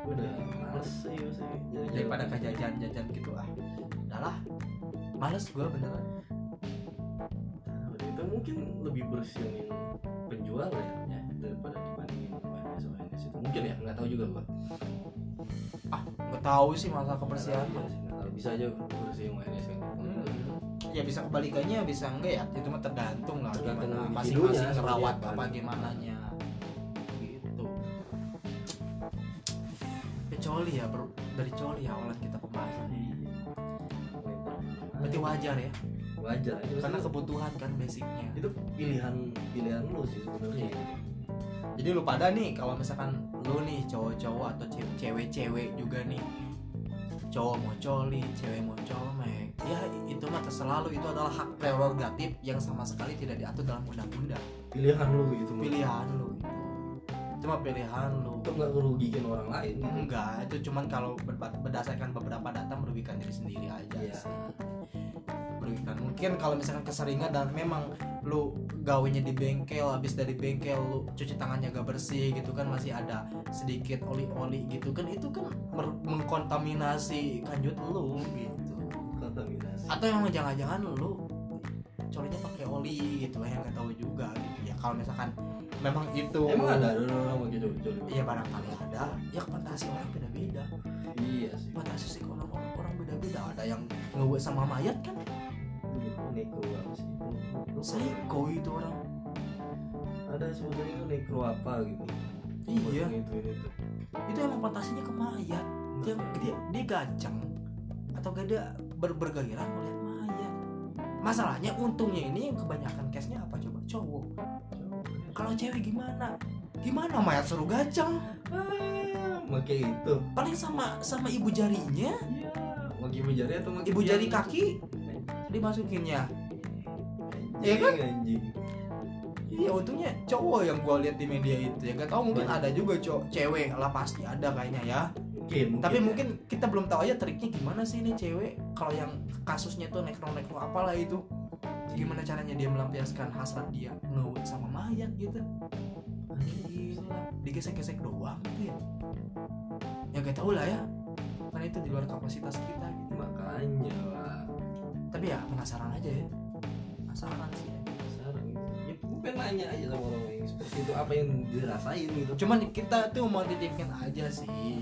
Speaker 2: Gue udah Iya, males sih gue sih.
Speaker 1: Daripada kayak jajan-jajan gitu ah. Udahlah. Males gue beneran.
Speaker 2: Nah, Udah itu mungkin lebih bersihin penjual ya, ya, daripada dibandingin PNS PNS itu mungkin ya nggak tahu juga gua
Speaker 1: Gak tahu sih masalah kebersihan.
Speaker 2: Nggak tahu sih, nggak tahu. Iya, bisa aja bersihin PNS kan
Speaker 1: Ya bisa kebalikannya bisa enggak ya. Itu mah tergantung lah
Speaker 2: Tergantung
Speaker 1: gimana
Speaker 2: individunya,
Speaker 1: masing-masing ngerawat
Speaker 2: seperti apa.
Speaker 1: apa gimana nya. Gitu. Kecuali ya bro, dari coli ya awalnya kita pembahasan ini. Berarti wajar ya,
Speaker 2: wajar aja
Speaker 1: karena
Speaker 2: karena
Speaker 1: kebutuhan kan basicnya.
Speaker 2: itu pilihan pilihan lu sih sebenarnya
Speaker 1: Iya. Jadi lu pada nih kalau misalkan lu nih cowok-cowok atau ce- cewek-cewek juga nih cowok mau coli, cewek mau colmek ya itu mah terserah lu itu adalah hak prerogatif yang sama sekali tidak diatur dalam undang-undang
Speaker 2: pilihan lu gitu
Speaker 1: pilihan lu itu cuma pilihan lu
Speaker 2: itu nggak ngerugikan orang lain gitu
Speaker 1: enggak itu cuman kalau berba- berdasarkan beberapa data merugikan diri sendiri aja
Speaker 2: Iya.
Speaker 1: sih. merugikan mungkin kalau misalkan keseringan dan memang lu gawenya di bengkel habis dari bengkel lu cuci tangannya gak bersih gitu kan masih ada sedikit oli-oli gitu kan itu kan mer- mengkontaminasi kanjut lu gitu
Speaker 2: kontaminasi
Speaker 1: atau emang jangan-jangan lu colinya pakai oli gitu yang gak tahu juga gitu ya kalau misalkan memang itu
Speaker 2: emang ada ada orang pakai jauh
Speaker 1: Iya barangkali ada. Ya fantasi orang beda-beda.
Speaker 2: iya sih
Speaker 1: Fantasi sih orang orang, orang beda-beda. Ada yang ngewe sama mayat kan?
Speaker 2: Lu neko banget sih Lu- lu-
Speaker 1: Psycho itu orang.
Speaker 2: ada sebenarnya itu nekro apa gitu
Speaker 1: Iya.
Speaker 2: itu itu
Speaker 1: Itu emang fantasinya ke mayat. Dia dia, dia gajang atau gak ada ber, bergairah melihat mayat. Masalahnya untungnya ini yang kebanyakan case-nya apa coba? Cowok. Kalau cewek gimana? Gimana mayat suruh gajang?
Speaker 2: pakai Ah, itu
Speaker 1: Paling sama sama ibu jarinya,
Speaker 2: iya pakai ibu jari atau pakai
Speaker 1: ibu
Speaker 2: tiang?
Speaker 1: jari kaki dimasukinnya.
Speaker 2: Anjing,
Speaker 1: Iya kan?
Speaker 2: anjing
Speaker 1: Iya untungnya cowok yang gua lihat di media itu ya gak tahu mungkin
Speaker 2: Banyak.
Speaker 1: ada juga cowok cewek lah pasti ada kayaknya ya.
Speaker 2: mungkin, ya.
Speaker 1: Tapi mungkin kita belum tahu aja triknya gimana sih ini cewek kalau yang kasusnya tuh nekro nekro apalah itu gimana caranya dia melampiaskan hasrat dia ngewe sama mayat gitu. Gila, digesek-gesek doang gitu ya. Ya gak tahu lah ya. Karena itu di luar kapasitas kita gitu.
Speaker 2: makanya lah
Speaker 1: Tapi ya penasaran aja ya. Penasaran sih.
Speaker 2: Penasaran gitu. ya gue pengen nanya aja sama orang yang seperti itu apa yang dirasain gitu
Speaker 1: cuman kita tuh mau titipin aja sih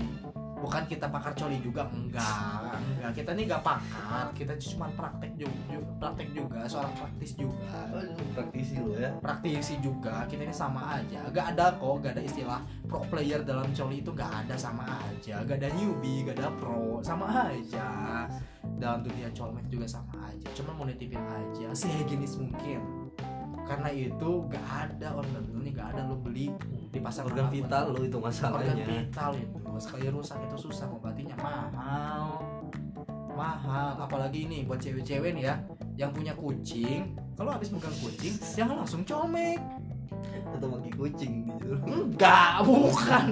Speaker 1: bukan kita pakar coli juga enggak enggak kita nih enggak pakar kita cuma praktek juga praktek juga seorang praktis juga
Speaker 2: Aduh, praktisi lo ya
Speaker 1: praktisi juga kita ini sama aja enggak ada kok enggak ada istilah pro player dalam coli itu enggak ada sama aja enggak ada newbie enggak ada pro sama aja dalam dunia colmek juga sama aja cuman mau nitipin aja sehigienis mungkin karena itu enggak ada organ ini enggak ada lo beli di pasar
Speaker 2: organ
Speaker 1: manapun
Speaker 2: vital lo itu
Speaker 1: organ
Speaker 2: masalahnya
Speaker 1: vital itu sekali rusak itu susah ngobatinya mahal mahal apalagi ini buat cewek-cewek nih ya yang punya kucing kalau habis megang kucing jangan langsung comek
Speaker 2: atau pakai kucing gitu
Speaker 1: enggak bukan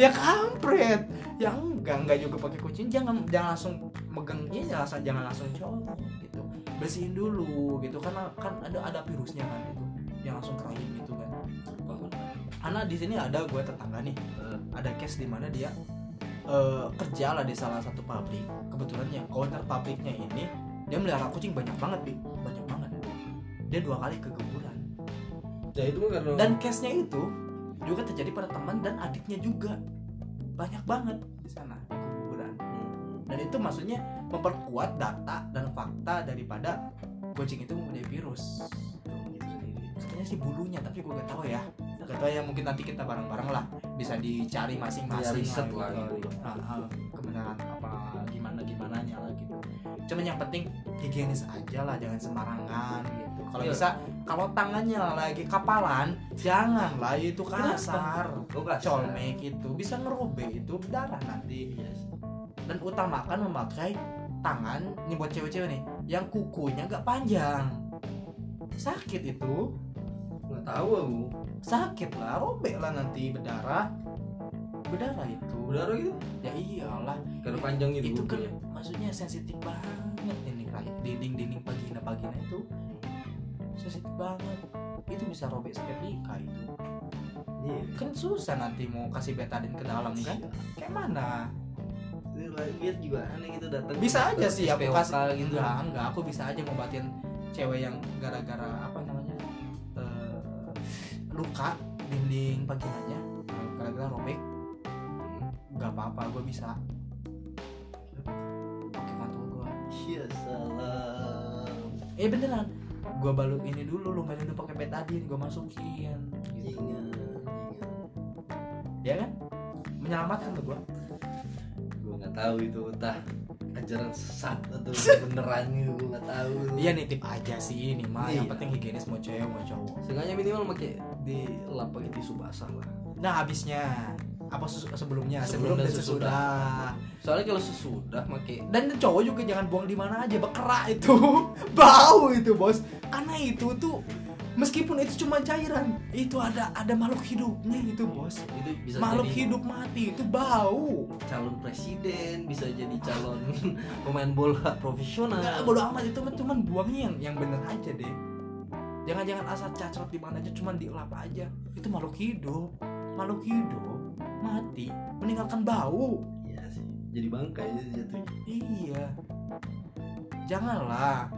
Speaker 1: ya kampret ya enggak enggak juga pakai kucing jangan jangan langsung megangnya jangan langsung jangan langsung colok gitu bersihin dulu gitu karena kan ada ada virusnya kan itu yang langsung kering gitu kan anak di sini ada gue tetangga nih
Speaker 2: Eh,
Speaker 1: ada case di mana dia eh, kerja lah di salah satu pabrik kebetulan yang owner pabriknya ini dia melihara kucing banyak banget bi banyak banget dia dua kali keguguran
Speaker 2: ya itu kan karena
Speaker 1: dan case nya itu juga terjadi pada teman dan adiknya juga banyak banget di sana yang keguguran
Speaker 2: Hmm.
Speaker 1: dan itu maksudnya memperkuat data dan fakta daripada kucing itu mempunyai virus katanya sih bulunya tapi gue gak tahu ya gak tahu ya mungkin nanti kita bareng-bareng lah bisa dicari
Speaker 2: ya
Speaker 1: masing-masing
Speaker 2: riset
Speaker 1: gitu.
Speaker 2: lah gitu
Speaker 1: Ah, ah, kebenaran apa gimana gimananya lah gitu cuman yang penting higienis aja lah jangan sembarangan gitu kalau
Speaker 2: Iya.
Speaker 1: bisa kalau tangannya lagi kapalan jangan lah itu kasar
Speaker 2: lo gak
Speaker 1: colmek itu bisa ngerobek itu berdarah nanti
Speaker 2: Iya
Speaker 1: dan utamakan memakai tangan nih buat cewek-cewek nih yang kukunya gak panjang sakit itu
Speaker 2: nggak tahu aku
Speaker 1: sakit lah robek lah nanti berdarah berdarah itu
Speaker 2: udah gitu
Speaker 1: ya iyalah
Speaker 2: karena panjang gitu
Speaker 1: itu kan maksudnya sensitif banget ini rakyat dinding-dinding pagina-pagina itu sensitif banget itu bisa robek seketika itu
Speaker 2: iya
Speaker 1: kan susah nanti mau kasih betadin ke dalam kan kayak mana
Speaker 2: Ini lihat juga aneh gitu datang
Speaker 1: bisa aja
Speaker 2: ke
Speaker 1: sih aku
Speaker 2: SPOK
Speaker 1: kasih
Speaker 2: gitu
Speaker 1: enggak enggak aku bisa aja ngobatin cewek yang gara-gara apa namanya eh, luka dinding paginanya gara-gara robek nggak apa-apa gue bisa pakai mantul gue
Speaker 2: Iya salam
Speaker 1: eh beneran gue balut ini dulu lumayan dulu pakai betadin gue masukin gitu. ya kan menyelamatkan tuh gue
Speaker 2: Gue nggak tahu itu entah ajaran sesat atau beneran gitu gue nggak tahu.
Speaker 1: iya nitip aja sih ini mah yang
Speaker 2: Iya.
Speaker 1: penting higienis mau cewek mau cowok
Speaker 2: Seenggaknya minimal pakai di lap pakai tisu basah lah.
Speaker 1: nah habisnya apa susu- sebelumnya sebelum,
Speaker 2: Sebelum dan
Speaker 1: dan sesudah
Speaker 2: Soalnya kalau sesudah pakai
Speaker 1: dan cowok juga jangan buang di mana aja bekerak itu bau itu bos karena itu tuh meskipun itu cuma cairan itu ada ada makhluk hidupnya itu bos
Speaker 2: itu bisa
Speaker 1: makhluk
Speaker 2: jadi
Speaker 1: hidup mati itu bau
Speaker 2: calon presiden, bisa jadi calon pemain bola profesional.
Speaker 1: nggak bodo amat itu mah cuman buangnya yang yang bener aja deh jangan jangan asal cacrot di mana aja cuman dilap aja itu makhluk hidup makhluk hidup mati meninggalkan bau
Speaker 2: Iya sih. Jadi bangkai sih jatuhnya.
Speaker 1: Iya. Janganlah.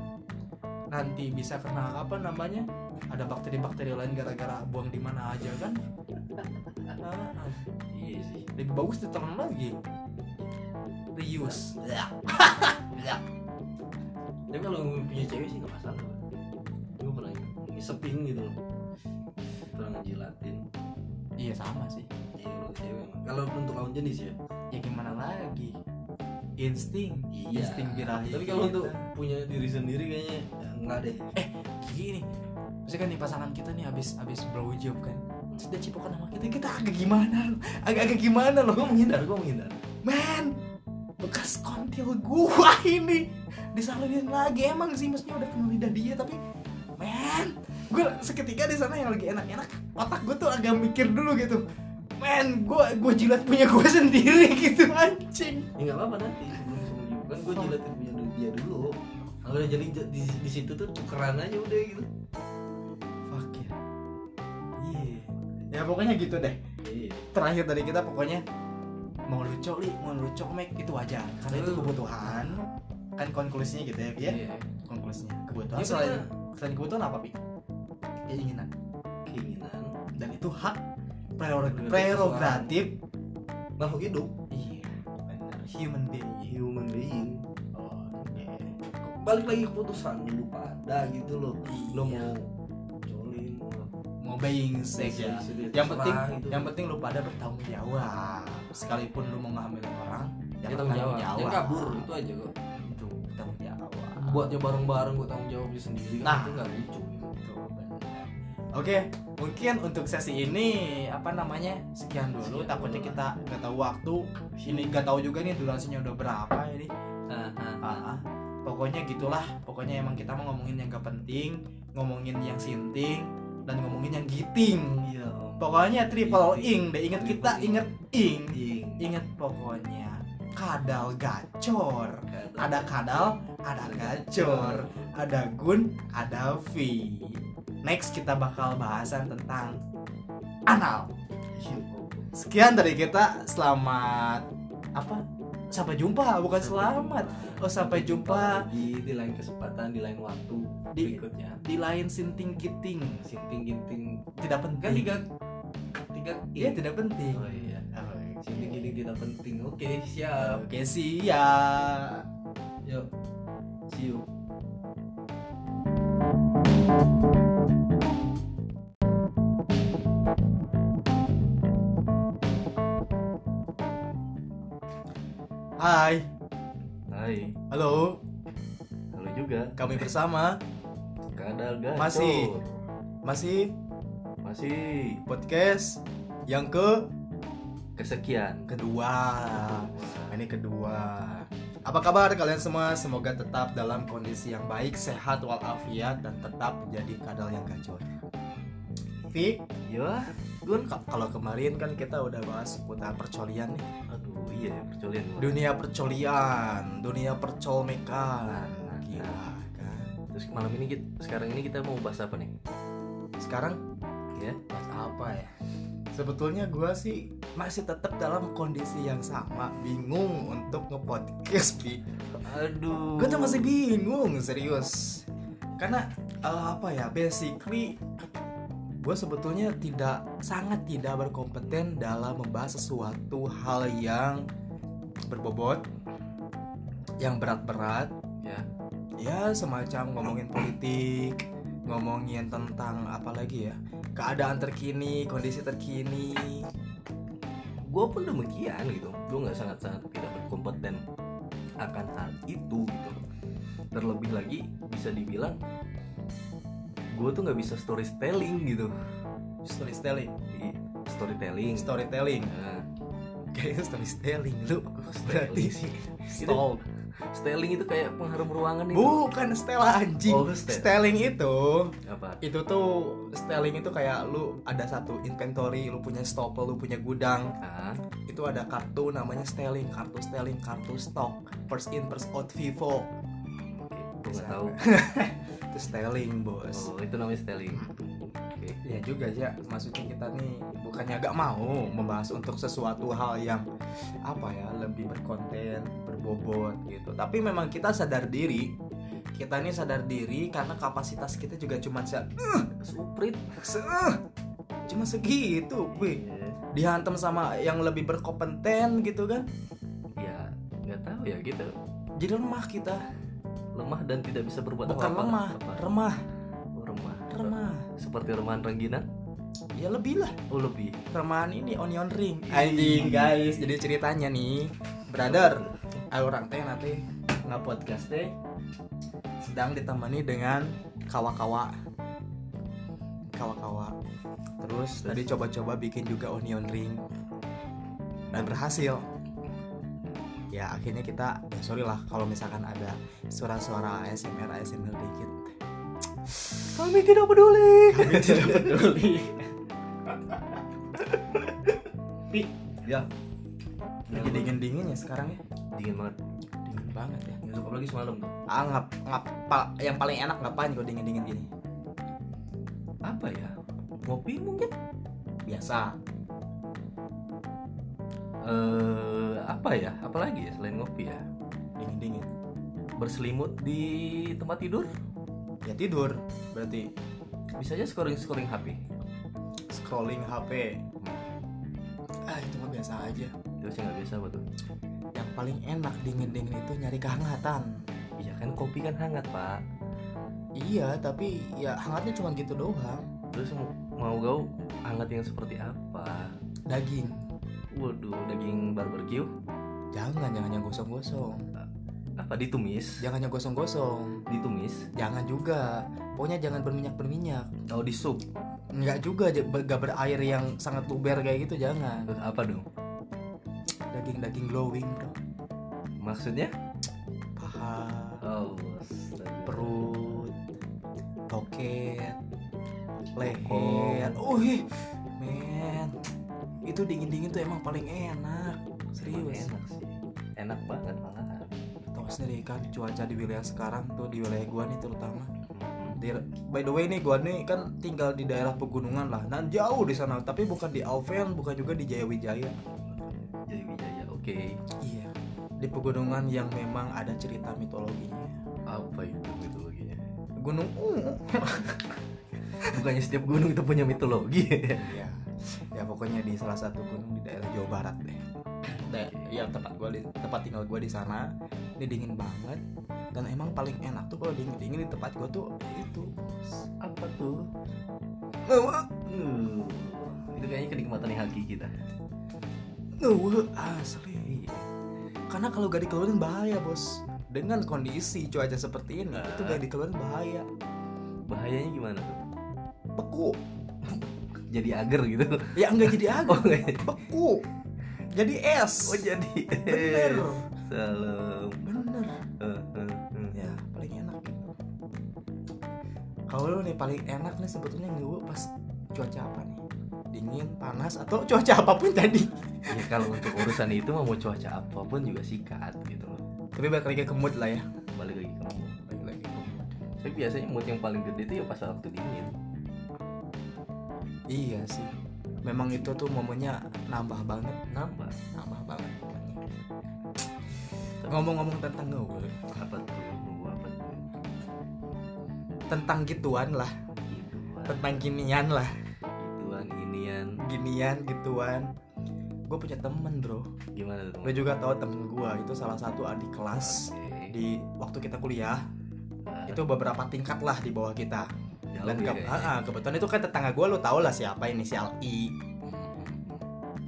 Speaker 1: Nanti bisa kena apa namanya? Ada bakteri-bakteri lain gara-gara buang di mana aja kan? Ah,
Speaker 2: Iya sih.
Speaker 1: lebih bagus ditelan lagi. Reuse.
Speaker 2: Tapi kalau punya cewek sih nggak masalah. Gue pernah ngisepin gitu loh. Pernah ngejilatin.
Speaker 1: Iya sama sih.
Speaker 2: Iya, kalau cewek emang. Kalau untuk lawan jenis ya.
Speaker 1: Ya gimana lagi? Insting. Insting birahi.
Speaker 2: Iya. Tapi kalau
Speaker 1: kita.
Speaker 2: untuk punya diri sendiri kayaknya ya, enggak deh.
Speaker 1: gini, misalkan nih pasangan kita nih habis habis blow job kan. Terus dia cipokan sama kita, kita agak gimana? loh. Agak-agak gimana loh?
Speaker 2: Gue menghindar, gue menghindar.
Speaker 1: Men, bekas kontil gua ini disalinin lagi emang sih mestinya udah kenal lidah dia tapi men gue seketika di sana yang lagi enak-enak otak gue tuh agak mikir dulu gitu men gue gue jilat punya gue sendiri gitu anjing
Speaker 2: Ya enggak apa-apa nanti sebelum sebelum juga kan gue
Speaker 1: Fuck.
Speaker 2: jilatin punya dulu- dia dulu. Kalau udah jadi j- di, di situ tuh tukeran aja udah gitu.
Speaker 1: fuck ya ya pokoknya gitu deh
Speaker 2: Iya.
Speaker 1: terakhir dari kita pokoknya mau lucu li mau lucu mek itu wajar karena itu kebutuhan kan konklusinya gitu ya Bi, ya
Speaker 2: Iya.
Speaker 1: konklusinya kebutuhan
Speaker 2: Ya,
Speaker 1: selain
Speaker 2: karena
Speaker 1: selain kebutuhan apa pi keinginan
Speaker 2: keinginan
Speaker 1: dan itu hak prerogatif, prerogatif
Speaker 2: makhluk hidup Iya,
Speaker 1: iya benar human being
Speaker 2: human being
Speaker 1: oh,
Speaker 2: balik lagi keputusan lu pada gitu loh
Speaker 1: Iya.
Speaker 2: lo mau jolin mau
Speaker 1: mau being sex ya yang penting yang penting
Speaker 2: penting
Speaker 1: lu pada bertanggung jawab sekalipun lu mau ngambil orang ya
Speaker 2: kita
Speaker 1: bertanggung
Speaker 2: jawab jangan kabur itu aja kok
Speaker 1: itu bertanggung jawab
Speaker 2: buatnya bareng-bareng gue tanggung jawabnya sendiri
Speaker 1: Nah.
Speaker 2: kan itu nggak lucu gitu.
Speaker 1: Itu benar. Oke, mungkin untuk sesi ini apa namanya sekian dulu.
Speaker 2: Sekian
Speaker 1: Takutnya
Speaker 2: dulu.
Speaker 1: kita nggak tahu waktu. Ini nggak tahu juga nih durasinya udah berapa ya, ini.
Speaker 2: Ah, ah, ah.
Speaker 1: Ah, ah. pokoknya gitulah pokoknya emang kita mau ngomongin yang gak penting ngomongin yang sinting dan ngomongin yang giting
Speaker 2: iya om
Speaker 1: pokoknya triple
Speaker 2: Giting.
Speaker 1: ing deh inget kita
Speaker 2: Triple ing.
Speaker 1: inget ing
Speaker 2: Ding.
Speaker 1: inget pokoknya kadal gacor ada kadal ada gacor ada gun ada v next kita bakal bahasan tentang anal.
Speaker 2: Iya,
Speaker 1: Sekian dari kita. Selamat apa? Sampai jumpa, bukan selamat. Oh, sampai jumpa
Speaker 3: di, di lain kesempatan di lain waktu
Speaker 1: Di-
Speaker 3: berikutnya
Speaker 1: di lain sinting kiting.
Speaker 3: sinting ginting
Speaker 1: Tidak
Speaker 3: kan
Speaker 1: penting.
Speaker 3: tiga tiga
Speaker 1: Iya, tidak penting.
Speaker 3: oh iya sinting ginting tidak penting oke siap
Speaker 1: Oke, siap.
Speaker 3: yuk see you
Speaker 1: Hai,
Speaker 2: Hai,
Speaker 1: halo.
Speaker 2: halo juga.
Speaker 1: Kami bersama
Speaker 2: Kadal gacor.
Speaker 1: Masih. masih
Speaker 2: masih
Speaker 1: podcast yang ke
Speaker 2: kesekian.
Speaker 1: kedua. Nah, Ini kedua. Apa kabar kalian semua? Semoga tetap dalam kondisi yang baik, sehat walafiat dan tetap menjadi kadal yang gacor. Vi,
Speaker 2: Yo,
Speaker 1: Gun, ka- kalau kemarin kan kita udah bahas seputar percolian nih.
Speaker 2: aduh iya ya, percolian gua.
Speaker 1: Dunia percolian, dunia percolmekan.
Speaker 2: Nah,
Speaker 1: Gila kan.
Speaker 2: Terus malam ini kita, sekarang ini kita mau bahas apa nih?
Speaker 1: Sekarang
Speaker 2: Ya,
Speaker 1: Buat apa ya? Sebetulnya gue sih masih tetap dalam kondisi yang sama, bingung untuk ngepodcast.
Speaker 2: aduh.
Speaker 1: Gue tuh masih bingung, serius. Karena eh, apa ya, basically gue sebetulnya tidak sangat tidak berkompeten dalam membahas sesuatu hal yang berbobot, yang berat-berat,
Speaker 2: Ya.
Speaker 1: ya semacam ngomongin politik ngomongin tentang apa lagi ya keadaan terkini kondisi terkini
Speaker 2: Gue pun demikian gitu. Gue nggak sangat-sangat tidak berkompeten akan hal itu gitu. Terlebih lagi bisa dibilang gue tuh nggak bisa storytelling gitu.
Speaker 1: storytelling
Speaker 2: I- Storytelling.
Speaker 1: storytelling
Speaker 2: Nah,
Speaker 1: kayaknya storytelling lu berarti
Speaker 2: storytelling sih.
Speaker 1: stall
Speaker 2: Styling itu kayak pengharum ruangan
Speaker 1: Gitu.
Speaker 2: itu.
Speaker 1: bukan stella anjing
Speaker 2: Oh, stel.
Speaker 1: styling itu
Speaker 2: Apa?
Speaker 1: itu tuh styling itu kayak lu ada satu inventory lu punya stopel lu punya gudang
Speaker 2: Ah,
Speaker 1: itu ada kartu namanya styling kartu styling kartu stok first in first out vivo
Speaker 2: oke. Gua nggak tahu.
Speaker 1: itu styling bos
Speaker 2: Oh, itu namanya styling. Oke.
Speaker 1: Ya juga ya, maksudnya kita nih bukannya agak mau membahas untuk sesuatu hal yang apa ya lebih berkonten, berbobot gitu. Tapi memang kita sadar diri, kita nih sadar diri karena kapasitas kita juga cuma se,
Speaker 2: Suprit.
Speaker 1: se- eh, cuma segitu, wih.
Speaker 2: Iya.
Speaker 1: Dihantam sama yang lebih berkompeten gitu kan,
Speaker 2: Ya, nggak tahu ya gitu.
Speaker 1: jadi lemah kita.
Speaker 2: Lemah dan tidak bisa berbuat
Speaker 1: Bukan
Speaker 2: apa-apa.
Speaker 1: lemah,
Speaker 2: Apa?
Speaker 1: remah,
Speaker 2: Oh, remah.
Speaker 1: remah.
Speaker 2: Seperti remahan rengginang.
Speaker 1: Ya lebih lah.
Speaker 2: Oh, lebih.
Speaker 1: remahan ini onion ring anjing guys jadi ceritanya nih brother ah, orang teh nanti nggak podcast teh sedang ditemani dengan kawa-kawa kawa-kawa terus tadi coba-coba bikin juga onion ring dan berhasil ya akhirnya kita ya sorry lah kalau misalkan ada suara-suara ASMR ASMR dikit kami tidak peduli kami tidak peduli
Speaker 2: Ya.
Speaker 1: lagi dingin dingin ya sekarang ya
Speaker 2: Dingin banget.
Speaker 1: dingin banget ya
Speaker 2: Nggak suka lagi semalam tuh.
Speaker 1: ah ngap ngap pa- yang paling enak ngapain kalau dingin dingin gini
Speaker 2: Apa ya? Ngopi mungkin?
Speaker 1: biasa
Speaker 2: Eh, apa ya? Apalagi ya selain ngopi ya?
Speaker 1: dingin dingin
Speaker 2: Berselimut di tempat tidur
Speaker 1: ya tidur berarti
Speaker 2: bisa aja scoring-scoring HP.
Speaker 1: scrolling HP ah itu mah biasa aja
Speaker 2: Itu sih nggak biasa betul.
Speaker 1: yang paling enak dingin dingin itu nyari kehangatan
Speaker 2: Iya kan kopi kan hangat pak.
Speaker 1: iya tapi ya hangatnya cuma gitu doang
Speaker 2: Terus mau- mau kau hangat yang seperti apa?
Speaker 1: daging
Speaker 2: Waduh daging barbeque
Speaker 1: jangan jangan yang gosong gosong
Speaker 2: apa ditumis?
Speaker 1: jangan yang gosong gosong
Speaker 2: Ditumis?
Speaker 1: jangan juga pokoknya jangan berminyak berminyak
Speaker 2: Oh di sup?
Speaker 1: nggak juga j- ber- nggak berair yang sangat luber kayak gitu jangan
Speaker 2: Terus apa dong?
Speaker 1: daging daging glowing bro
Speaker 2: Maksudnya?
Speaker 1: paha
Speaker 2: Oh
Speaker 1: perut, toket, leher.
Speaker 2: Bokong.
Speaker 1: Oh, ih, men. Itu dingin-dingin tuh emang paling enak. Serius.
Speaker 2: enak sih. Enak banget malah.
Speaker 1: Tahu sendiri kan cuaca di wilayah sekarang tuh di wilayah gua nih terutama
Speaker 2: Hmm.
Speaker 1: Di- by the way nih gua nih kan tinggal di daerah pegunungan lah nah jauh di sana tapi bukan di Alven bukan juga di Jayawijaya
Speaker 2: Jaya Wijaya oke
Speaker 1: iya di pegunungan yang memang ada cerita mitologinya
Speaker 2: apa itu mitologinya
Speaker 1: Gunung Ungu
Speaker 2: bukannya setiap gunung itu punya mitologi
Speaker 1: ya ya pokoknya di salah satu gunung di daerah Jawa Barat deh Da- ya tempat gua di tempat tinggal gua di sana ini dingin banget dan emang paling enak tuh kalau dingin dingin di tempat gua tuh itu
Speaker 2: apa tuh Uh, itu kayaknya kenikmatan yang hakiki kita
Speaker 1: Nuh, asli. Karena kalau gak dikeluarin bahaya, Bos. Dengan kondisi cuaca seperti ini, itu gak dikeluarin bahaya.
Speaker 2: bahayanya gimana tuh
Speaker 1: Beku.
Speaker 2: jadi agar gitu
Speaker 1: Ya enggak jadi
Speaker 2: oh
Speaker 1: agung,
Speaker 2: nggak-
Speaker 1: beku. Jadi es.
Speaker 2: oh jadi
Speaker 1: Bener.
Speaker 2: salam
Speaker 1: Bener.
Speaker 2: Eh, eh, eh.
Speaker 1: Ya, paling enak. Kalau lu nih paling enak nih sebetulnya ngewe pas cuaca apa nih? Dingin, panas atau cuaca apapun tadi.
Speaker 2: ya kalau untuk urusan itu mah mau cuaca apapun juga sikat gitu loh
Speaker 1: Tapi balik lagi ke mood lah ya.
Speaker 2: balik lagi ke mood
Speaker 1: Balik lagi ke mood.
Speaker 2: tapi biasanya mood yang paling gede itu ya pas waktu dingin
Speaker 1: Iya sih. Memang itu tuh momennya nambah banget.
Speaker 2: nambah
Speaker 1: Nambah banget Ngomong-ngomong tentang gaul
Speaker 2: apa tuh apa tuh
Speaker 1: Tentang gituan lah
Speaker 2: gituan
Speaker 1: Tentang ginian lah
Speaker 2: gituan inian
Speaker 1: Ginian gituan Gue punya temen bro
Speaker 2: gimana tuh
Speaker 1: Lo juga tau temen gue Itu salah satu adik kelas
Speaker 2: Oke.
Speaker 1: Di waktu kita kuliah
Speaker 2: Nah,
Speaker 1: Itu beberapa tingkat lah di bawah kita
Speaker 2: jauh
Speaker 1: Dan
Speaker 2: ya
Speaker 1: ke-
Speaker 2: kayaknya.
Speaker 1: Ah, ah, kebetulan itu kan tetangga gue Lo tau lah siapa inisial I
Speaker 2: Hmm.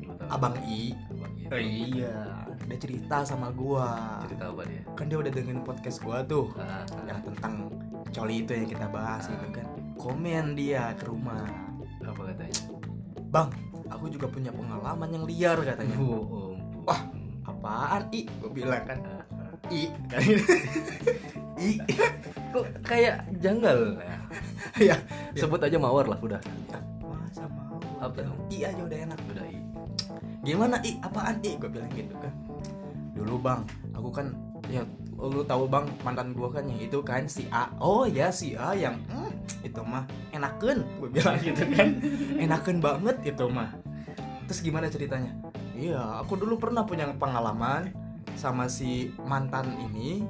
Speaker 2: Gua tahu.
Speaker 1: Abang I
Speaker 2: Abang itu.
Speaker 1: Iya Dia cerita sama gue
Speaker 2: cerita apa dia
Speaker 1: Kan dia udah dengerin podcast gue tuh
Speaker 2: Ah, ah.
Speaker 1: yang tentang coli itu yang kita bahas itu kan komen dia ke rumah
Speaker 2: apa katanya
Speaker 1: bang aku juga punya pengalaman yang liar katanya
Speaker 2: Oh,
Speaker 1: Wah. apaan i gue bilang kan
Speaker 2: Ah, ah.
Speaker 1: i kan
Speaker 2: Ih, kok kayak janggal ya?
Speaker 1: ya
Speaker 2: Sebut aja mawar lah udah.
Speaker 1: masa mau
Speaker 2: Apa dong?
Speaker 1: i aja udah enak
Speaker 2: Udah i.
Speaker 1: gimana i apaan i gue bilang gitu kan dulu bang aku kan ya lu tahu bang mantan gua kan yang itu kan si A oh ya si A yang mm, itu mah enakan gue bilang gitu kan enakan banget itu mah terus gimana ceritanya iya aku dulu pernah punya pengalaman sama si mantan ini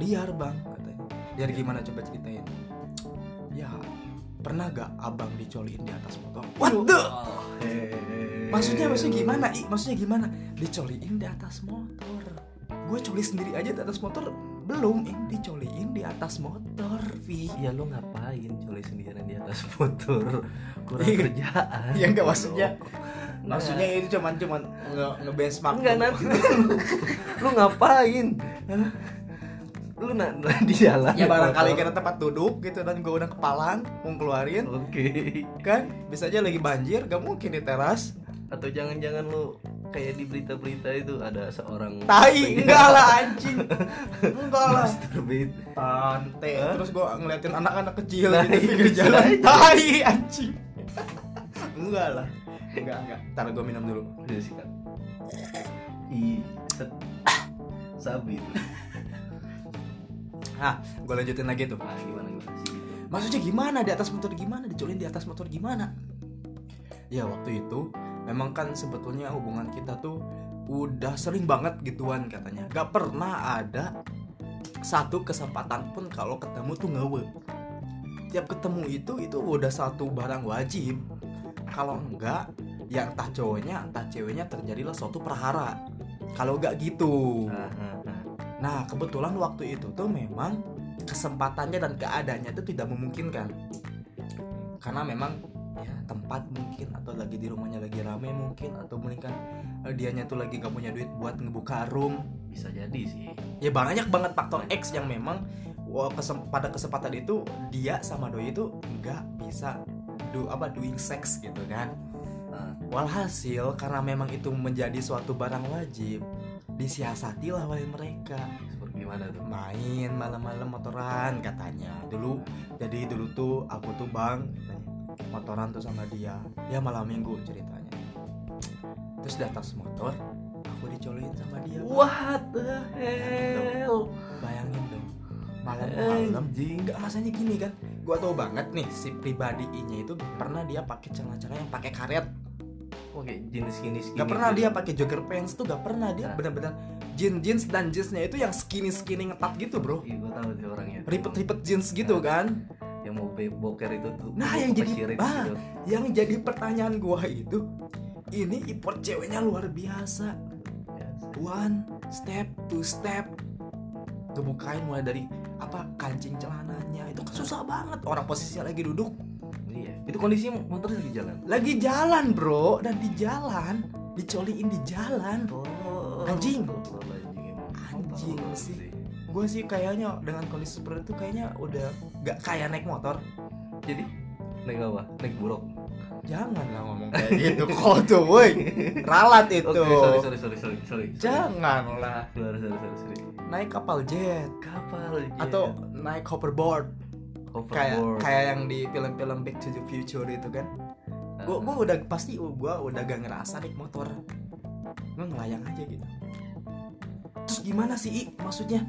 Speaker 1: liar bang katanya liar gimana coba ceritain ya pernah gak abang dicoliin di atas motor what the Maksudnya maksudnya gimana? I, maksudnya gimana? Dicoliin di atas motor. Gue coli sendiri aja di atas motor. Belum, ini dicoliin di atas motor, Vi.
Speaker 2: Ya lu ngapain coli sendirian di atas motor? Kurang
Speaker 1: Iya.
Speaker 2: kerjaan.
Speaker 1: Iya, enggak, maksudnya-
Speaker 2: Enggak.
Speaker 1: Maksudnya itu cuman cuman nge ngebenchmark.
Speaker 2: enggak nanti dulu. lu ngapain? Hah? Lu na, na- di jalan.
Speaker 1: Ya
Speaker 2: naik
Speaker 1: barangkali
Speaker 2: motor.
Speaker 1: kita tempat duduk gitu dan gue udah kepalang mau keluarin
Speaker 2: Oke.
Speaker 1: kan bisa aja lagi banjir gak mungkin di teras
Speaker 2: Atau jangan-jangan lu kayak di berita-berita itu ada seorang
Speaker 1: tai enggak lah anjing enggak lah
Speaker 2: Masturbate.
Speaker 1: pantai terus gue ngeliatin anak-anak kecil
Speaker 2: Nah,
Speaker 1: gitu
Speaker 2: iya,
Speaker 1: pinggir
Speaker 2: bisa
Speaker 1: jalan
Speaker 2: aja.
Speaker 1: tai anjing enggak lah enggak enggak ntar gue minum dulu
Speaker 2: Udah sikat. Ih, set. Sabi itu.
Speaker 1: ah gue lanjutin lagi tuh
Speaker 2: Nah, gimana gimana sih?
Speaker 1: maksudnya gimana di atas motor gimana dicolin di atas motor gimana ya waktu itu memang kan sebetulnya hubungan kita tuh udah sering banget gituan katanya gak pernah ada satu kesempatan pun kalau ketemu tuh ngewe tiap ketemu itu itu udah satu barang wajib kalau enggak ya entah cowoknya entah ceweknya terjadilah suatu perhara kalau enggak gitu
Speaker 2: Ah, ah, ah.
Speaker 1: Nah, kebetulan waktu itu tuh memang kesempatannya dan keadaannya itu tidak memungkinkan. Karena memang ya tempat mungkin atau lagi di rumahnya lagi rame mungkin atau mungkin eh, dianya tuh lagi gak punya duit buat ngebuka room.
Speaker 2: Bisa jadi sih.
Speaker 1: Ya banyak banget faktor X yang memang wah, kesem- pada kesempatan itu dia sama doi itu nggak bisa do apa doing sex gitu kan.
Speaker 2: Ah.
Speaker 1: Walhasil karena memang itu menjadi suatu barang wajib disiasatilah oleh mereka
Speaker 2: Seperti gimana tuh?
Speaker 1: main malam-malam motoran katanya dulu jadi dulu tuh aku tuh bang katanya, motoran tuh sama dia ya malam minggu ceritanya terus di atas motor aku dicolin sama dia Bang.
Speaker 2: What the hell?
Speaker 1: bayangin dong malam-malam
Speaker 2: anjing
Speaker 1: Enggak masanya gini kan Gua tau banget nih si pribadi I-nya itu Pernah dia pakai celana-celana yang pakai karet
Speaker 2: oke jenis jenis
Speaker 1: Gak pernah dia pakai jogger pants tuh gak pernah dia
Speaker 2: Nah.
Speaker 1: benar-benar jeans jeans dan jeansnya itu yang skinny skinny ngetat gitu bro
Speaker 2: iya gue tahu sih orangnya
Speaker 1: ribet-ribet jeans gitu
Speaker 2: Nah.
Speaker 1: kan
Speaker 2: yang mau be- boker itu tuh
Speaker 1: Nah,
Speaker 2: mau
Speaker 1: yang jadi-
Speaker 2: kepecirit
Speaker 1: Bah.
Speaker 2: gitu.
Speaker 1: yang jadi pertanyaan gua itu ini import ceweknya luar biasa
Speaker 2: Ya,
Speaker 1: one step two step kebukain mulai dari apa kancing celananya itu kan susah banget orang posisinya lagi duduk
Speaker 2: iya itu kondisi motor lagi jalan
Speaker 1: lagi jalan bro dan di jalan dicoliin di jalan
Speaker 2: oh
Speaker 1: Anjing.
Speaker 2: anjing emang.
Speaker 1: Anjing
Speaker 2: Motor
Speaker 1: sih. gue sih kayaknya dengan kondisi seperti itu kayaknya udah gak kayak naik motor
Speaker 2: jadi naik apa naik buruk
Speaker 1: janganlah ngomong kayak gitu kok tuh woi ralat itu
Speaker 2: oke sorry sorry sorry sorry sorry
Speaker 1: janganlah
Speaker 2: sorry sorry sorry, sorry.
Speaker 1: naik kapal jet
Speaker 2: kapal gitu ya. jet.
Speaker 1: atau naik hoverboard kayak
Speaker 2: Hoverboard.
Speaker 1: kayak yang di film-film Back to the Future itu kan
Speaker 2: Ah.
Speaker 1: gue gua udah pasti gue udah gak ngerasa naik motor gue ngelayang aja gitu terus gimana sih I? maksudnya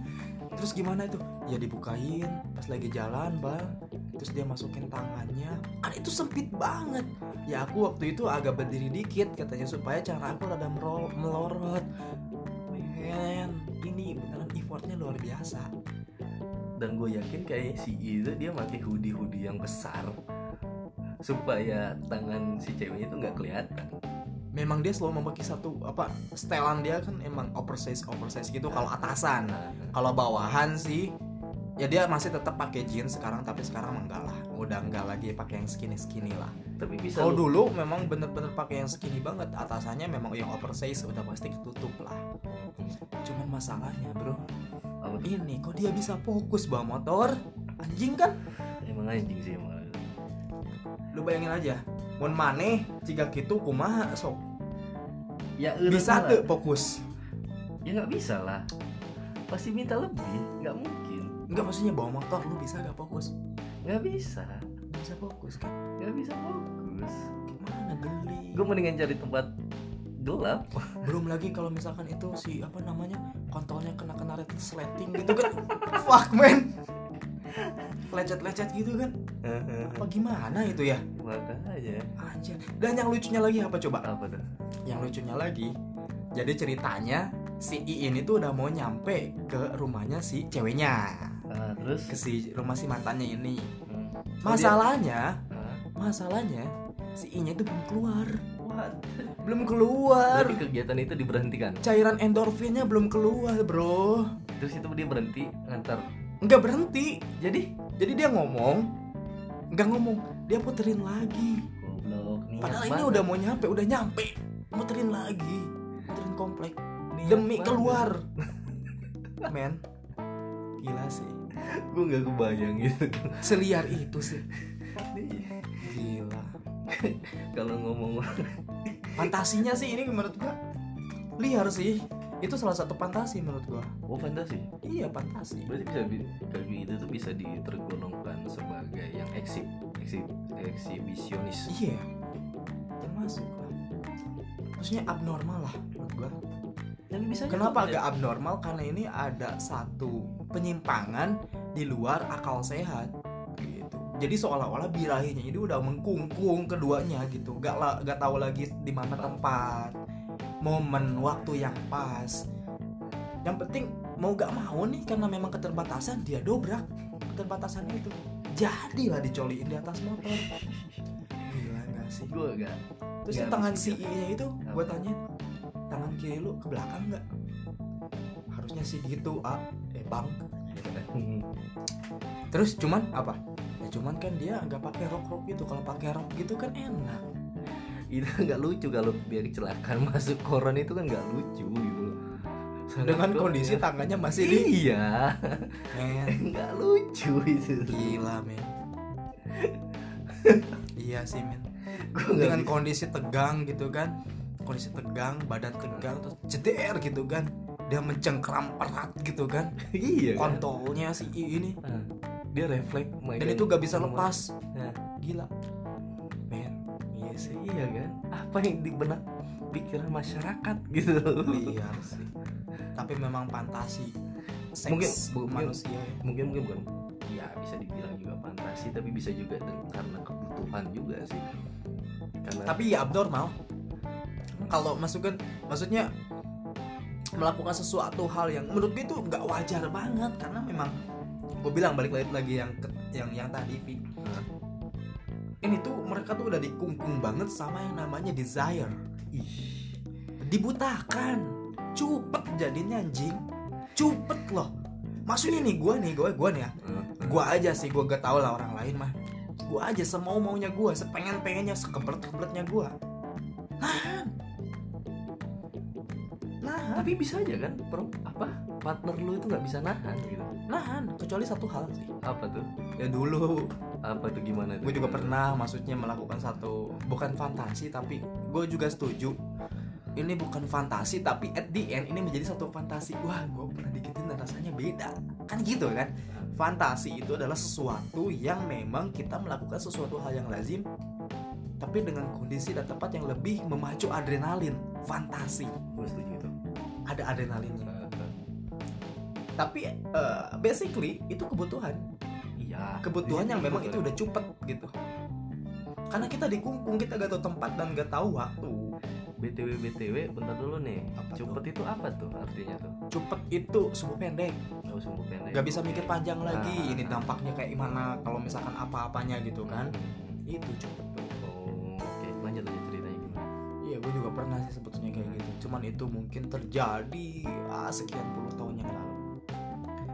Speaker 1: terus gimana itu ya dibukain pas lagi jalan bang terus dia masukin tangannya kan itu sempit banget ya aku waktu itu agak berdiri dikit katanya supaya cara aku rada merol- melorot men ini beneran effortnya luar biasa
Speaker 2: dan gue yakin kayak si I itu dia pakai hoodie hoodie yang besar supaya tangan si ceweknya itu nggak kelihatan
Speaker 1: memang dia selalu memakai satu apa setelan dia kan emang oversize oversize gitu kalau atasan
Speaker 2: nah,
Speaker 1: kalau bawahan sih ya dia masih tetap pakai jeans sekarang tapi sekarang enggak lah udah enggak lagi pakai yang skinny skinny lah
Speaker 2: tapi bisa
Speaker 1: kalau
Speaker 2: lu-
Speaker 1: dulu memang bener-bener pakai yang skinny banget atasannya memang yang oversize udah pasti ketutup lah cuman masalahnya bro
Speaker 2: Apa tuh?
Speaker 1: ini kok dia bisa fokus bawa motor anjing kan
Speaker 2: emang anjing sih emang
Speaker 1: lu bayangin aja mun maneh jika gitu kumaha sok
Speaker 2: ya eureun
Speaker 1: bisa
Speaker 2: lah.
Speaker 1: tuh fokus
Speaker 2: ya nggak bisa lah pasti minta lebih nggak mungkin
Speaker 1: enggak maksudnya bawa motor lu bisa gak fokus
Speaker 2: nggak bisa
Speaker 1: Nggak bisa fokus kan
Speaker 2: nggak bisa fokus
Speaker 1: gimana geli
Speaker 2: gue mendingan cari tempat gelap
Speaker 1: belum lagi kalau misalkan itu si apa namanya kontolnya kena kena resleting gitu kan fuck man lecet lecet gitu kan apa gimana itu ya
Speaker 2: makanya
Speaker 1: anjir dan yang lucunya lagi apa coba
Speaker 2: apa tuh
Speaker 1: yang lucunya lagi jadi ceritanya si I ini tuh udah mau nyampe ke rumahnya si ceweknya
Speaker 2: Ah, terus
Speaker 1: ke si rumah si mantannya ini
Speaker 2: Hmm.
Speaker 1: masalahnya
Speaker 2: Ah,
Speaker 1: masalahnya si I nya itu belum keluar
Speaker 2: what?
Speaker 1: belum keluar
Speaker 2: Berarti kegiatan itu diberhentikan
Speaker 1: cairan endorfinnya belum keluar bro
Speaker 2: terus itu dia berhenti ngantar
Speaker 1: nggak berhenti
Speaker 2: jadi
Speaker 1: jadi dia ngomong nggak ngomong dia puterin lagi
Speaker 2: goblok niat
Speaker 1: padahal ini
Speaker 2: Iya, banget.
Speaker 1: udah mau nyampe udah nyampe muterin lagi muterin komplek
Speaker 2: Niat
Speaker 1: demi
Speaker 2: banget.
Speaker 1: keluar men gila sih
Speaker 2: gue nggak kebayang gitu
Speaker 1: seliar itu sih
Speaker 2: Nih,
Speaker 1: gila
Speaker 2: kalau ngomong
Speaker 1: fantasinya sih ini menurut gua liar sih itu salah satu fantasi menurut gua
Speaker 2: oh fantasi
Speaker 1: iya fantasi
Speaker 2: berarti bisa bi- kayak gitu tuh bisa ditergolongkan sebagai yang eksib eksib eksibisionis
Speaker 1: iya termasuk lah maksudnya abnormal lah menurut gua
Speaker 2: tapi bisa
Speaker 1: Kenapa agak abnormal? Karena ini ada satu penyimpangan di luar akal sehat gitu. Jadi seolah-olah birahinya ini udah mengkungkung keduanya gitu. Gak la, gak tahu lagi di mana tempat, momen, waktu yang pas. Yang penting mau gak mau nih karena memang keterbatasan dia dobrak keterbatasan itu. Jadilah dicoliin di atas motor. Gila gak sih?
Speaker 2: gue agak
Speaker 1: Terus
Speaker 2: Nggak
Speaker 1: yang tangan
Speaker 2: habis
Speaker 1: si
Speaker 2: pikir.
Speaker 1: I-nya itu
Speaker 2: ya?"
Speaker 1: gue tanya tangan kiri lu ke belakang nggak? Harusnya sih gitu, ah, eh bang. Gitu kan. Terus cuman apa? Ya cuman kan dia nggak pakai rok rok gitu. Kalau pakai rok gitu kan enak.
Speaker 2: itu nggak lucu kalau dia kecelakaan masuk koran itu kan nggak lucu gitu loh Sangat
Speaker 1: Dengan
Speaker 2: gokil.
Speaker 1: kondisi tangannya masih di.
Speaker 2: iya
Speaker 1: Men,
Speaker 2: nggak lucu itu
Speaker 1: gila men. iya sih men.
Speaker 2: Gua nggak
Speaker 1: Dengan
Speaker 2: bisa.
Speaker 1: kondisi tegang gitu kan, kondisi tegang, badan tegang, terus jeder gitu kan. Dia mencengkram erat gitu kan.
Speaker 2: iya kan?
Speaker 1: Kontolnya si I ini.
Speaker 2: Ah, dia refleks
Speaker 1: dan
Speaker 2: megang
Speaker 1: itu gak bisa
Speaker 2: semua.
Speaker 1: lepas
Speaker 2: Nah.
Speaker 1: Ya, gila men iya sih
Speaker 2: iya kan apa yang di benak pikiran masyarakat gitu
Speaker 1: liar sih tapi memang fantasi seks
Speaker 2: Mungkin- mungkin-
Speaker 1: manusia
Speaker 2: mungkin mungkin bukan ya bisa dibilang juga fantasi tapi bisa juga ter- karena kebutuhan juga sih karena
Speaker 1: tapi ya abnormal kalau masukin maksudnya melakukan sesuatu hal yang menurut gue itu nggak wajar banget karena memang gue bilang balik lagi lagi yang ke- yang yang tadi Vi
Speaker 2: Hah?
Speaker 1: ini tuh mereka tuh udah dikungkung banget sama yang namanya desire
Speaker 2: ih
Speaker 1: dibutakan cupet jadinya anjing cupet loh maksudnya nih gue nih gue gue nih ya
Speaker 2: eh, eh,
Speaker 1: gue aja sih gue gak tau lah orang lain mah gue aja semau maunya gue sepengen pengennya sekeblet kebletnya gue nahan nahan
Speaker 2: tapi bisa aja kan per- apa partner lu itu nggak bisa nahan gitu
Speaker 1: nahan kecuali satu hal sih
Speaker 2: apa tuh
Speaker 1: ya dulu
Speaker 2: apa tuh gimana tuh?
Speaker 1: gue juga pernah maksudnya melakukan satu bukan fantasi tapi gue juga setuju ini bukan fantasi tapi at the end ini menjadi satu fantasi wah gue pernah dikitin dan rasanya beda kan gitu kan fantasi itu adalah sesuatu yang memang kita melakukan sesuatu hal yang lazim tapi dengan kondisi dan tempat yang lebih memacu adrenalin fantasi
Speaker 2: gue setuju itu
Speaker 1: ada adrenalinnya
Speaker 2: Eh, eh,
Speaker 1: tapi eh, basically itu kebutuhan
Speaker 2: iya
Speaker 1: kebutuhan
Speaker 2: Di
Speaker 1: yang
Speaker 2: situ
Speaker 1: memang itu
Speaker 2: kebutuhan.
Speaker 1: udah cupet gitu karena kita dikungkung kita gak tahu tempat dan gak tahu waktu
Speaker 2: btw btw bentar dulu nih
Speaker 1: Apa tuh?
Speaker 2: cupet itu apa tuh artinya tuh
Speaker 1: cupet itu sumbu pendek
Speaker 2: nggak usah bukan ya.
Speaker 1: gak bisa mikir panjang lagi
Speaker 2: Ah.
Speaker 1: ini dampaknya kayak gimana kalau misalkan apa-apanya gitu kan
Speaker 2: Hmm.
Speaker 1: itu cupet tuh
Speaker 2: oh oke lanjut lanjut ceritanya gimana
Speaker 1: iya gue juga pernah sih sebetulnya kayak gitu cuman itu mungkin terjadi ah, sekian puluh tahun yang lalu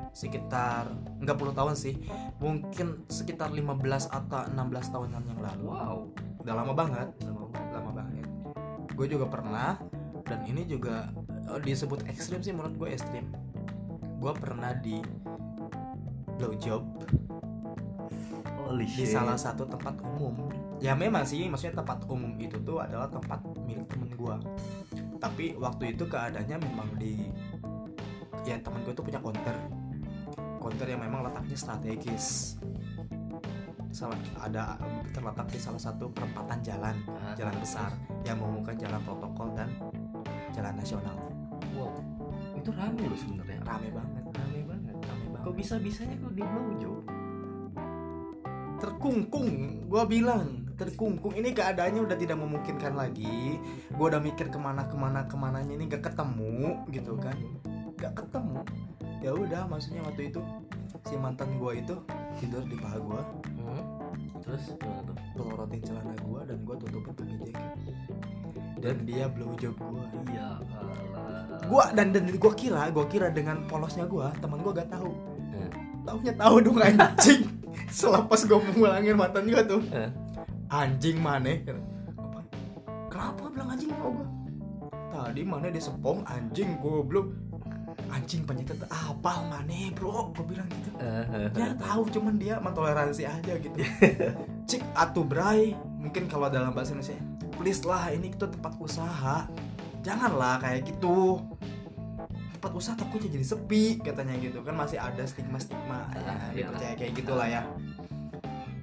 Speaker 1: sekitar nggak puluh tahun sih mungkin sekitar 15 atau 16 tahunan yang lalu
Speaker 2: wow
Speaker 1: udah lama banget
Speaker 2: lama banget.
Speaker 1: lama banget gue juga pernah dan ini juga eh, disebut ekstrim sih menurut gue ekstrim gue pernah di blowjob
Speaker 2: Holy
Speaker 1: di salah satu tempat umum ya memang sih maksudnya tempat umum itu tuh adalah tempat milik temen gue tapi waktu itu keadaannya memang di ya temen gue tuh punya counter counter yang memang letaknya strategis salah ada terletak di salah satu perempatan jalan
Speaker 2: Ah,
Speaker 1: jalan besar yang menghubungkan jalan protokol dan jalan nasional
Speaker 2: wow itu rame loh sebenarnya
Speaker 1: rame banget
Speaker 2: rame banget
Speaker 1: rame
Speaker 2: kok
Speaker 1: banget
Speaker 2: bisa bisanya kok di blowjob
Speaker 1: terkungkung gua bilang terkungkung ini keadaannya udah tidak memungkinkan lagi gua udah mikir kemana kemana kemananya ini gak ketemu gitu kan gak ketemu ya udah maksudnya waktu itu si mantan gua itu tidur di paha gua
Speaker 2: Hmm. terus gimana tuh
Speaker 1: pelorotin celana gua dan gua tutupin pakai jaket dan dia blowjob gua
Speaker 2: iya alah
Speaker 1: gua dan dan gua kira gua kira dengan polosnya gua teman gua gak tahu
Speaker 2: Eh.
Speaker 1: taunya tahu dong anjing selepas gua mengulangin mantan gua tuh
Speaker 2: Eh.
Speaker 1: anjing mana Apa? kenapa bilang anjing kau gua tadi mana dia sepong anjing goblok anjing penyetet apa mana bro gua bilang gitu
Speaker 2: Eh, eh,
Speaker 1: ya tahu cuman dia mentoleransi aja gitu cik atuh bray mungkin kalau dalam bahasa Indonesia please lah ini itu tempat usaha janganlah kayak gitu tempat usaha takutnya jadi sepi katanya gitu kan masih ada stigma stigma
Speaker 2: Ah,
Speaker 1: ya,
Speaker 2: iyalah.
Speaker 1: percaya kayak gitulah ya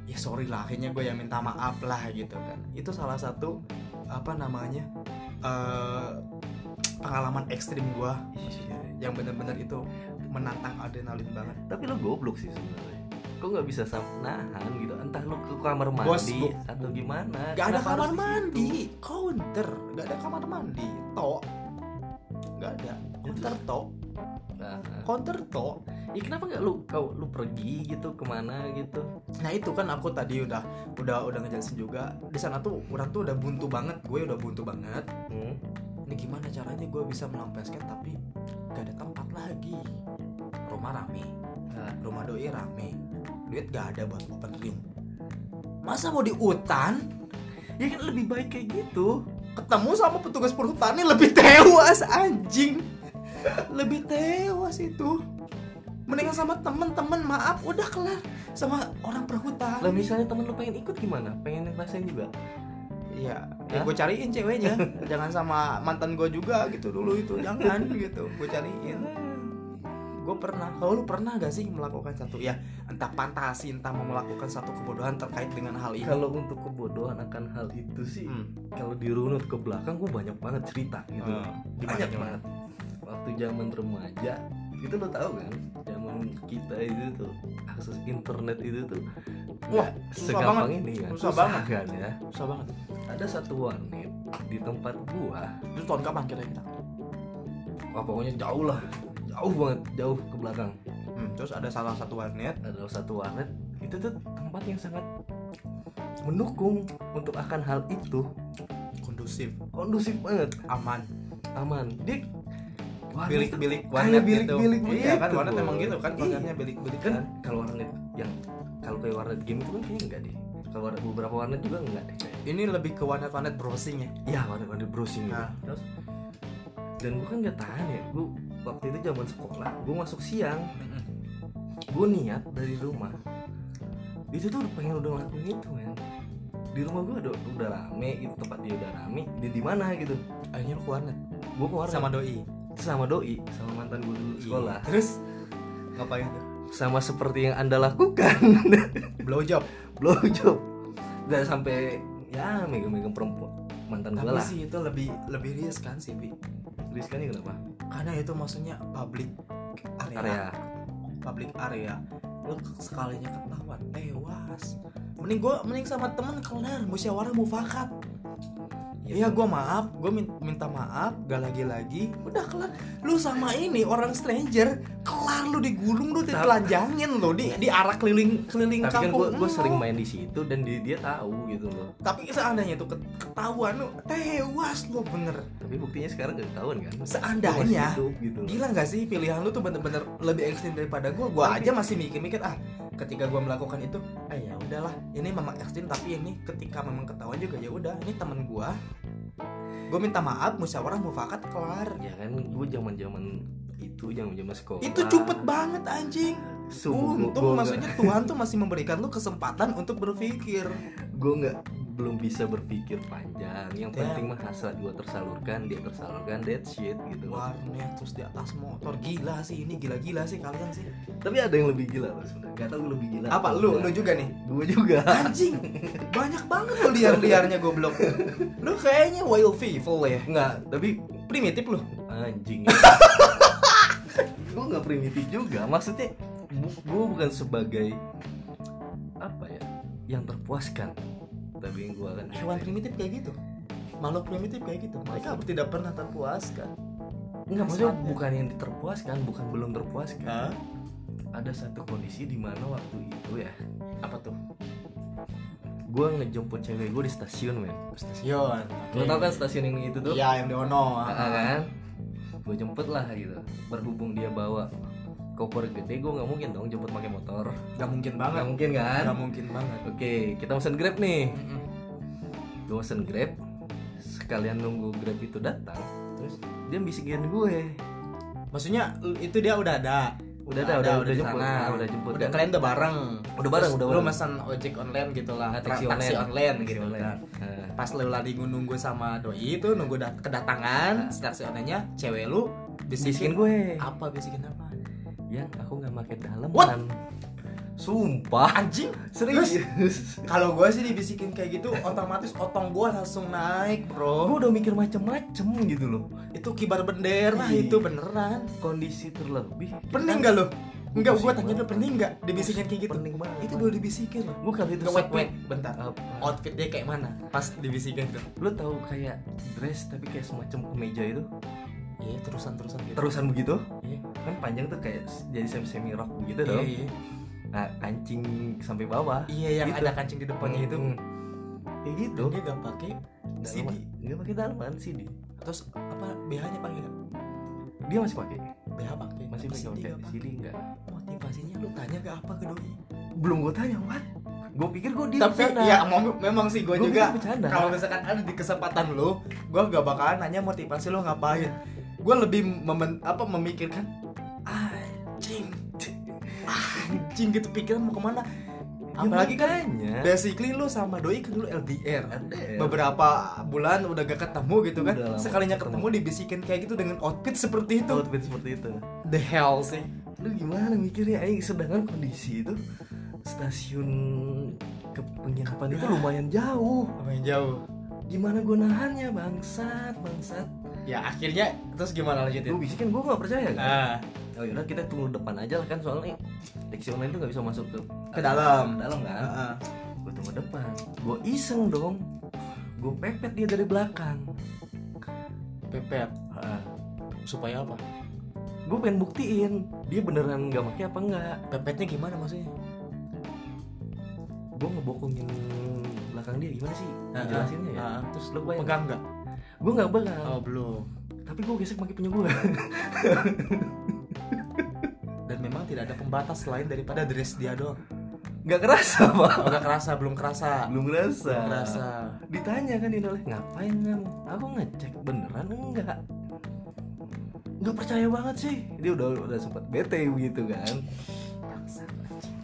Speaker 1: ya sorry lah akhirnya gue yang minta maaf lah gitu kan itu salah satu apa namanya eh, pengalaman ekstrim gue
Speaker 2: Iya.
Speaker 1: yang bener-bener itu menantang adrenalin banget
Speaker 2: tapi lo goblok sih sebenarnya kok nggak bisa sam- nahan gitu entah lo ke kamar mandi
Speaker 1: Bos, bu-
Speaker 2: atau gimana
Speaker 1: Gak ada
Speaker 2: Kenapa
Speaker 1: kamar
Speaker 2: harus gitu?
Speaker 1: mandi, counter. Gak ada kamar mandi, tok. Gak ada. Counter tok,
Speaker 2: Nah,
Speaker 1: counter tok.
Speaker 2: ya kenapa nggak lu kau lu pergi gitu kemana gitu
Speaker 1: Nah itu kan aku tadi udah udah udah ngejelasin juga di sana tuh orang tuh udah buntu banget, gue udah buntu banget.
Speaker 2: hmm?
Speaker 1: Ini gimana caranya gue bisa melampiaskan tapi gak ada tempat lagi. Rumah rame,
Speaker 2: Nah,
Speaker 1: rumah doi rame, duit gak ada buat open ring. Masa mau di hutan
Speaker 2: ya kan lebih baik kayak gitu
Speaker 1: ketemu sama petugas perhutani lebih tewas anjing lebih tewas itu mendingan sama temen-temen maaf udah kelar sama orang
Speaker 2: lah
Speaker 1: perhutani
Speaker 2: misalnya temen lu pengen ikut gimana pengen ngerasain juga
Speaker 1: iya
Speaker 2: Hah?
Speaker 1: gue cariin ceweknya jangan sama mantan gue juga gitu dulu itu jangan gitu gue
Speaker 2: Iya.
Speaker 1: cariin gue pernah kalau lu pernah gak sih melakukan satu ya entah fantasi entah mau melakukan satu kebodohan terkait dengan hal ini
Speaker 2: kalau untuk kebodohan akan hal itu sih
Speaker 1: Hmm.
Speaker 2: kalau dirunut ke belakang gue banyak banget cerita gitu
Speaker 1: Eh, gimana,
Speaker 2: banyak
Speaker 1: gimana?
Speaker 2: banget waktu zaman remaja itu lo tahu kan zaman kita itu tuh akses internet itu tuh
Speaker 1: Wah,
Speaker 2: nggak
Speaker 1: susah
Speaker 2: segampang ini kan
Speaker 1: Susah banget.
Speaker 2: kan ya
Speaker 1: susah banget
Speaker 2: ada satu warnet di tempat gua
Speaker 1: itu tahun kapan kira-kira
Speaker 2: wah pokoknya jauh lah jauh banget jauh ke belakang
Speaker 1: hmm, terus ada salah satu warnet
Speaker 2: ada satu warnet itu tuh tempat yang sangat mendukung untuk akan hal itu
Speaker 1: kondusif
Speaker 2: kondusif banget
Speaker 1: aman
Speaker 2: aman dia warnet tuh-
Speaker 1: bilik-bilik
Speaker 2: kayak
Speaker 1: warnet gitu
Speaker 2: bilik-bilik
Speaker 1: iya kan
Speaker 2: gitu,
Speaker 1: warnet
Speaker 2: Boy.
Speaker 1: emang gitu kan
Speaker 2: Iya.
Speaker 1: konsepnya bilik-bilik kan
Speaker 2: kan kalau warnet yang kalau kayak warnet game itu kan kayaknya enggak deh kalau warnet beberapa warnet juga enggak deh kayak
Speaker 1: ini lebih ke warnet-warnet browsing ya
Speaker 2: ya warnet warnet browsing gitu
Speaker 1: Nah.
Speaker 2: terus dan gue kan nggak tahan ya gue waktu itu zaman sekolah gue masuk siang gue niat dari rumah itu tuh pengen udah ngelakuin itu kan di rumah gue udah udah rame gitu tempat dia udah rame dia di mana gitu
Speaker 1: akhirnya lu ke warnet
Speaker 2: gue keluar kan?
Speaker 1: sama doi
Speaker 2: sama Iya. doi sama mantan gue dulu sekolah
Speaker 1: terus ngapain tuh
Speaker 2: sama seperti yang anda lakukan
Speaker 1: blowjob
Speaker 2: blowjob dan sampai ya megang-megang perempuan mantan gue
Speaker 1: tapi
Speaker 2: lah
Speaker 1: sih itu lebih lebih riskan sih bi
Speaker 2: riskannya kenapa
Speaker 1: karena itu maksudnya public area,
Speaker 2: area
Speaker 1: public area lu sekalinya ketahuan tewas mending gua mending sama temen kelar musyawarah mufakat Iya gua maaf, gue minta maaf, gak lagi-lagi Udah kelar, lu sama ini orang stranger Kelar lu digulung, lu ditelanjangin lu Di, di arah keliling keliling
Speaker 2: tapi kan gue
Speaker 1: kampung lu.
Speaker 2: sering main di situ dan dia, dia tahu gitu loh
Speaker 1: Tapi seandainya itu ket- ketahuan lu, tewas lu bener
Speaker 2: tapi buktinya sekarang gak ketahuan kan Gua masih
Speaker 1: Seandainya
Speaker 2: hidup gitu loh
Speaker 1: Gila gak sih pilihan lu tuh bener-bener lebih ekstrim daripada gue Gue aja masih mikir-mikir ah ketika gue melakukan itu ah ya udahlah ini memang ekstrim tapi ini ketika memang ketahuan juga ya udah ini temen gue gue minta maaf musyawarah mufakat kelar
Speaker 2: ya kan gue zaman zaman itu zaman zaman sekolah
Speaker 1: itu cupet banget anjing
Speaker 2: Sungguh,
Speaker 1: untung
Speaker 2: Nah. gua
Speaker 1: maksudnya Tuhan tuh masih memberikan lu kesempatan untuk berpikir
Speaker 2: gue nggak belum bisa berpikir panjang yang
Speaker 1: Damn.
Speaker 2: penting mah hasrat gue tersalurkan dia tersalurkan that shit gitu loh.
Speaker 1: warnet terus di atas motor gila sih ini gila-gila sih kalian sih
Speaker 2: tapi ada yang lebih gila loh sebenarnya gak tau lebih gila
Speaker 1: apa lu lu juga nih
Speaker 2: gue juga
Speaker 1: anjing banyak banget lu liar-liarnya goblok lu kayaknya wild people ya
Speaker 2: nggak tapi
Speaker 1: primitif lu
Speaker 2: anjing gue nggak primitif juga maksudnya gue bukan sebagai apa ya yang terpuaskan tapi yang gue akan
Speaker 1: hewan primitif kayak gitu makhluk primitif kayak gitu mereka tidak pernah terpuaskan
Speaker 2: nggak maksudnya
Speaker 1: Saatnya.
Speaker 2: bukan yang terpuaskan bukan belum terpuaskan ada satu kondisi di mana waktu itu ya
Speaker 1: apa tuh
Speaker 2: gue ngejemput cewek gue di stasiun men
Speaker 1: stasiun
Speaker 2: lo tau kan stasiun yang itu tuh
Speaker 1: iya yang di Ono
Speaker 2: Ah, kan gue jemput lah gitu berhubung dia bawa koper gede gue nggak mungkin dong jemput pakai motor
Speaker 1: gak mungkin
Speaker 2: nggak
Speaker 1: banget
Speaker 2: mungkin kan
Speaker 1: gak mungkin banget
Speaker 2: Oke, kita pesan Grab nih. Gue pesan Grab. Sekalian nunggu Grab itu datang,
Speaker 1: terus
Speaker 2: dia bisikin gue.
Speaker 1: maksudnya lu- itu dia udah ada
Speaker 2: Udah ada, udah, udah, jemput. Nah, udah jemput.
Speaker 1: udah
Speaker 2: kan?
Speaker 1: kalian udah bareng
Speaker 2: Udah bareng,
Speaker 1: Terus
Speaker 2: udah
Speaker 1: lu
Speaker 2: bareng.
Speaker 1: pesan ojek online gitu lah
Speaker 2: Nah,
Speaker 1: tra- taksi online gitu
Speaker 2: Taksi online.
Speaker 1: kan
Speaker 2: Nah,
Speaker 1: pas lu lagi nunggu sama doi itu nunggu dat- kedatangan taksi onlinenya cewek lu
Speaker 2: Nah. bisikin
Speaker 1: bisikin
Speaker 2: gue.
Speaker 1: apa bisikin apa
Speaker 2: Yang aku nggak pakai dalam.
Speaker 1: What?
Speaker 2: Sumpah.
Speaker 1: anjing
Speaker 2: Serius.
Speaker 1: kalau gue sih dibisikin kayak gitu otomatis otong gue langsung naik
Speaker 2: gue
Speaker 1: bro
Speaker 2: udah mikir macem-macem gitu loh.
Speaker 1: itu kibar bendera
Speaker 2: Ih.
Speaker 1: itu beneran
Speaker 2: Kondisi terlebih.
Speaker 1: pening gak lo Enggak, gue
Speaker 2: Pusing
Speaker 1: tanya
Speaker 2: banget.
Speaker 1: lu pening gak dibisikin kayak gitu
Speaker 2: Pening banget.
Speaker 1: Itu baru dibisikin loh
Speaker 2: gue kali itu
Speaker 1: Nggak, wait,
Speaker 2: sampai-
Speaker 1: wait, bentar
Speaker 2: Apa?
Speaker 1: Outfit dia kayak mana? Pas dibisikin tuh
Speaker 2: Lu tahu kayak dress tapi kayak semacam kemeja itu
Speaker 1: Iya, terusan-terusan gitu
Speaker 2: terusan begitu?
Speaker 1: Iya,
Speaker 2: kan panjang tuh kayak s- jadi semi semi rok gitu
Speaker 1: iya,
Speaker 2: dong
Speaker 1: iya.
Speaker 2: nah kancing sampai bawah
Speaker 1: Iya, yang
Speaker 2: Gitu.
Speaker 1: ada kancing di depannya itu
Speaker 2: Hmm. kayak gitu
Speaker 1: Dan dia gak pakai CD
Speaker 2: Dalaman- nggak pakai dalaman CD
Speaker 1: Terus apa, BH-nya pakai nggak?
Speaker 2: dia masih pakai
Speaker 1: BH pakai
Speaker 2: masih pakai
Speaker 1: CD
Speaker 2: pakai
Speaker 1: nggak pakai.
Speaker 2: CD enggak
Speaker 1: Motivasinya lu tanya gak apa ke doi
Speaker 2: belum gue tanya what gue pikir gue di
Speaker 1: Tapi
Speaker 2: sana
Speaker 1: ya mem- memang sih gue
Speaker 2: Gua
Speaker 1: juga
Speaker 2: pikir bercanda
Speaker 1: kalau misalkan ada di kesempatan lu gue gak bakalan nanya motivasi lu ngapain gue lebih memen, apa memikirkan anjing anjing gitu pikiran mau kemana apalagi kan
Speaker 2: ya
Speaker 1: basically lu sama doi kan dulu LDR
Speaker 2: LDR.
Speaker 1: beberapa bulan udah gak ketemu gitu kan
Speaker 2: Udah lama
Speaker 1: sekalinya
Speaker 2: ketemu.
Speaker 1: ketemu dibisikin kayak gitu dengan outfit seperti itu
Speaker 2: outfit seperti itu
Speaker 1: the hell sih
Speaker 2: lu gimana mikirnya aing sedangkan kondisi itu stasiun ke penginapan itu lumayan jauh
Speaker 1: main jauh
Speaker 2: gimana gue nahannya bangsat bangsat
Speaker 1: ya akhirnya terus gimana
Speaker 2: Gue
Speaker 1: lanjutin
Speaker 2: bisikin gue gak percaya kan
Speaker 1: ah
Speaker 2: oh yaudah kita tunggu depan aja lah kan soalnya taksi online tuh gak bisa masuk ke
Speaker 1: Ke dalam.
Speaker 2: ke dalam kan
Speaker 1: ah, ah.
Speaker 2: gue tunggu depan gue iseng dong gue pepet dia dari belakang
Speaker 1: pepet supaya apa
Speaker 2: gue pengen buktiin dia beneran nggak pakai apa enggak
Speaker 1: pepetnya gimana maksudnya
Speaker 2: gue ngebokongin belakang dia gimana sih
Speaker 1: Ah,
Speaker 2: jelasinnya ya
Speaker 1: ah.
Speaker 2: terus lo bayang
Speaker 1: pegang nggak
Speaker 2: gue nggak pegang
Speaker 1: oh belum
Speaker 2: tapi gue gesek pakai punya gue
Speaker 1: dan memang tidak ada pembatas lain daripada dress dia doang
Speaker 2: nggak kerasa pak
Speaker 1: oh, nggak kerasa belum kerasa
Speaker 2: belum kerasa
Speaker 1: belum kerasa
Speaker 2: ditanya kan dia oleh ngapain kamu aku ngecek beneran enggak nggak percaya banget sih dia udah udah sempat bete begitu kan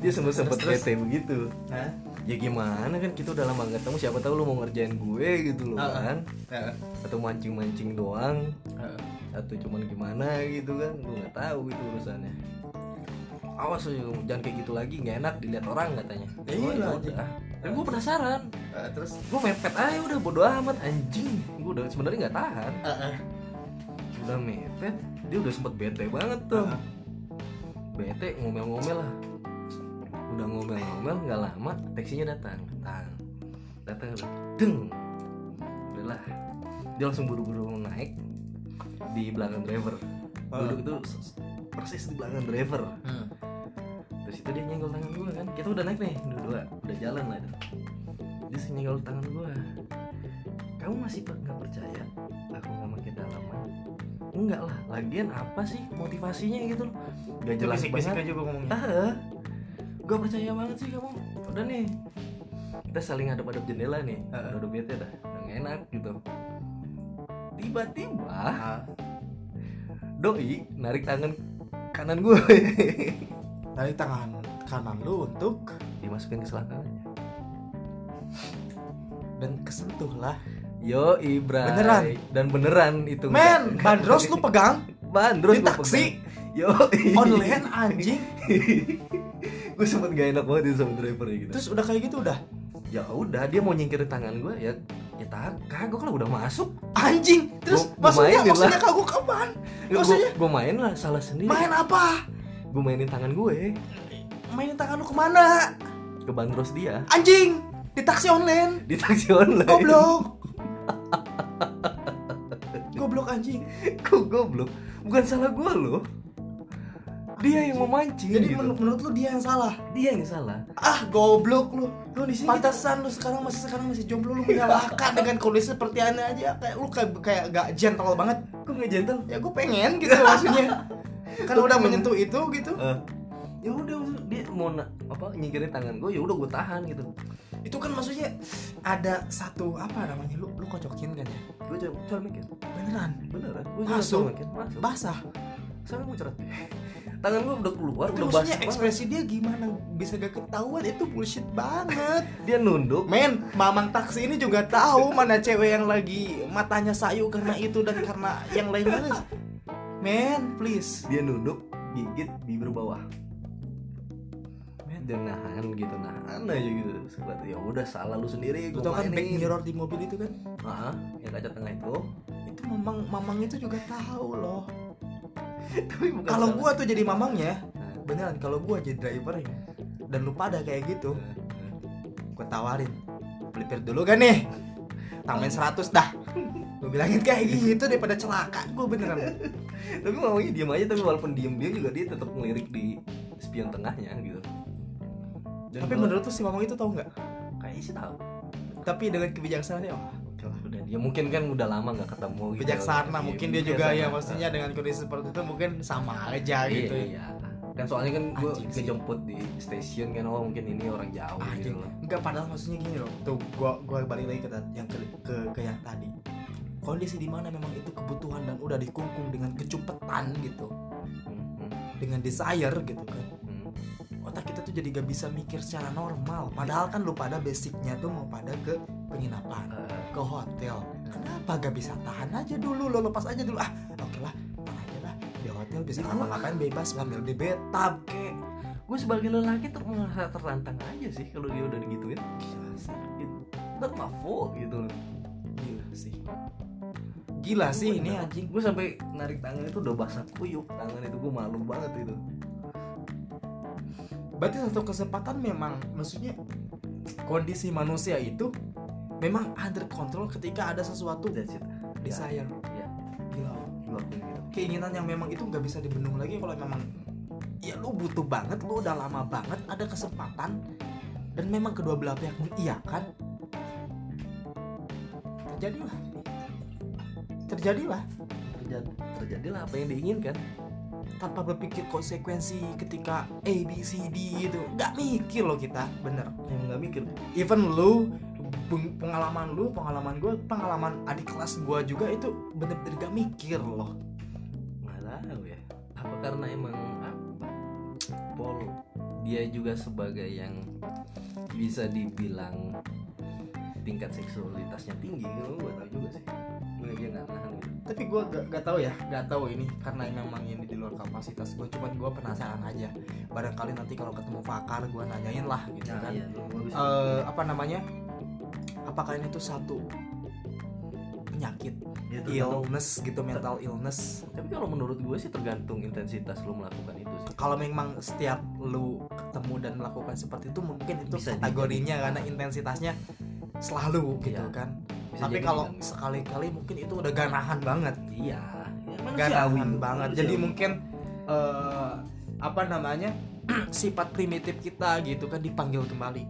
Speaker 2: dia sempat sempat
Speaker 1: Terus, terus.
Speaker 2: bete begitu
Speaker 1: Hah?
Speaker 2: ya gimana kan kita udah lama nggak ketemu siapa tahu lu mau ngerjain gue gitu loh
Speaker 1: Ah, ah.
Speaker 2: kan atau mancing mancing doang
Speaker 1: Eh,
Speaker 2: atau cuman gimana gitu kan gue nggak tahu itu urusannya awas lu, jangan kayak gitu lagi nggak enak dilihat orang katanya
Speaker 1: Ya
Speaker 2: Gua
Speaker 1: iyalah,
Speaker 2: ikut,
Speaker 1: anjing.
Speaker 2: ah. dan gue penasaran
Speaker 1: Eh, terus
Speaker 2: gue mepet aja udah bodo amat anjing gue udah sebenarnya nggak tahan
Speaker 1: eh, eh.
Speaker 2: udah mepet dia udah sempet bete banget tuh
Speaker 1: Ah,
Speaker 2: bete ngomel-ngomel lah udah ngomel-ngomel nggak lama taksinya datang datang datang udah deng udahlah dia langsung buru-buru naik di belakang driver duduk itu s- s- persis di belakang driver
Speaker 1: Hmm.
Speaker 2: terus itu dia nyenggol tangan gue kan kita udah naik nih dua-dua udah jalan lah itu dia sih nyenggol tangan gue kamu masih per- nggak percaya aku nggak pakai dalaman enggak lah lagian apa sih motivasinya gitu loh gak
Speaker 1: Itu
Speaker 2: jelas
Speaker 1: bisik-bisik
Speaker 2: banget
Speaker 1: aja gue ngomongnya
Speaker 2: ah gue percaya banget sih kamu udah nih kita saling ada pada jendela nih
Speaker 1: Heeh.
Speaker 2: udah udah bete dah udah nggak enak gitu tiba-tiba
Speaker 1: Ah,
Speaker 2: doi narik tangan kanan gue
Speaker 1: dari tangan kanan lu untuk
Speaker 2: dimasukin ke selangkangannya
Speaker 1: dan kesentuhlah
Speaker 2: Yo Ibra.
Speaker 1: Beneran?
Speaker 2: Dan beneran itu.
Speaker 1: men bandros lu pegang
Speaker 2: bandros
Speaker 1: di
Speaker 2: gua
Speaker 1: taksi
Speaker 2: pegang. Yo.
Speaker 1: online anjing
Speaker 2: gue sempet gak enak banget ya sama driver ya gitu.
Speaker 1: terus udah kayak gitu udah
Speaker 2: Ya udah dia mau nyingkirin tangan gue ya ya tak kagak lah udah masuk.
Speaker 1: anjing terus
Speaker 2: Gua- gua
Speaker 1: maksudnya
Speaker 2: mainin
Speaker 1: maksudnya kagak kapan Maksudnya?
Speaker 2: Gue main lah salah sendiri.
Speaker 1: main apa
Speaker 2: Gue mainin tangan gue
Speaker 1: mainin tangan lu kemana
Speaker 2: ke bandros dia
Speaker 1: anjing di taksi online
Speaker 2: di taksi online.
Speaker 1: goblok goblok anjing
Speaker 2: Kok goblok? Bukan salah gue loh. Dia yang memancing
Speaker 1: jadi
Speaker 2: gitu.
Speaker 1: menur- menurut lu dia yang salah
Speaker 2: Dia yang salah.
Speaker 1: ah goblok lu
Speaker 2: Lo di sini
Speaker 1: Pantesan lu sekarang masih sekarang masih jomblo lu menyalahkan dengan kondisi seperti ini aja kayak lu kayak kayak gak gentle banget.
Speaker 2: kok gak gentle?
Speaker 1: Ya gue pengen gitu maksudnya. Kan udah menyentuh itu gitu.
Speaker 2: Eh, ya udah maksud- dia mau na- apa nyingkirin tangan gue ya udah gue tahan gitu
Speaker 1: Itu kan maksudnya ada satu apa namanya lu lu kocokin kan ya.
Speaker 2: gue coba colmekin
Speaker 1: Beneran
Speaker 2: beneran gue coba
Speaker 1: Masuk.
Speaker 2: colmekin masuk
Speaker 1: basah.
Speaker 2: soalnya gue ceret tangan gue udah keluar
Speaker 1: Kan
Speaker 2: udah
Speaker 1: maksudnya
Speaker 2: basah banget.
Speaker 1: ekspresi dia gimana bisa gak ketahuan itu bullshit banget.
Speaker 2: dia nunduk
Speaker 1: Men, mamang taksi ini juga tahu mana cewek yang lagi matanya sayu karena itu dan karena yang lain-lain. Men, please.
Speaker 2: dia nunduk gigit bibir bawah
Speaker 1: Men,
Speaker 2: dia nahan gitu nahan aja gitu Sebat, ya udah salah lu sendiri
Speaker 1: Lu
Speaker 2: gue
Speaker 1: tau kan back
Speaker 2: mainin
Speaker 1: mirror di mobil itu kan?
Speaker 2: ah yang kaca tengah itu
Speaker 1: Itu mamang mamang itu juga tahu loh.
Speaker 2: tapi bukan
Speaker 1: Kalau
Speaker 2: salah.
Speaker 1: gua tuh jadi mamangnya,
Speaker 2: Nah,
Speaker 1: beneran kalau gua jadi drivernya dan lu pada kayak gitu,
Speaker 2: eh, eh.
Speaker 1: gua tawarin. Pelipir dulu kan nih. Tambahin
Speaker 2: Hmm.
Speaker 1: 100 dah. Gua bilangin kayak gitu daripada celaka gua beneran.
Speaker 2: tapi mamanya diem aja tapi walaupun diem dia juga dia tetap ngelirik di spion tengahnya gitu Dan
Speaker 1: Tapi
Speaker 2: gua-
Speaker 1: menurut lu si mamang itu tahu nggak?
Speaker 2: kayaknya sih tahu
Speaker 1: Tapi dengan kebijaksanaannya, oh, oke lah.
Speaker 2: udah dia mungkin kan udah lama nggak ketemu gitu
Speaker 1: Bijaksana,
Speaker 2: Iya,
Speaker 1: mungkin dia juga ya
Speaker 2: bijaksana.
Speaker 1: maksudnya dengan kondisi seperti itu mungkin sama aja
Speaker 2: iya,
Speaker 1: gitu.
Speaker 2: iya. kan soalnya kan gue
Speaker 1: Anjing sih.
Speaker 2: ngejemput di stasiun kan oh mungkin ini orang jauh
Speaker 1: Anjing.
Speaker 2: gitu loh
Speaker 1: Enggak padahal maksudnya gini loh. Tuh gua gua balik lagi ke ta- yang ke, ke, ke yang tadi. Kondisi di mana memang itu kebutuhan dan udah dikungkung dengan kecupetan gitu,
Speaker 2: Hmm,
Speaker 1: dengan desire gitu kan.
Speaker 2: hmm, hmm.
Speaker 1: Otak kita tuh jadi gak bisa mikir secara normal. Padahal kan lu pada basicnya tuh mau pada ke penginapan,
Speaker 2: Eh,
Speaker 1: ke hotel. Kenapa gak bisa tahan aja dulu lo lepas aja dulu ah oke lah tahan aja lah di hotel bisa ngapa-ngapain bebas ngambil di bathtub kek
Speaker 2: gue sebagai lelaki tuh merasa tertantang aja sih kalau dia udah digituin
Speaker 1: gila sih
Speaker 2: gitu. nggak full gitu loh
Speaker 1: gila sih Gila sih ini ya. anjing.
Speaker 2: gue sampai narik tangan itu udah basah kuyup tangan itu gue malu banget itu
Speaker 1: Berarti satu kesempatan memang maksudnya kondisi manusia itu memang under control ketika ada sesuatu
Speaker 2: that's it
Speaker 1: desire.
Speaker 2: Iya.
Speaker 1: Gila.
Speaker 2: gue akuin gitu
Speaker 1: Keinginan yang memang itu nggak bisa dibendung lagi kalau memang ya lu butuh banget, lu udah lama banget ada kesempatan dan memang kedua belah pihak iya mengiyakan terjadilah terjadilah
Speaker 2: terjadi terjadilah apa yang diinginkan
Speaker 1: tanpa berpikir konsekuensi ketika A B C D gitu nggak mikir loh kita bener
Speaker 2: emang nggak mikir
Speaker 1: even lu peng- pengalaman lu pengalaman gue pengalaman adik kelas gue juga itu bener-bener gak mikir loh
Speaker 2: nggak tahu ya apa karena emang apa Paul dia juga sebagai yang bisa dibilang tingkat seksualitasnya tinggi gue gak tau juga sih gue dia nggak nahan gitu
Speaker 1: tapi gue gak, gak tahu ya gak tahu ini karena memang ini di luar kapasitas gue cuman gue penasaran aja barangkali nanti kalau ketemu Fakar gue nanyain lah gitu
Speaker 2: nah,
Speaker 1: kan
Speaker 2: iya, lu gak bisa
Speaker 1: Eh, apa namanya apakah ini tuh satu penyakit
Speaker 2: Ya, tergantung-
Speaker 1: illness gitu mental illness
Speaker 2: tapi kalau menurut gue sih tergantung intensitas lu melakukan itu sih
Speaker 1: kalau memang setiap lu ketemu dan melakukan seperti itu mungkin itu
Speaker 2: Bisa
Speaker 1: kategorinya
Speaker 2: dijadikan.
Speaker 1: karena intensitasnya selalu gitu
Speaker 2: Iya.
Speaker 1: kan
Speaker 2: Bisa
Speaker 1: tapi
Speaker 2: jadi
Speaker 1: kalau
Speaker 2: bilang gitu.
Speaker 1: sekali-kali mungkin itu udah ganahan banget
Speaker 2: iya ya, manusiawi.
Speaker 1: ganahan banget jadi
Speaker 2: Manusiawi.
Speaker 1: mungkin eh, apa namanya sifat primitif kita gitu kan dipanggil kembali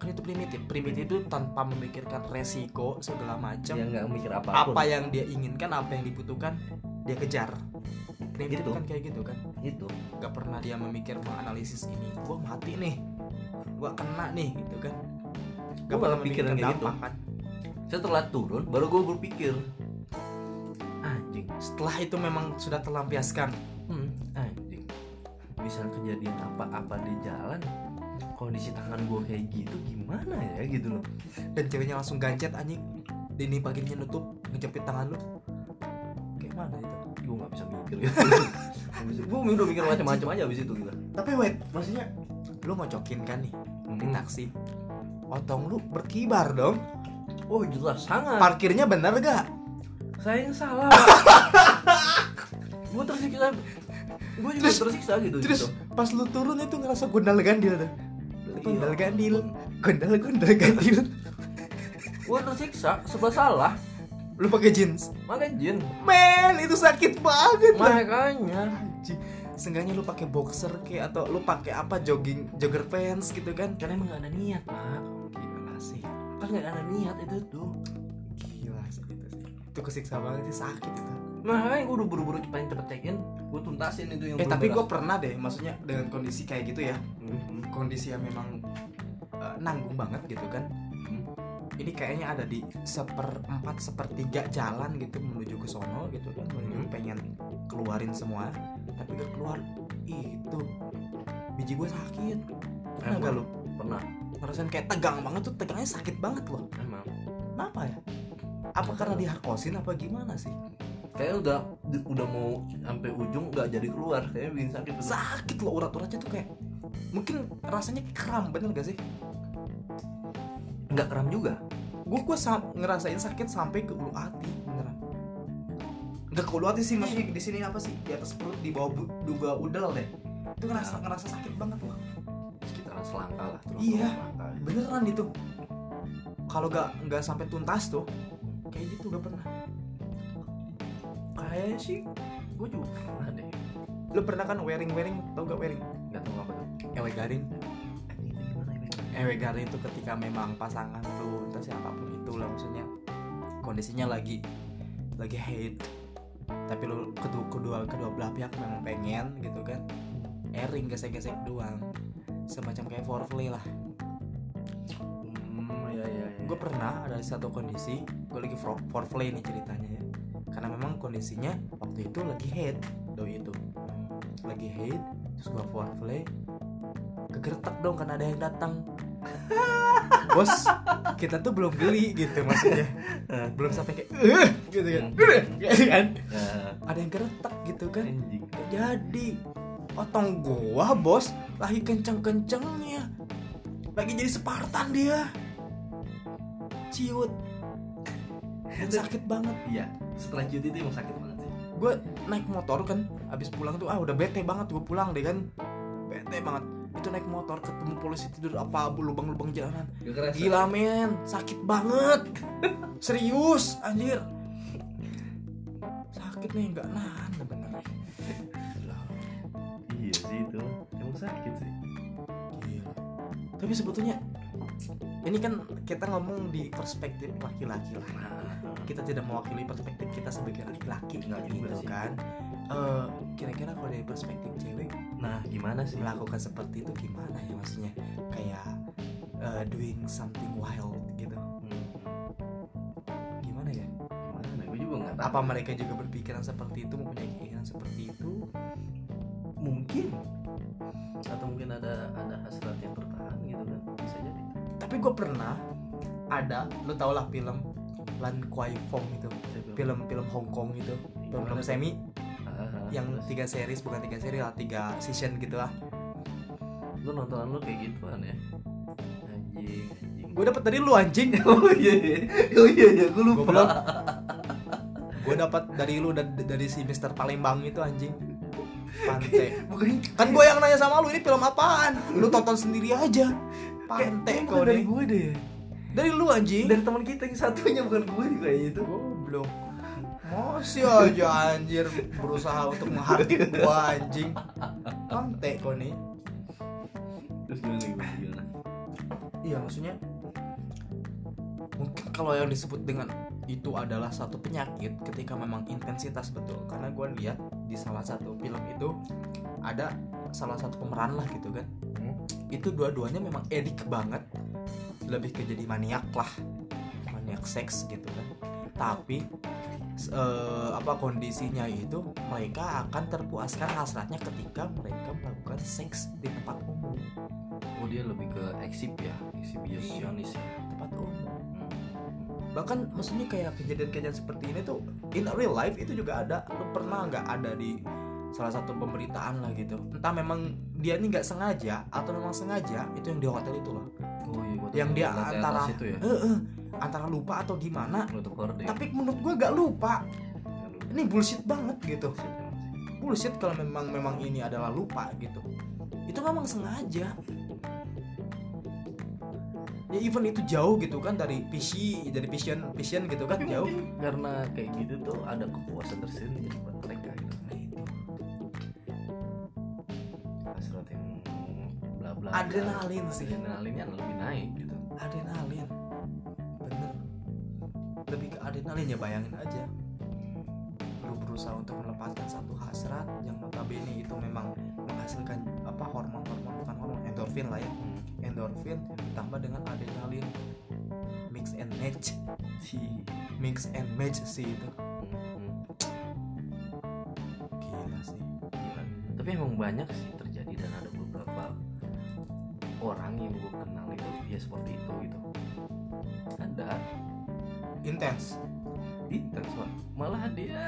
Speaker 1: kan itu primitif primitif itu tanpa memikirkan resiko segala macam
Speaker 2: dia nggak mikir Iya, apapun
Speaker 1: apa yang dia inginkan apa yang dibutuhkan dia kejar primitif
Speaker 2: Gitu.
Speaker 1: kan kayak gitu kan
Speaker 2: itu
Speaker 1: gak pernah dia memikir menganalisis ini gue mati nih gue kena nih gitu kan
Speaker 2: Gua malah pikiran kayak gitu.
Speaker 1: dampak kan.
Speaker 2: setelah turun baru gue berpikir anjing
Speaker 1: setelah itu memang sudah terlampiaskan
Speaker 2: Hmm, anjing. Misal kejadian apa-apa di jalan, kondisi tangan gue kayak gitu gimana ya gitu loh.
Speaker 1: dan ceweknya langsung gancet anjing dini paginya nutup ngejepit tangan lu kayak mana itu
Speaker 2: Gue nggak bisa mikir gitu. gue udah mikir macam-macam aja abis itu gitu.
Speaker 1: tapi wait maksudnya lu ngocokin kan nih di
Speaker 2: Hmm.
Speaker 1: taksi otong lu berkibar dong
Speaker 2: Oh jelas sangat.
Speaker 1: parkirnya bener gak
Speaker 2: Saya yang salah. gue tersiksa. Gue juga
Speaker 1: Terus-
Speaker 2: tersiksa gitu.
Speaker 1: terus
Speaker 2: gitu.
Speaker 1: pas lu turun itu ngerasa gondal gandil tuh gondal gandil
Speaker 2: Iya.
Speaker 1: gondal gondal gandil
Speaker 2: Gue tersiksa sebelah salah.
Speaker 1: lu pakai jeans
Speaker 2: Makanya jin.
Speaker 1: Men, itu sakit banget.
Speaker 2: Makanya.
Speaker 1: Anjing. Seenggaknya lu pakai boxer kayak atau lu pakai apa jogging jogger pants gitu kan?
Speaker 2: Karena emang gak ada niat pak.
Speaker 1: Gila sih.
Speaker 2: Kan gak ada niat itu tuh.
Speaker 1: Gila sih itu. sih. Itu kesiksa banget sih sakit itu.
Speaker 2: Makanya gue udah buru-buru pengen cepet check in Gue tuntasin itu yang
Speaker 1: Eh
Speaker 2: belum
Speaker 1: tapi
Speaker 2: beres.
Speaker 1: gue pernah deh, maksudnya dengan kondisi kayak gitu ya,
Speaker 2: Mhm.
Speaker 1: kondisi yang memang eh, nanggung banget gitu kan. Ini kayaknya ada di seperempat sepertiga jalan gitu menuju ke sono gitu kan, menuju
Speaker 2: Hmm.
Speaker 1: pengen keluarin semua, tapi gak keluar. Itu biji gue sakit. Pernah
Speaker 2: Emang.
Speaker 1: gak lu?
Speaker 2: Pernah
Speaker 1: ngerasain kayak tegang banget tuh tegangnya sakit banget loh
Speaker 2: Emang
Speaker 1: kenapa ya apa karena diharkosin apa gimana sih
Speaker 2: Kayaknya udah di- udah mau sampai ujung gak jadi keluar Kayaknya bikin sakit bener.
Speaker 1: sakit loh urat-uratnya tuh kayak mungkin rasanya kram bener gak sih
Speaker 2: Nggak kram juga
Speaker 1: gue gue ngerasain sakit sampai ke ulu hati beneran nggak ke ulu hati sih maksudnya di sini apa sih di atas perut di bawah bu- di bawah udel deh itu ngerasa ngerasa sakit banget loh
Speaker 2: Sekitaran selangkah lah terus
Speaker 1: Iya.
Speaker 2: selangkah.
Speaker 1: beneran itu kalau gak nggak sampai tuntas tuh kayak gitu gak pernah
Speaker 2: Kayaknya sih Gue juga pernah deh
Speaker 1: lu pernah kan wearing wearing tau gak wearing
Speaker 2: Gak tau apa tuh Eh,
Speaker 1: ewe garing
Speaker 2: Ini gimana ya, ini?
Speaker 1: ewe garing itu ketika memang pasangan lu entah siapapun itu lah maksudnya kondisinya lagi lagi hate tapi lu kedua kedua kedua belah pihak memang pengen gitu kan ering gesek-gesek doang semacam kayak foreplay lah
Speaker 2: Hmm ya ya ya
Speaker 1: gue pernah ada satu kondisi gue lagi fro- foreplay nih ceritanya ya karena memang kondisinya waktu itu lagi hate doi itu lagi hate terus gue foreplay kegertak dong karena ada yang datang bos kita tuh belum beli gitu maksudnya belum sampai kayak "Eh," gitu kan "Eh," gitu kan
Speaker 2: Ya,
Speaker 1: ada yang geretak gitu kan
Speaker 2: Anjing
Speaker 1: Gak jadi otong gua bos lagi kenceng-kencengnya lagi jadi Spartan dia ciut Emang sakit banget
Speaker 2: iya setelah cuti itu emang sakit banget sih
Speaker 1: gue naik motor kan abis pulang tuh ah udah bete banget gue pulang deh kan bete banget itu naik motor ketemu polisi tidur apa lubang-lubang jalanan
Speaker 3: Gak kerasa.
Speaker 1: gila men sakit banget serius anjir sakit nih nggak nahan bener Gila.
Speaker 2: iya sih itu emang sakit sih
Speaker 1: Gila. tapi sebetulnya ini kan kita ngomong di perspektif laki-laki lah
Speaker 2: nah
Speaker 1: kita tidak mewakili perspektif kita sebagai laki-laki
Speaker 2: Nggak juga
Speaker 1: gitu
Speaker 2: sih.
Speaker 1: kan Eh, kira-kira kalau dari perspektif cewek
Speaker 2: nah gimana sih
Speaker 1: melakukan seperti itu gimana ya maksudnya kayak eh, doing something wild gitu
Speaker 2: Hmm,
Speaker 1: gimana ya
Speaker 2: gimana gue juga nggak tahu
Speaker 1: apa mereka juga berpikiran seperti itu mempunyai keinginan seperti itu
Speaker 2: mungkin atau mungkin ada ada hasrat yang bertahan gitu kan bisa jadi
Speaker 1: tapi gue pernah ada lu tau lah film Lan Kwai Fong itu
Speaker 2: Saya bilang,
Speaker 1: film-film Hong Kong itu film-film semi
Speaker 2: ah,
Speaker 1: yang
Speaker 2: terus
Speaker 1: tiga series bukan tiga seri lah tiga season gitu lah
Speaker 2: lu nontonan lu kayak gituan ya anjing anjing
Speaker 1: gue dapet dari lu anjing
Speaker 2: oh iya iya oh iya iya gue
Speaker 1: Goblok. gue dapat dari lu dan dari si Mister Palembang itu anjing Pante
Speaker 2: bukan
Speaker 1: kan gue yang nanya sama lu ini film apaan lu tonton sendiri aja Pante
Speaker 2: Kayaknya
Speaker 1: kau
Speaker 2: bukan dari
Speaker 1: nih
Speaker 2: gue deh
Speaker 1: dari lu anjing
Speaker 2: dari teman kita yang satunya bukan gue juga kayaknya itu
Speaker 1: goblok masih aja anjir berusaha untuk menghardik gua anjing Pante kau nih
Speaker 2: terus gimana gimana gimana
Speaker 1: iya maksudnya mungkin kalau yang disebut dengan itu adalah satu penyakit ketika memang intensitas betul karena gue lihat di salah satu film itu ada salah satu pemeran lah gitu kan
Speaker 2: Hmm.
Speaker 1: itu dua-duanya memang edik banget lebih ke jadi maniak lah maniak seks gitu kan tapi s- eh, apa kondisinya itu mereka akan terpuaskan hasratnya ketika mereka melakukan seks di tempat umum
Speaker 2: oh dia lebih ke eksib ya eksibisionis ya
Speaker 1: tempat umum bahkan maksudnya kayak kejadian-kejadian seperti ini tuh in real life itu juga ada lu pernah nggak ada di salah satu pemberitaan lah gitu entah memang dia ini nggak sengaja atau memang sengaja itu yang di hotel itu loh
Speaker 2: oh iya gua tahu.
Speaker 1: Yang dia
Speaker 2: Lantai atas
Speaker 1: antara-
Speaker 2: itu ya Iya.
Speaker 1: Eh, eh, antara lupa atau gimana
Speaker 2: untuk korde
Speaker 1: tapi menurut gue nggak lupa ini bullshit banget gitu bullshit kalau memang memang ini adalah lupa gitu itu memang sengaja ya even itu jauh gitu kan dari PC dari vision vision gitu kan jauh
Speaker 2: karena kayak gitu tuh ada kepuasan tersendiri buat mereka gitu nah itu hasrat yang bla bla bla.
Speaker 1: adrenalin sih
Speaker 2: adrenalinnya lebih naik gitu
Speaker 1: adrenalin bener lebih ke adrenalin ya bayangin aja lu berusaha untuk melepaskan satu hasrat yang notabene itu memang menghasilkan apa hormon-hormon bukan hormon endorfin lah ya endorfin ditambah dengan adrenalin mix and match
Speaker 2: si
Speaker 1: mix and match sih itu gila sih
Speaker 2: Gila. tapi emang banyak sih terjadi dan ada beberapa orang yang gue kenal itu ya seperti itu gitu ada
Speaker 1: intens
Speaker 2: intens Pak. malah dia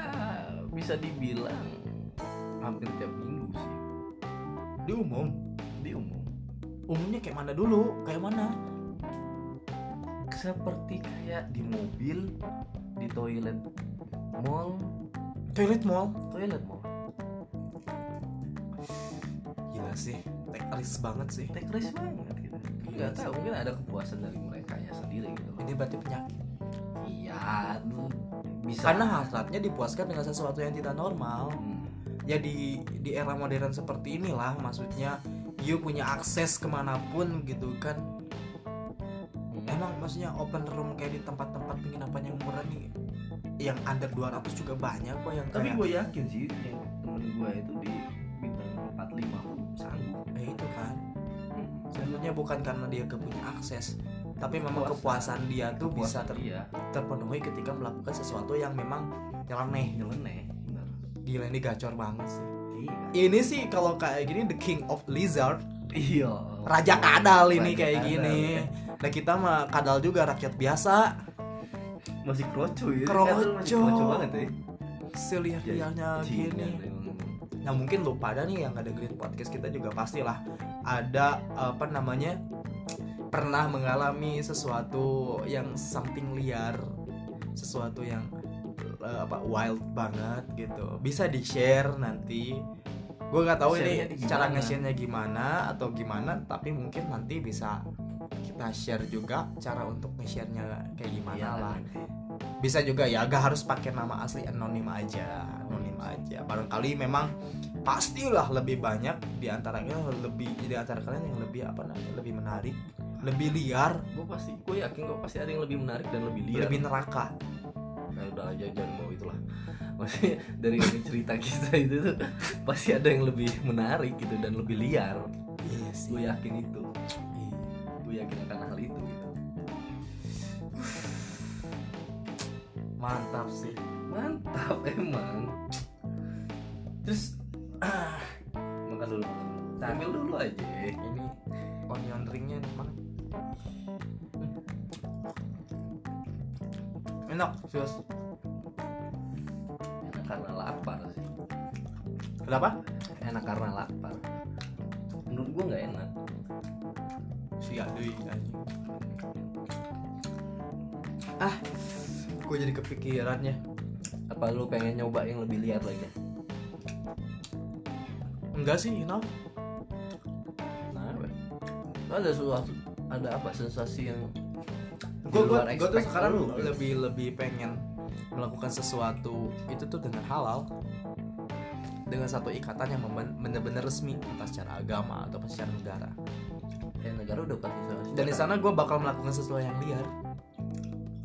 Speaker 2: bisa dibilang hampir tiap minggu sih
Speaker 1: di umum
Speaker 2: di umum
Speaker 1: umumnya kayak mana dulu kayak mana
Speaker 2: seperti kayak di mobil di toilet mall
Speaker 1: toilet mall
Speaker 2: toilet mall
Speaker 1: gila sih take risk banget sih
Speaker 2: take risk banget gitu nggak tahu mungkin ada kepuasan dari mereka sendiri gitu
Speaker 1: ini berarti penyakit
Speaker 2: iya lu bisa
Speaker 1: karena hasratnya dipuaskan dengan sesuatu yang tidak normal
Speaker 2: Hmm.
Speaker 1: ya di di era modern seperti inilah maksudnya you punya akses kemanapun gitu kan
Speaker 2: Hmm.
Speaker 1: emang maksudnya open room kayak di tempat-tempat penginapan yang murah nih yang under 200 juga banyak kok yang
Speaker 2: tapi
Speaker 1: kayak-
Speaker 2: gue yakin sih yang temen gue itu di bintang 45 pun sanggup
Speaker 1: ya itu kan
Speaker 2: Hmm.
Speaker 1: sebenarnya bukan karena dia gak punya akses tapi memang
Speaker 2: Kepuasan.
Speaker 1: kepuasan dia tuh bisa
Speaker 2: Kepuasan
Speaker 1: ter-
Speaker 2: dia
Speaker 1: terpenuhi ketika melakukan sesuatu yang memang nyeleneh
Speaker 2: nyeleneh bener
Speaker 1: gila ini gacor banget sih
Speaker 2: iya
Speaker 1: ini sih kalau kayak gini the king of lizard
Speaker 2: iya
Speaker 1: Raja kadal ini
Speaker 2: Raja
Speaker 1: kayak
Speaker 2: kadal,
Speaker 1: gini.
Speaker 2: ya.
Speaker 1: Nah kita mah kadal juga rakyat biasa.
Speaker 2: masih kroco ya
Speaker 1: Kroco.
Speaker 2: masih kroco banget ya
Speaker 1: Seliar-liarnya
Speaker 2: Jingan
Speaker 1: gini.
Speaker 2: emang.
Speaker 1: Nah mungkin lu pada nih yang ngedengerin podcast kita juga pastilah ada apa namanya pernah mengalami sesuatu yang something liar, sesuatu yang eh, apa wild banget gitu bisa di share nanti gue nggak tahu ini
Speaker 2: Share-nya
Speaker 1: cara
Speaker 2: gimana?
Speaker 1: nge-share-nya gimana atau gimana tapi mungkin nanti bisa kita share juga cara untuk nge-share-nya kayak gimana
Speaker 2: Iya,
Speaker 1: lah
Speaker 2: nanti.
Speaker 1: bisa juga ya gak harus pakai nama asli anonim aja anonim aja barangkali memang pastilah lebih banyak di antara kalian yang lebih di antara kalian yang lebih apa namanya lebih menarik lebih liar
Speaker 2: gue pasti gue yakin gue pasti ada yang lebih menarik dan lebih liar
Speaker 1: lebih neraka
Speaker 2: Nah, udah aja jangan mau itulah maksudnya dari cerita kita itu tuh pasti ada yang lebih menarik gitu dan lebih liar
Speaker 1: iya sih
Speaker 2: gue yakin itu gue yakin akan hal itu gitu
Speaker 1: mantap sih
Speaker 2: mantap emang terus ah, makan dulu makan dulu.
Speaker 1: Nah.
Speaker 2: Ambil dulu aja
Speaker 1: ini onion ringnya enak banget Hmm. enak serius
Speaker 2: enak karena lapar sih
Speaker 1: kenapa
Speaker 2: enak karena lapar menurut gue nggak enak
Speaker 1: si aduy anjing. ah gue jadi ya. kepikirannya
Speaker 2: apa lu pengen nyoba yang lebih liar lagi
Speaker 1: enggak sih you know
Speaker 2: nah lu ada sesuatu ada apa sensasi yang
Speaker 1: gue
Speaker 2: di
Speaker 1: gue
Speaker 2: luar
Speaker 1: tuh
Speaker 2: expect
Speaker 1: sekarang
Speaker 2: lu, gitu?
Speaker 1: lebih lebih pengen melakukan sesuatu itu tuh dengan halal dengan satu ikatan yang memben- bener-bener resmi entah secara agama atau secara negara
Speaker 2: ya negara udah pasti sanksi
Speaker 1: dan di sana gue bakal melakukan sesuatu yang liar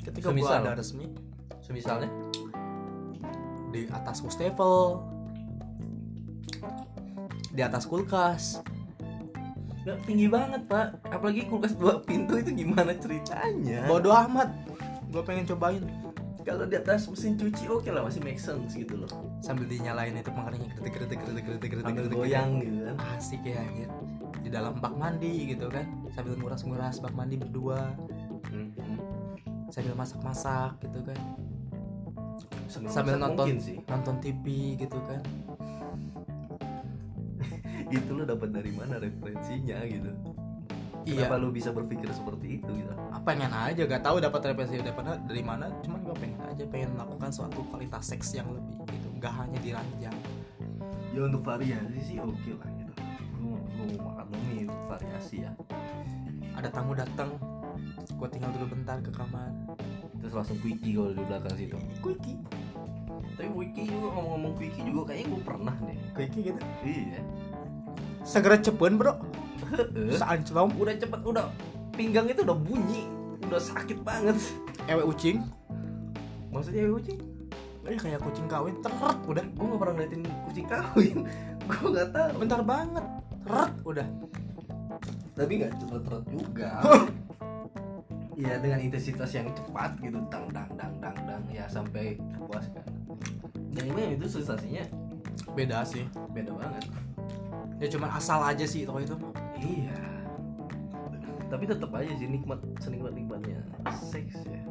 Speaker 1: ketika gue
Speaker 2: Semisal?
Speaker 1: ada resmi
Speaker 2: semisalnya
Speaker 1: di atas wastafel di atas kulkas
Speaker 2: nggak tinggi banget pak apalagi kulkas dua pintu itu gimana ceritanya
Speaker 1: bodoh amat gue pengen cobain
Speaker 2: kalau di atas mesin cuci oke lah masih make sense gitu loh
Speaker 1: sambil dinyalain itu pengaruhnya kritik kritik kritik kritik kritik
Speaker 2: sambil
Speaker 1: kritik
Speaker 2: goyang gitu kan
Speaker 1: asik ya anjir di dalam bak mandi gitu kan sambil nguras-nguras bak mandi berdua
Speaker 2: Hmm.
Speaker 1: sambil masak-masak gitu kan
Speaker 2: sambil,
Speaker 1: Sambil
Speaker 2: masak
Speaker 1: nonton.
Speaker 2: mungkin sih
Speaker 1: nonton TV gitu kan
Speaker 2: itu lo dapat dari mana referensinya gitu
Speaker 1: iya
Speaker 2: kenapa lo bisa berpikir seperti itu gitu
Speaker 1: pengen aja gak tahu dapat referensi dari mana dari mana cuman gue pengen aja pengen melakukan suatu kualitas seks yang lebih gitu nggak hanya diranjang
Speaker 2: ya untuk variasi sih oke lah gitu Gua- gua mau maklumi untuk variasi ya
Speaker 1: ada tamu datang gue tinggal dulu bentar ke kamar
Speaker 2: terus langsung quickie kalau di belakang situ
Speaker 1: quickie
Speaker 2: tapi quickie juga ngomong-ngomong quickie juga kayaknya gue pernah deh
Speaker 1: quickie gitu
Speaker 2: iya
Speaker 1: segera cepet bro
Speaker 2: Eh?
Speaker 1: saanclong
Speaker 2: udah cepet udah pinggang itu udah bunyi udah sakit banget
Speaker 1: ewe ucing
Speaker 2: maksudnya ya kucing
Speaker 1: eh kayak kucing kawin teret udah
Speaker 2: gue gak pernah ngeliatin kucing kawin gue gak tahu
Speaker 1: bentar banget teret udah
Speaker 2: tapi gak cepet cepet juga ya dengan intensitas yang cepat gitu dang dang dang dang dang ya sampai puas kan dan emang itu sensasinya
Speaker 1: beda sih
Speaker 2: beda banget
Speaker 1: ya cuman asal aja sih kalau itu
Speaker 2: iya tapi tetap aja sih nikmat senikmat nikmatnya seks ya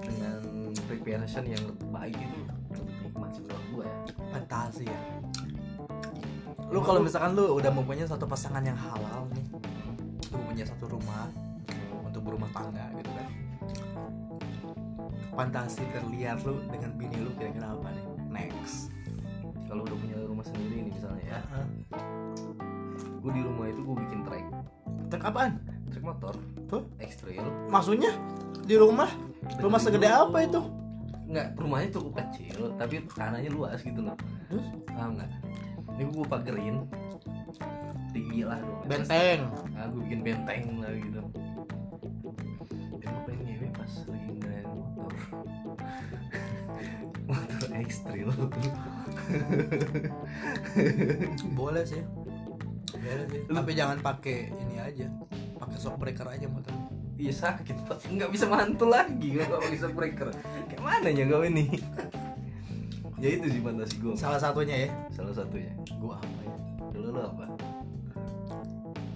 Speaker 2: dengan preparation yang lebih baik itu lebih nikmat sih menurut gue ya
Speaker 1: fantasi ya lu kalau misalkan lu udah mempunyai satu pasangan yang halal nih lu punya satu rumah untuk berumah tangga gitu kan fantasi terliar lu dengan bini lu kira-kira apa nih next
Speaker 2: kalau udah punya rumah sendiri nih misalnya ya gue di rumah itu gue bikin trek
Speaker 1: Tek apaan?
Speaker 2: trek motor
Speaker 1: Huh?
Speaker 2: ekstrail
Speaker 1: Maksudnya di rumah? Rumah segede apa itu?
Speaker 2: nggak rumahnya cukup kecil tapi tanahnya luas gitu loh
Speaker 1: Terus?
Speaker 2: paham nggak ini gue pagerin tinggi lah dong
Speaker 1: Benteng.
Speaker 2: nah, gue bikin benteng lah gitu dan gue pengen ngewe pas lagi ngendain motor motor ekstrail
Speaker 1: Boleh sih. Boleh sih. Tapi jangan pakai ini aja. Pakai shock breaker aja motor.
Speaker 2: iya sakit pak nggak bisa mantul lagi kalau nggak pakai shock breaker kayak mana ya kau ini ya itu sih fantasi gue
Speaker 1: Salah satunya ya.
Speaker 2: salah satunya
Speaker 1: Gua apa ya?
Speaker 2: dulu lo apa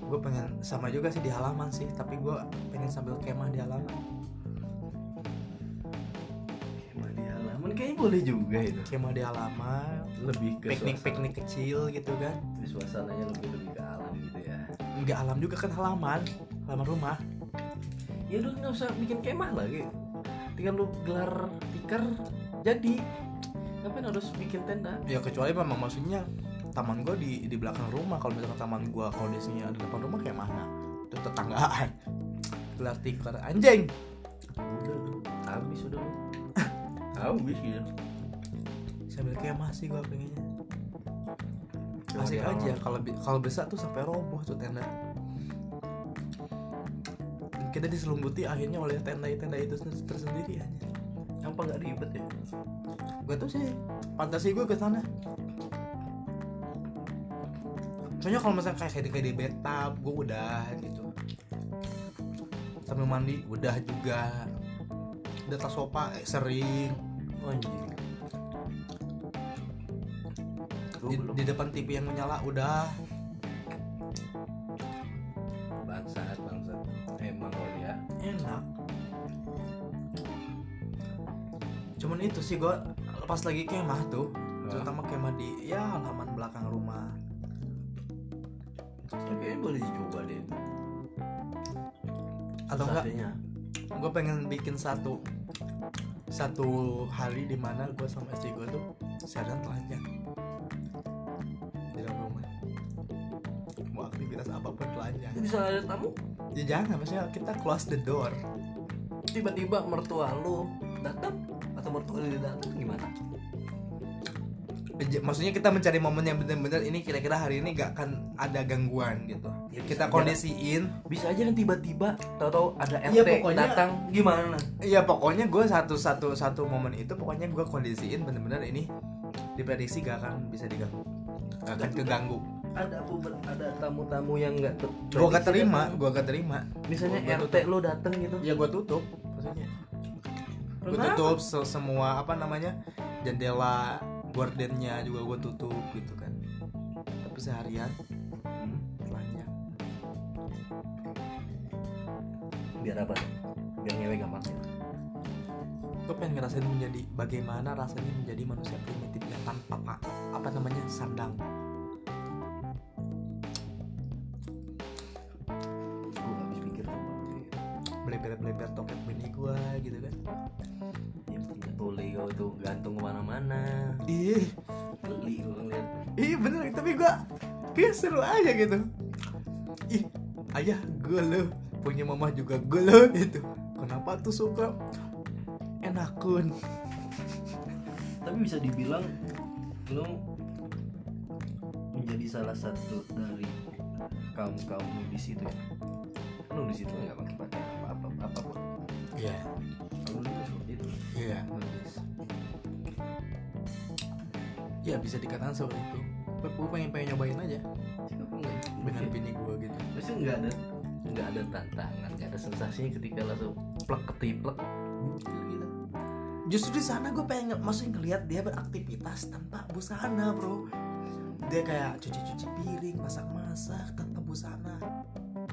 Speaker 1: gue pengen sama juga sih di halaman sih tapi gue pengen sambil kemah di halaman
Speaker 2: kemah di halaman kayaknya boleh juga itu
Speaker 1: kemah di halaman
Speaker 2: lebih ke
Speaker 1: piknik
Speaker 2: suasana-
Speaker 1: piknik kecil gitu kan
Speaker 2: di suasananya lebih lebih ke alam gitu ya
Speaker 1: nggak alam juga kan halaman halaman rumah
Speaker 2: ya udah nggak usah bikin kemah lagi tinggal lu gelar tikar jadi ngapain harus bikin tenda
Speaker 1: ya kecuali memang maksudnya taman gue di di belakang rumah kalau misalkan taman gue kondisinya di depan rumah kayak mana terus tetanggaan gelar tikar anjing
Speaker 2: udah lu habis udah lu habis gitu
Speaker 1: sambil kayak masih gue pengennya asik
Speaker 2: Ada
Speaker 1: aja kalau bi- kalau bisa tuh sampai roboh tuh tenda Dan kita diselumbuti akhirnya oleh tenda-tenda itu sen- tersendiri aja
Speaker 2: apa nggak ribet ya
Speaker 1: gue tuh sih fantasi gue ke sana soalnya kalau misalnya kayak kayak di- kayak di bathtub gue udah gitu sambil mandi udah juga di atas sofa eh, sering
Speaker 2: Oh, anjing Gua
Speaker 1: di,
Speaker 2: belum
Speaker 1: di depan TV yang menyala udah
Speaker 2: bangsat bangsat emang kali ya
Speaker 1: enak cuman itu sih gue pas lagi kemah tuh terutama kemah di ya halaman belakang rumah
Speaker 2: Ya, kayaknya boleh dicoba deh
Speaker 1: atau enggak
Speaker 2: Satenya.
Speaker 1: gue pengen bikin satu satu hari di mana gue sama istri gue tuh seharian telanjang di dalam rumah mau aktivitas apapun telanjang
Speaker 2: bisa ada tamu
Speaker 1: ya jangan maksudnya kita close the door
Speaker 2: tiba-tiba mertua lu datang atau mertua lu datang gimana
Speaker 1: J- maksudnya kita mencari momen yang benar-benar ini kira-kira hari ini gak akan ada gangguan gitu
Speaker 2: Ya,
Speaker 1: kita
Speaker 2: bisa
Speaker 1: kondisiin
Speaker 2: bisa aja kan tiba-tiba tahu-tahu ada RT
Speaker 1: Iya, pokoknya-
Speaker 2: datang gimana
Speaker 1: Iya pokoknya gue satu satu satu momen itu pokoknya gue kondisiin bener-bener ini diprediksi gak akan bisa diganggu gak akan keganggu
Speaker 2: ada beber- ada tamu-tamu yang nggak ter
Speaker 1: gue gak terima gue gak terima
Speaker 2: misalnya
Speaker 1: Gua- gua
Speaker 2: RT lu datang gitu
Speaker 1: ya gue tutup maksudnya gue
Speaker 2: Kenapa?
Speaker 1: tutup se- semua apa namanya jendela gordennya juga gue tutup gitu kan tapi seharian
Speaker 2: Hmm.
Speaker 1: telanjang
Speaker 2: biar apa biar ngewe gampang
Speaker 1: gue pengen ngerasain menjadi bagaimana rasanya menjadi manusia primitif yang tanpa pa- apa namanya sandang
Speaker 2: gue nggak habis pikir apa
Speaker 1: beleber-beleber toket bini gue gitu kan
Speaker 2: ya punya tole gua tuh gantung kemana-mana
Speaker 1: ih
Speaker 2: beli gua ngeliat
Speaker 1: Iya bener, tapi gua kayak seru aja gitu Ih, ayah gue loh, punya mama juga gue loh gitu Kenapa tuh suka enakun
Speaker 2: tapi bisa dibilang lo menjadi salah satu dari kaum kaum di situ ya kan lu di situ nggak pakai pakai apa apa apapun
Speaker 1: Iya,
Speaker 2: kalau lu juga seperti itu
Speaker 1: iya Ya bisa dikatakan seperti itu Gue pengen, pengen nyobain aja
Speaker 2: Kenapa nggak?
Speaker 1: Dengan bini gue gitu
Speaker 2: Pasti Iya. nggak ada nggak ada tantangan nggak ada sensasinya ketika langsung plek ketiplek gitu
Speaker 1: Justru di sana gue pengen nge- maksudnya ngelihat dia beraktivitas tanpa busana bro Dia kayak cuci-cuci piring, masak-masak tanpa busana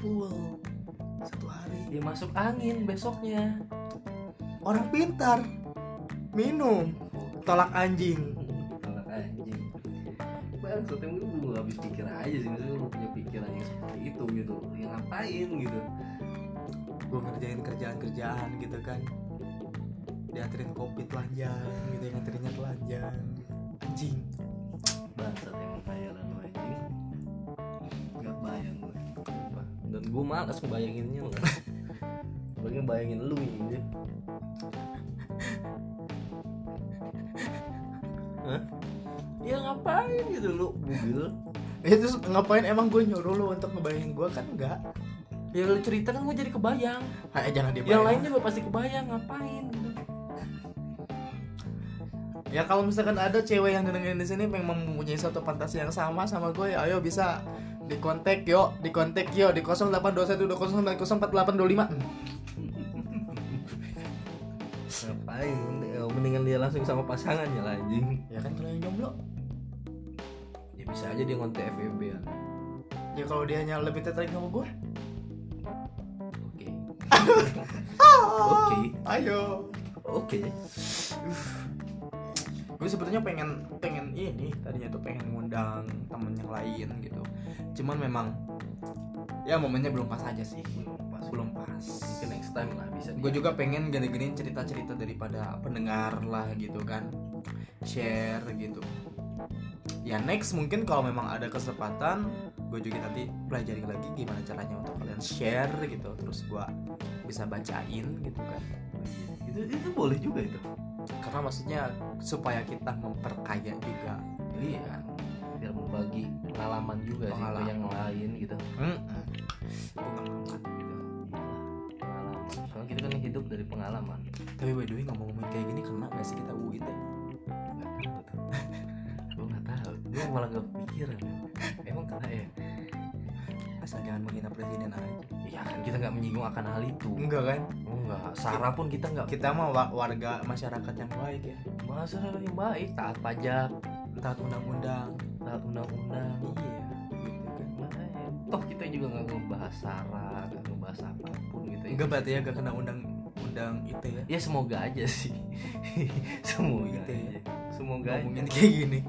Speaker 1: Cool Satu hari
Speaker 2: dia masuk angin besoknya
Speaker 1: orang pintar minum tolak anjing
Speaker 2: Anak anjing Bang, yang gue belum habis pikir aja sih Maksudnya lu punya pikiran yang seperti itu gitu Ya ngapain gitu
Speaker 1: gue ngerjain kerjaan kerjaan gitu kan dianterin kopi telanjang gitu yang nganterinnya telanjang anjing
Speaker 2: Bangsat emang khayalan lu anjing Gak bayang gue Sumpah. Dan gue malas ngebayanginnya lu Lagi bayangin lu ini Hah? Ya ngapain gitu lu Google
Speaker 1: ya terus ngapain emang gue nyuruh lo untuk ngebayangin gue kan enggak
Speaker 2: Ya lu cerita kan gue jadi kebayang
Speaker 1: Hai, jangan dibayang
Speaker 2: Yang lain juga pasti kebayang ngapain gitu
Speaker 1: ya kalau misalkan ada cewek yang dengerin di sini memang mempunyai suatu fantasi yang sama sama gue ya ayo bisa dikontak yo dikontak yo di 082120904825
Speaker 2: ngapain mendingan dia langsung sama pasangannya lah anjing
Speaker 1: ya kan kalau yang jomblo
Speaker 2: ya bisa aja dia ngontek FEB ya
Speaker 1: ya kalau dia hanya lebih tertarik sama gue
Speaker 2: oke
Speaker 1: oke
Speaker 2: Oke.
Speaker 1: ayo
Speaker 2: oke
Speaker 1: gue sebetulnya pengen pengen ini tadinya tuh pengen ngundang temen yang lain gitu cuman memang ya momennya belum pas aja sih
Speaker 2: pas
Speaker 1: belum pas
Speaker 2: mungkin next time lah bisa
Speaker 1: gue juga pengen gini-giniin cerita-cerita daripada pendengar lah gitu kan share gitu ya next mungkin kalau memang ada kesempatan gue juga nanti pelajari lagi gimana caranya untuk kalian share gitu terus gue bisa bacain gitu kan
Speaker 2: itu itu boleh juga itu
Speaker 1: karena maksudnya supaya kita memperkaya juga
Speaker 2: iya biar membagi pengalaman juga sih
Speaker 1: Pengalaman.
Speaker 2: ke yang lain gitu
Speaker 1: Mm-mm. Pengalaman.
Speaker 2: Iyalah, pengalaman soalnya kita kan hidup dari pengalaman
Speaker 1: tapi by the way ngomong-ngomong kayak gini kena gak sih kita UIT
Speaker 2: gue nggak tahu gue malah nggak kepikiran emang kena ya
Speaker 1: asal jangan menghina presiden aja
Speaker 2: iya kan kita nggak menyinggung akan hal itu
Speaker 1: enggak kan
Speaker 2: enggak sara pun kita nggak
Speaker 1: kita mah wa- warga masyarakat yang baik ya
Speaker 2: masyarakat yang baik taat pajak
Speaker 1: taat undang-undang
Speaker 2: taat undang-undang
Speaker 1: iya gitu kan
Speaker 2: Makanya, toh kita juga nggak ngebahas sara nggak ngebahas apapun gitu ya
Speaker 1: Enggak berarti ya gak kena undang-undang itu ya
Speaker 2: ya semoga aja sih semoga
Speaker 1: Gitu ya.
Speaker 2: aja. semoga
Speaker 1: Ngomongin
Speaker 2: aja
Speaker 1: kayak gini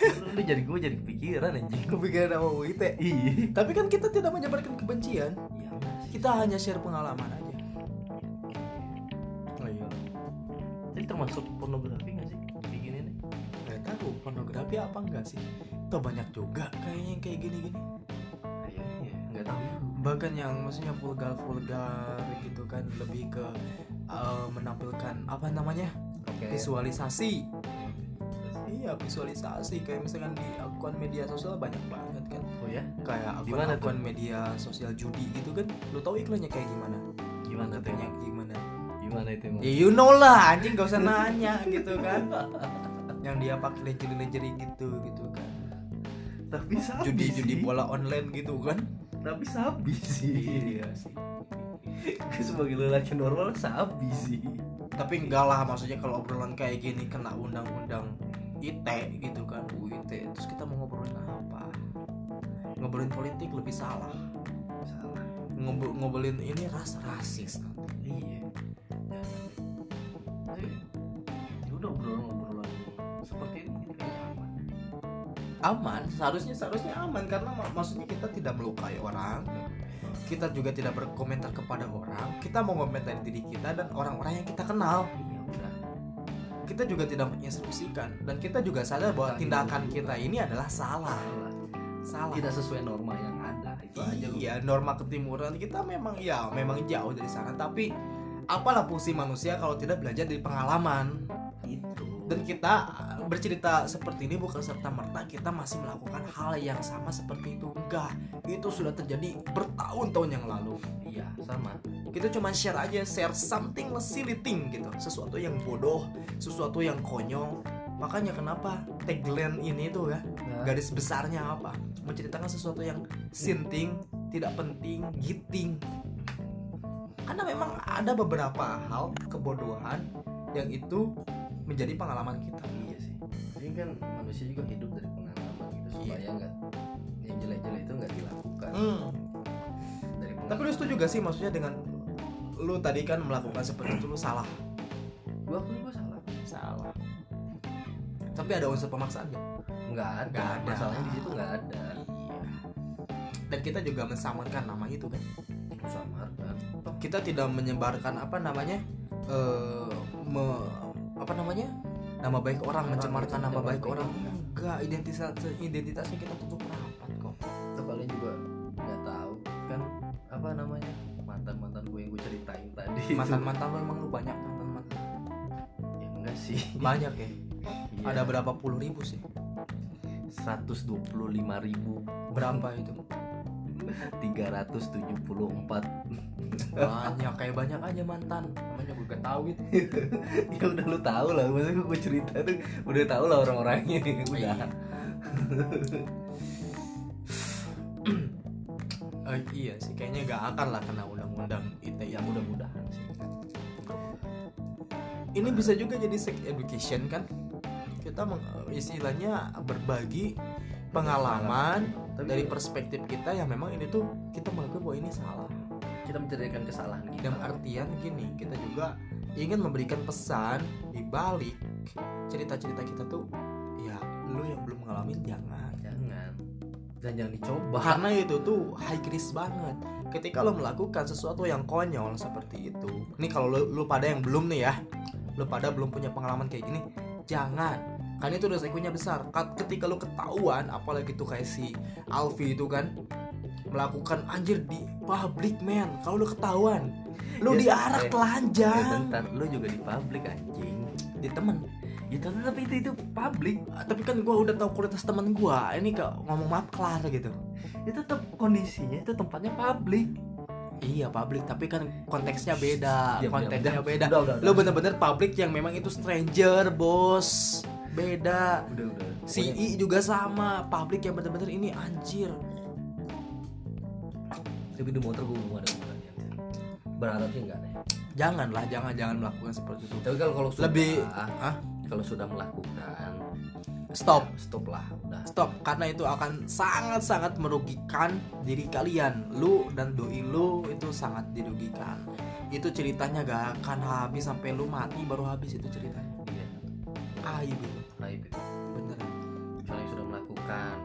Speaker 2: lu lu jadi gue jadi pikiran anjing
Speaker 1: Kepikiran sama UIT
Speaker 2: iya
Speaker 1: Tapi kan kita tidak menyebarkan kebencian
Speaker 2: Iya, nggak sih?
Speaker 1: Kita hanya share pengalaman aja Oh iya
Speaker 2: Ini termasuk pornografi gak sih? Kayak gini nih
Speaker 1: Gak tahu pornografi apa enggak sih Tuh banyak juga kayaknya yang kayak gini-gini
Speaker 2: Kayaknya Gak tau
Speaker 1: Bahkan yang maksudnya vulgar-vulgar gitu kan Lebih ke eh, menampilkan apa namanya
Speaker 2: Oke
Speaker 1: Visualisasi Iya visualisasi kayak misalkan di akun media sosial banyak banget kan
Speaker 2: Oh ya?
Speaker 1: kayak
Speaker 2: Di mana
Speaker 1: akun-akun media sosial judi gitu kan lu tahu iklannya kayak gimana
Speaker 2: Gimana tuh
Speaker 1: katanya
Speaker 2: emang?
Speaker 1: gimana
Speaker 2: Gimana itu emang?
Speaker 1: ya you know lah anjing gak usah nanya gitu kan yang dia pakai lingerie-lingerie gitu gitu kan
Speaker 2: Tapi sabi
Speaker 1: judi judi
Speaker 2: sih.
Speaker 1: bola online gitu kan
Speaker 2: Tapi sabi Iya sih
Speaker 1: sih
Speaker 2: Gue sebagai lelaki normal sabi sih
Speaker 1: tapi enggak lah maksudnya kalau obrolan kayak gini kena undang-undang ITE gitu kan UIT terus kita mau ngobrolin apa ngobrolin politik lebih salah
Speaker 2: Salah
Speaker 1: Ngobrol- ngobrolin ini ras rasis nanti
Speaker 2: Iya Jangan. Tapi, Ya udah obrolan-obrolan Seperti ini kita kayaknya aman
Speaker 1: aman seharusnya seharusnya aman karena mak- maksudnya kita tidak melukai orang kita juga tidak berkomentar kepada orang kita mau komentar diri kita dan orang-orang yang kita kenal
Speaker 2: Ya udah
Speaker 1: kita juga tidak menginstruksikan dan kita juga sadar bahwa tindakan kita ini adalah salah
Speaker 2: Salah.
Speaker 1: salah
Speaker 2: Tidak sesuai norma yang ada Itu aja lu
Speaker 1: iya norma ketimuran kita memang ya memang jauh dari sana tapi apalah fungsi manusia kalau tidak belajar dari pengalaman
Speaker 2: Itu
Speaker 1: dan kita eh, bercerita seperti ini bukan serta merta kita masih melakukan hal yang sama seperti itu enggak itu sudah terjadi bertahun-tahun yang lalu
Speaker 2: Iya sama
Speaker 1: kita cuma share aja share something silly gitu sesuatu yang bodoh sesuatu yang konyol makanya kenapa tagline ini tuh ya garis besarnya apa menceritakan sesuatu yang sinting tidak penting giting karena memang ada beberapa hal kebodohan yang itu menjadi pengalaman kita
Speaker 2: iya sih ini kan manusia juga hidup dari pengalaman gitu
Speaker 1: Iya.
Speaker 2: supaya nggak yang jelek-jelek itu nggak dilakukan
Speaker 1: Hmm.
Speaker 2: dari pengalaman
Speaker 1: Tapi lu setuju gak sih maksudnya dengan lu tadi kan melakukan seperti itu lu salah.
Speaker 2: gua aku juga salah
Speaker 1: Salah. Tapi ada unsur pemaksaan gak?
Speaker 2: nggak ada
Speaker 1: Nggak ada.
Speaker 2: masalahnya di situ nggak ada
Speaker 1: Iya. Dan kita juga mensamarkan nama itu kan.
Speaker 2: samarkan
Speaker 1: Kita tidak menyebarkan apa namanya? eh me- apa namanya? Nama baik orang,
Speaker 2: Orang,
Speaker 1: mencemarkan nama
Speaker 2: mencemarkan
Speaker 1: baik orang.
Speaker 2: orang.
Speaker 1: Enggak, identitas identitasnya kita tutup rapat kok.
Speaker 2: itu kalian juga nggak tahu kan apa namanya mantan mantan gue yang gue ceritain tadi
Speaker 1: Gitu.
Speaker 2: itu.
Speaker 1: Mantan-mantan lu emang lu banyak mantan-mantan.
Speaker 2: ya enggak sih Iya.
Speaker 1: Banyak ya. Ada berapa puluh ribu sih?
Speaker 2: 125.374
Speaker 1: Berapa itu? banyak kayak banyak aja mantan namanya gue gak tahu gitu
Speaker 2: ya udah lu tahu lah maksudnya gue cerita tuh udah tahu lah orang-orangnya udah
Speaker 1: Iya. Eh, iya sih kayaknya gak akan lah kena undang-undang ITE yang udah
Speaker 2: mudah-mudahan sih
Speaker 1: ini bisa juga jadi sex education kan kita meng- istilahnya berbagi pengalaman
Speaker 2: Tapi
Speaker 1: dari
Speaker 2: juga
Speaker 1: perspektif kita yang memang ini tuh kita mengakui bahwa ini salah
Speaker 2: kita menceritakan kesalahan kita
Speaker 1: dalam artian gini kita juga ingin memberikan pesan di balik cerita-cerita kita tuh ya lu yang belum ngalamin jangan
Speaker 2: jangan
Speaker 3: dan jangan dicoba
Speaker 1: karena itu tuh high risk banget ketika lo melakukan sesuatu yang konyol seperti itu ini kalau lo, lo pada yang belum nih ya lo pada belum punya pengalaman kayak gini jangan karena itu resikonya besar Kat- ketika lo ketahuan apalagi tuh kayak si Alfi itu kan melakukan anjir di public man kalau lo ketahuan lo
Speaker 2: Ya,
Speaker 1: diarak
Speaker 2: eh, Ya
Speaker 1: telanjang
Speaker 2: bentar, lu juga di publik anjing.
Speaker 1: di temen
Speaker 2: Ya tapi tapi itu itu publik.
Speaker 1: Ah, tapi kan gua udah tahu kualitas temen gua ini kok ngomong maaf kelar gitu
Speaker 2: Ya tetap kondisinya itu tempatnya publik.
Speaker 1: Iya public tapi kan konteksnya Iya, beda,
Speaker 2: Ya,
Speaker 1: Ah, konteksnya
Speaker 2: udah,
Speaker 1: beda.
Speaker 2: udah, udah,
Speaker 1: Lo bener-bener public yang memang itu stranger, bos. Beda.
Speaker 2: Udah udah.
Speaker 1: Si I juga sama, public yang bener-bener ini anjir.
Speaker 3: tapi di motor gue belum ada hubungannya berharapnya enggak deh
Speaker 1: Janganlah, jangan jangan melakukan seperti itu.
Speaker 3: tapi kalau kalau sudah
Speaker 1: Lebih ah,
Speaker 3: kalau sudah melakukan
Speaker 1: stop,
Speaker 3: ya, stop lah udah
Speaker 1: stop karena itu akan sangat-sangat merugikan diri kalian. Lu dan doi lu itu sangat dirugikan. Itu ceritanya gak akan habis sampai lu mati baru habis itu ceritanya.
Speaker 3: iya
Speaker 1: Aib itu,
Speaker 3: raib itu
Speaker 1: bener.
Speaker 3: misalnya sudah melakukan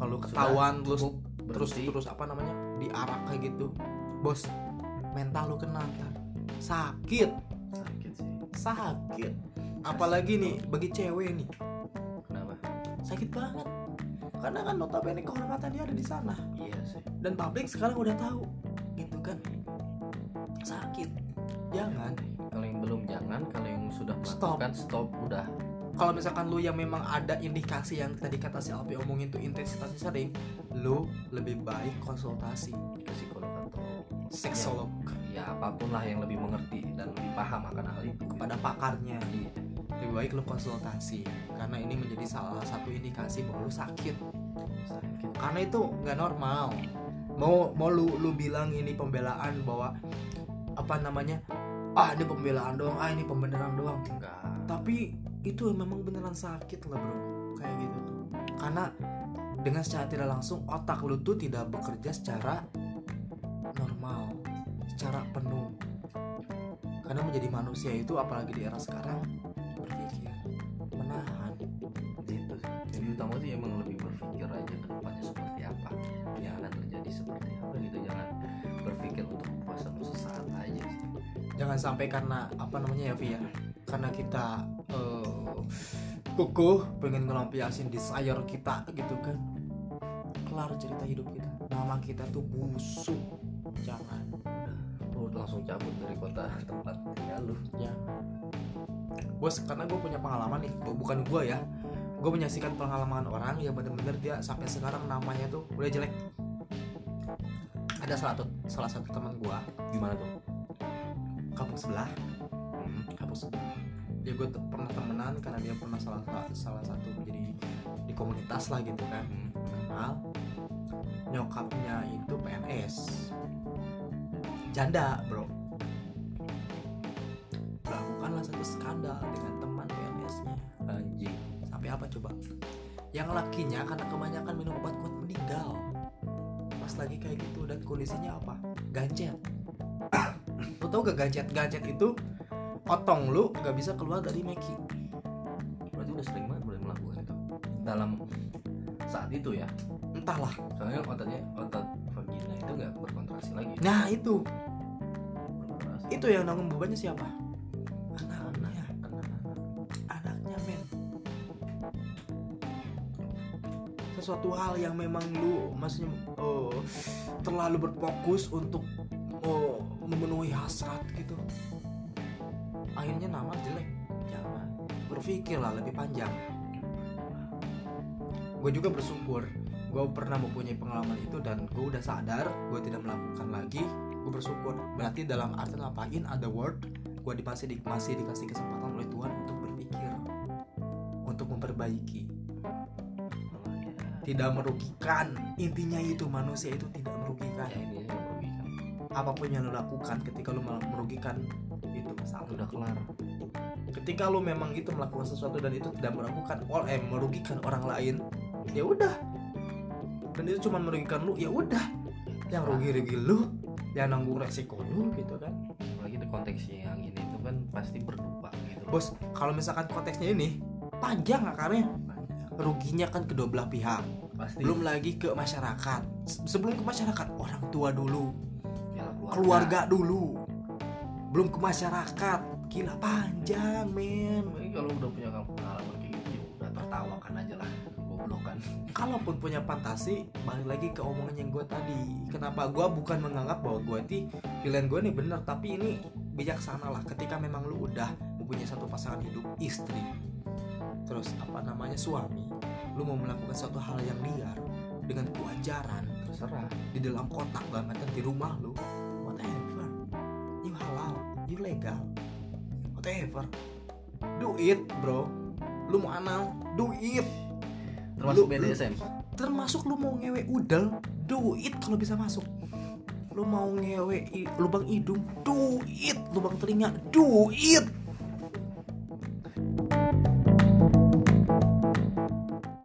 Speaker 1: Kalau
Speaker 3: Sudah,
Speaker 1: ketahuan terus
Speaker 3: cukup,
Speaker 1: terus
Speaker 3: berhenti.
Speaker 1: terus apa namanya diarak kayak gitu bos mental lu kena ntar sakit
Speaker 3: sakit sih
Speaker 1: sakit apalagi nih bagi cewek nih
Speaker 3: kenapa
Speaker 1: sakit banget karena kan notabene kehormatan dia ada di sana
Speaker 3: iya sih
Speaker 1: dan publik sekarang udah tahu gitu kan sakit Ya kan? jangan
Speaker 3: kalau yang belum jangan kalau yang sudah
Speaker 1: Stop.
Speaker 3: melakukan stop, udah
Speaker 1: kalau misalkan lu yang memang ada indikasi yang tadi kata si Alpi omongin tuh intensitasnya sering lu lebih baik konsultasi
Speaker 3: ke psikolog atau
Speaker 2: Iya.
Speaker 1: seksolog
Speaker 3: ya apapun lah yang lebih mengerti dan lebih paham akan hal itu
Speaker 1: kepada pakarnya
Speaker 3: Iya.
Speaker 1: lebih baik lu konsultasi karena ini menjadi salah satu indikasi bahwa lu sakit
Speaker 3: sakit
Speaker 1: karena itu nggak normal mau mau lu lu bilang ini pembelaan bahwa apa namanya ah ini pembelaan doang ah ini pembenaran doang
Speaker 3: enggak
Speaker 1: tapi itu memang beneran sakit lah bro kayak gitu tuh karena dengan secara tidak langsung otak lu tuh tidak bekerja secara normal secara penuh karena menjadi manusia itu apalagi di era sekarang berpikir menahan
Speaker 3: gitu sih jadi utama sih emang lebih berpikir aja ke depannya seperti apa yang akan terjadi seperti apa gitu jangan berpikir untuk kepuasan lu sesaat aja sih
Speaker 1: jangan sampai karena apa namanya ya Vi ya karena kita eh, kukuh pengen ngelampiasin desire kita gitu kan kelar cerita hidup kita nama kita tuh busuk jangan
Speaker 3: lu langsung cabut dari kota tempat tinggal lu
Speaker 1: bos karena gue punya pengalaman nih Bu- bukan gue ya gue menyaksikan pengalaman orang yang bener-bener dia sampai sekarang namanya tuh udah jelek ada salah satu salah satu teman gue
Speaker 2: Gimana tuh?
Speaker 1: kampung sebelah
Speaker 3: Hmm,
Speaker 1: kampus dia gue Ya, te- pernah temenan karena dia pernah salah salah satu jadi di komunitas lah gitu kan
Speaker 3: hmm.
Speaker 1: kenal nyokapnya itu PNS janda bro melakukanlah satu skandal dengan teman PNS-nya
Speaker 3: anjing
Speaker 1: sampai apa coba yang lakinya karena kebanyakan minum obat kuat meninggal pas lagi kayak gitu dan kondisinya apa gancet lo tau gak gancet gancet itu otong lu gak bisa keluar dari meki
Speaker 3: berarti udah sering banget boleh melakukan itu dalam saat itu ya
Speaker 1: entahlah
Speaker 3: soalnya otaknya otak vagina itu nggak berkontraksi lagi
Speaker 1: nah itu
Speaker 3: berkontraksi
Speaker 1: itu yang nanggung bebannya siapa
Speaker 3: anak
Speaker 1: anaknya
Speaker 3: anak anak
Speaker 1: anaknya men sesuatu hal yang memang lu maksudnya eh, terlalu berfokus untuk eh, memenuhi hasrat gitu akhirnya nama jelek jangan berpikirlah lebih panjang gue juga bersyukur gue pernah mempunyai pengalaman itu dan gue udah sadar gue tidak melakukan lagi gue bersyukur berarti dalam arti lapain ada word gue di masih, di, masih dikasih kesempatan oleh Tuhan untuk berpikir untuk memperbaiki
Speaker 3: malah ya
Speaker 1: tidak merugikan intinya itu manusia itu tidak merugikan
Speaker 3: ya ini yang merugikan
Speaker 1: apapun yang lo lakukan ketika lo malah merugikan itu salah
Speaker 3: udah kelar
Speaker 1: ketika lo memang gitu melakukan sesuatu dan itu tidak merugikan or- eh, merugikan orang lain ya udah dan itu cuma merugikan lu ya udah yang rugi rugi lu yang nanggung resiko lu gitu kan
Speaker 3: apalagi di konteks yang ini itu kan pasti berdua gitu loh.
Speaker 1: bos kalau misalkan konteksnya ini panjang akarnya ruginya kan kedua belah pihak
Speaker 3: pasti
Speaker 1: belum lagi ke masyarakat Se- sebelum ke masyarakat orang tua dulu
Speaker 3: Ya,
Speaker 1: keluarga dulu belum ke masyarakat gila panjang men
Speaker 2: Ini kalau udah punya kamu pengalaman kayak gitu ya udah tertawakan aja lah
Speaker 3: kan.
Speaker 2: goblokan
Speaker 1: kalaupun punya fantasi balik lagi ke omongan yang gue tadi kenapa gue bukan menganggap bahwa gue ti pilihan gue nih bener tapi ini bijaksana lah ketika memang lu udah mempunyai satu pasangan hidup istri terus apa namanya suami lu mau melakukan satu hal yang liar dengan kewajaran
Speaker 2: terserah
Speaker 1: di dalam kotak dalam artian di rumah lu whatever you halal you legal whatever do it bro lu mau anal do it
Speaker 2: termasuk
Speaker 1: Lu-
Speaker 2: BDSM
Speaker 1: termasuk lu mau ngewe udel do it kalau bisa masuk lu mau ngewe i- lubang hidung do it lubang telinga do it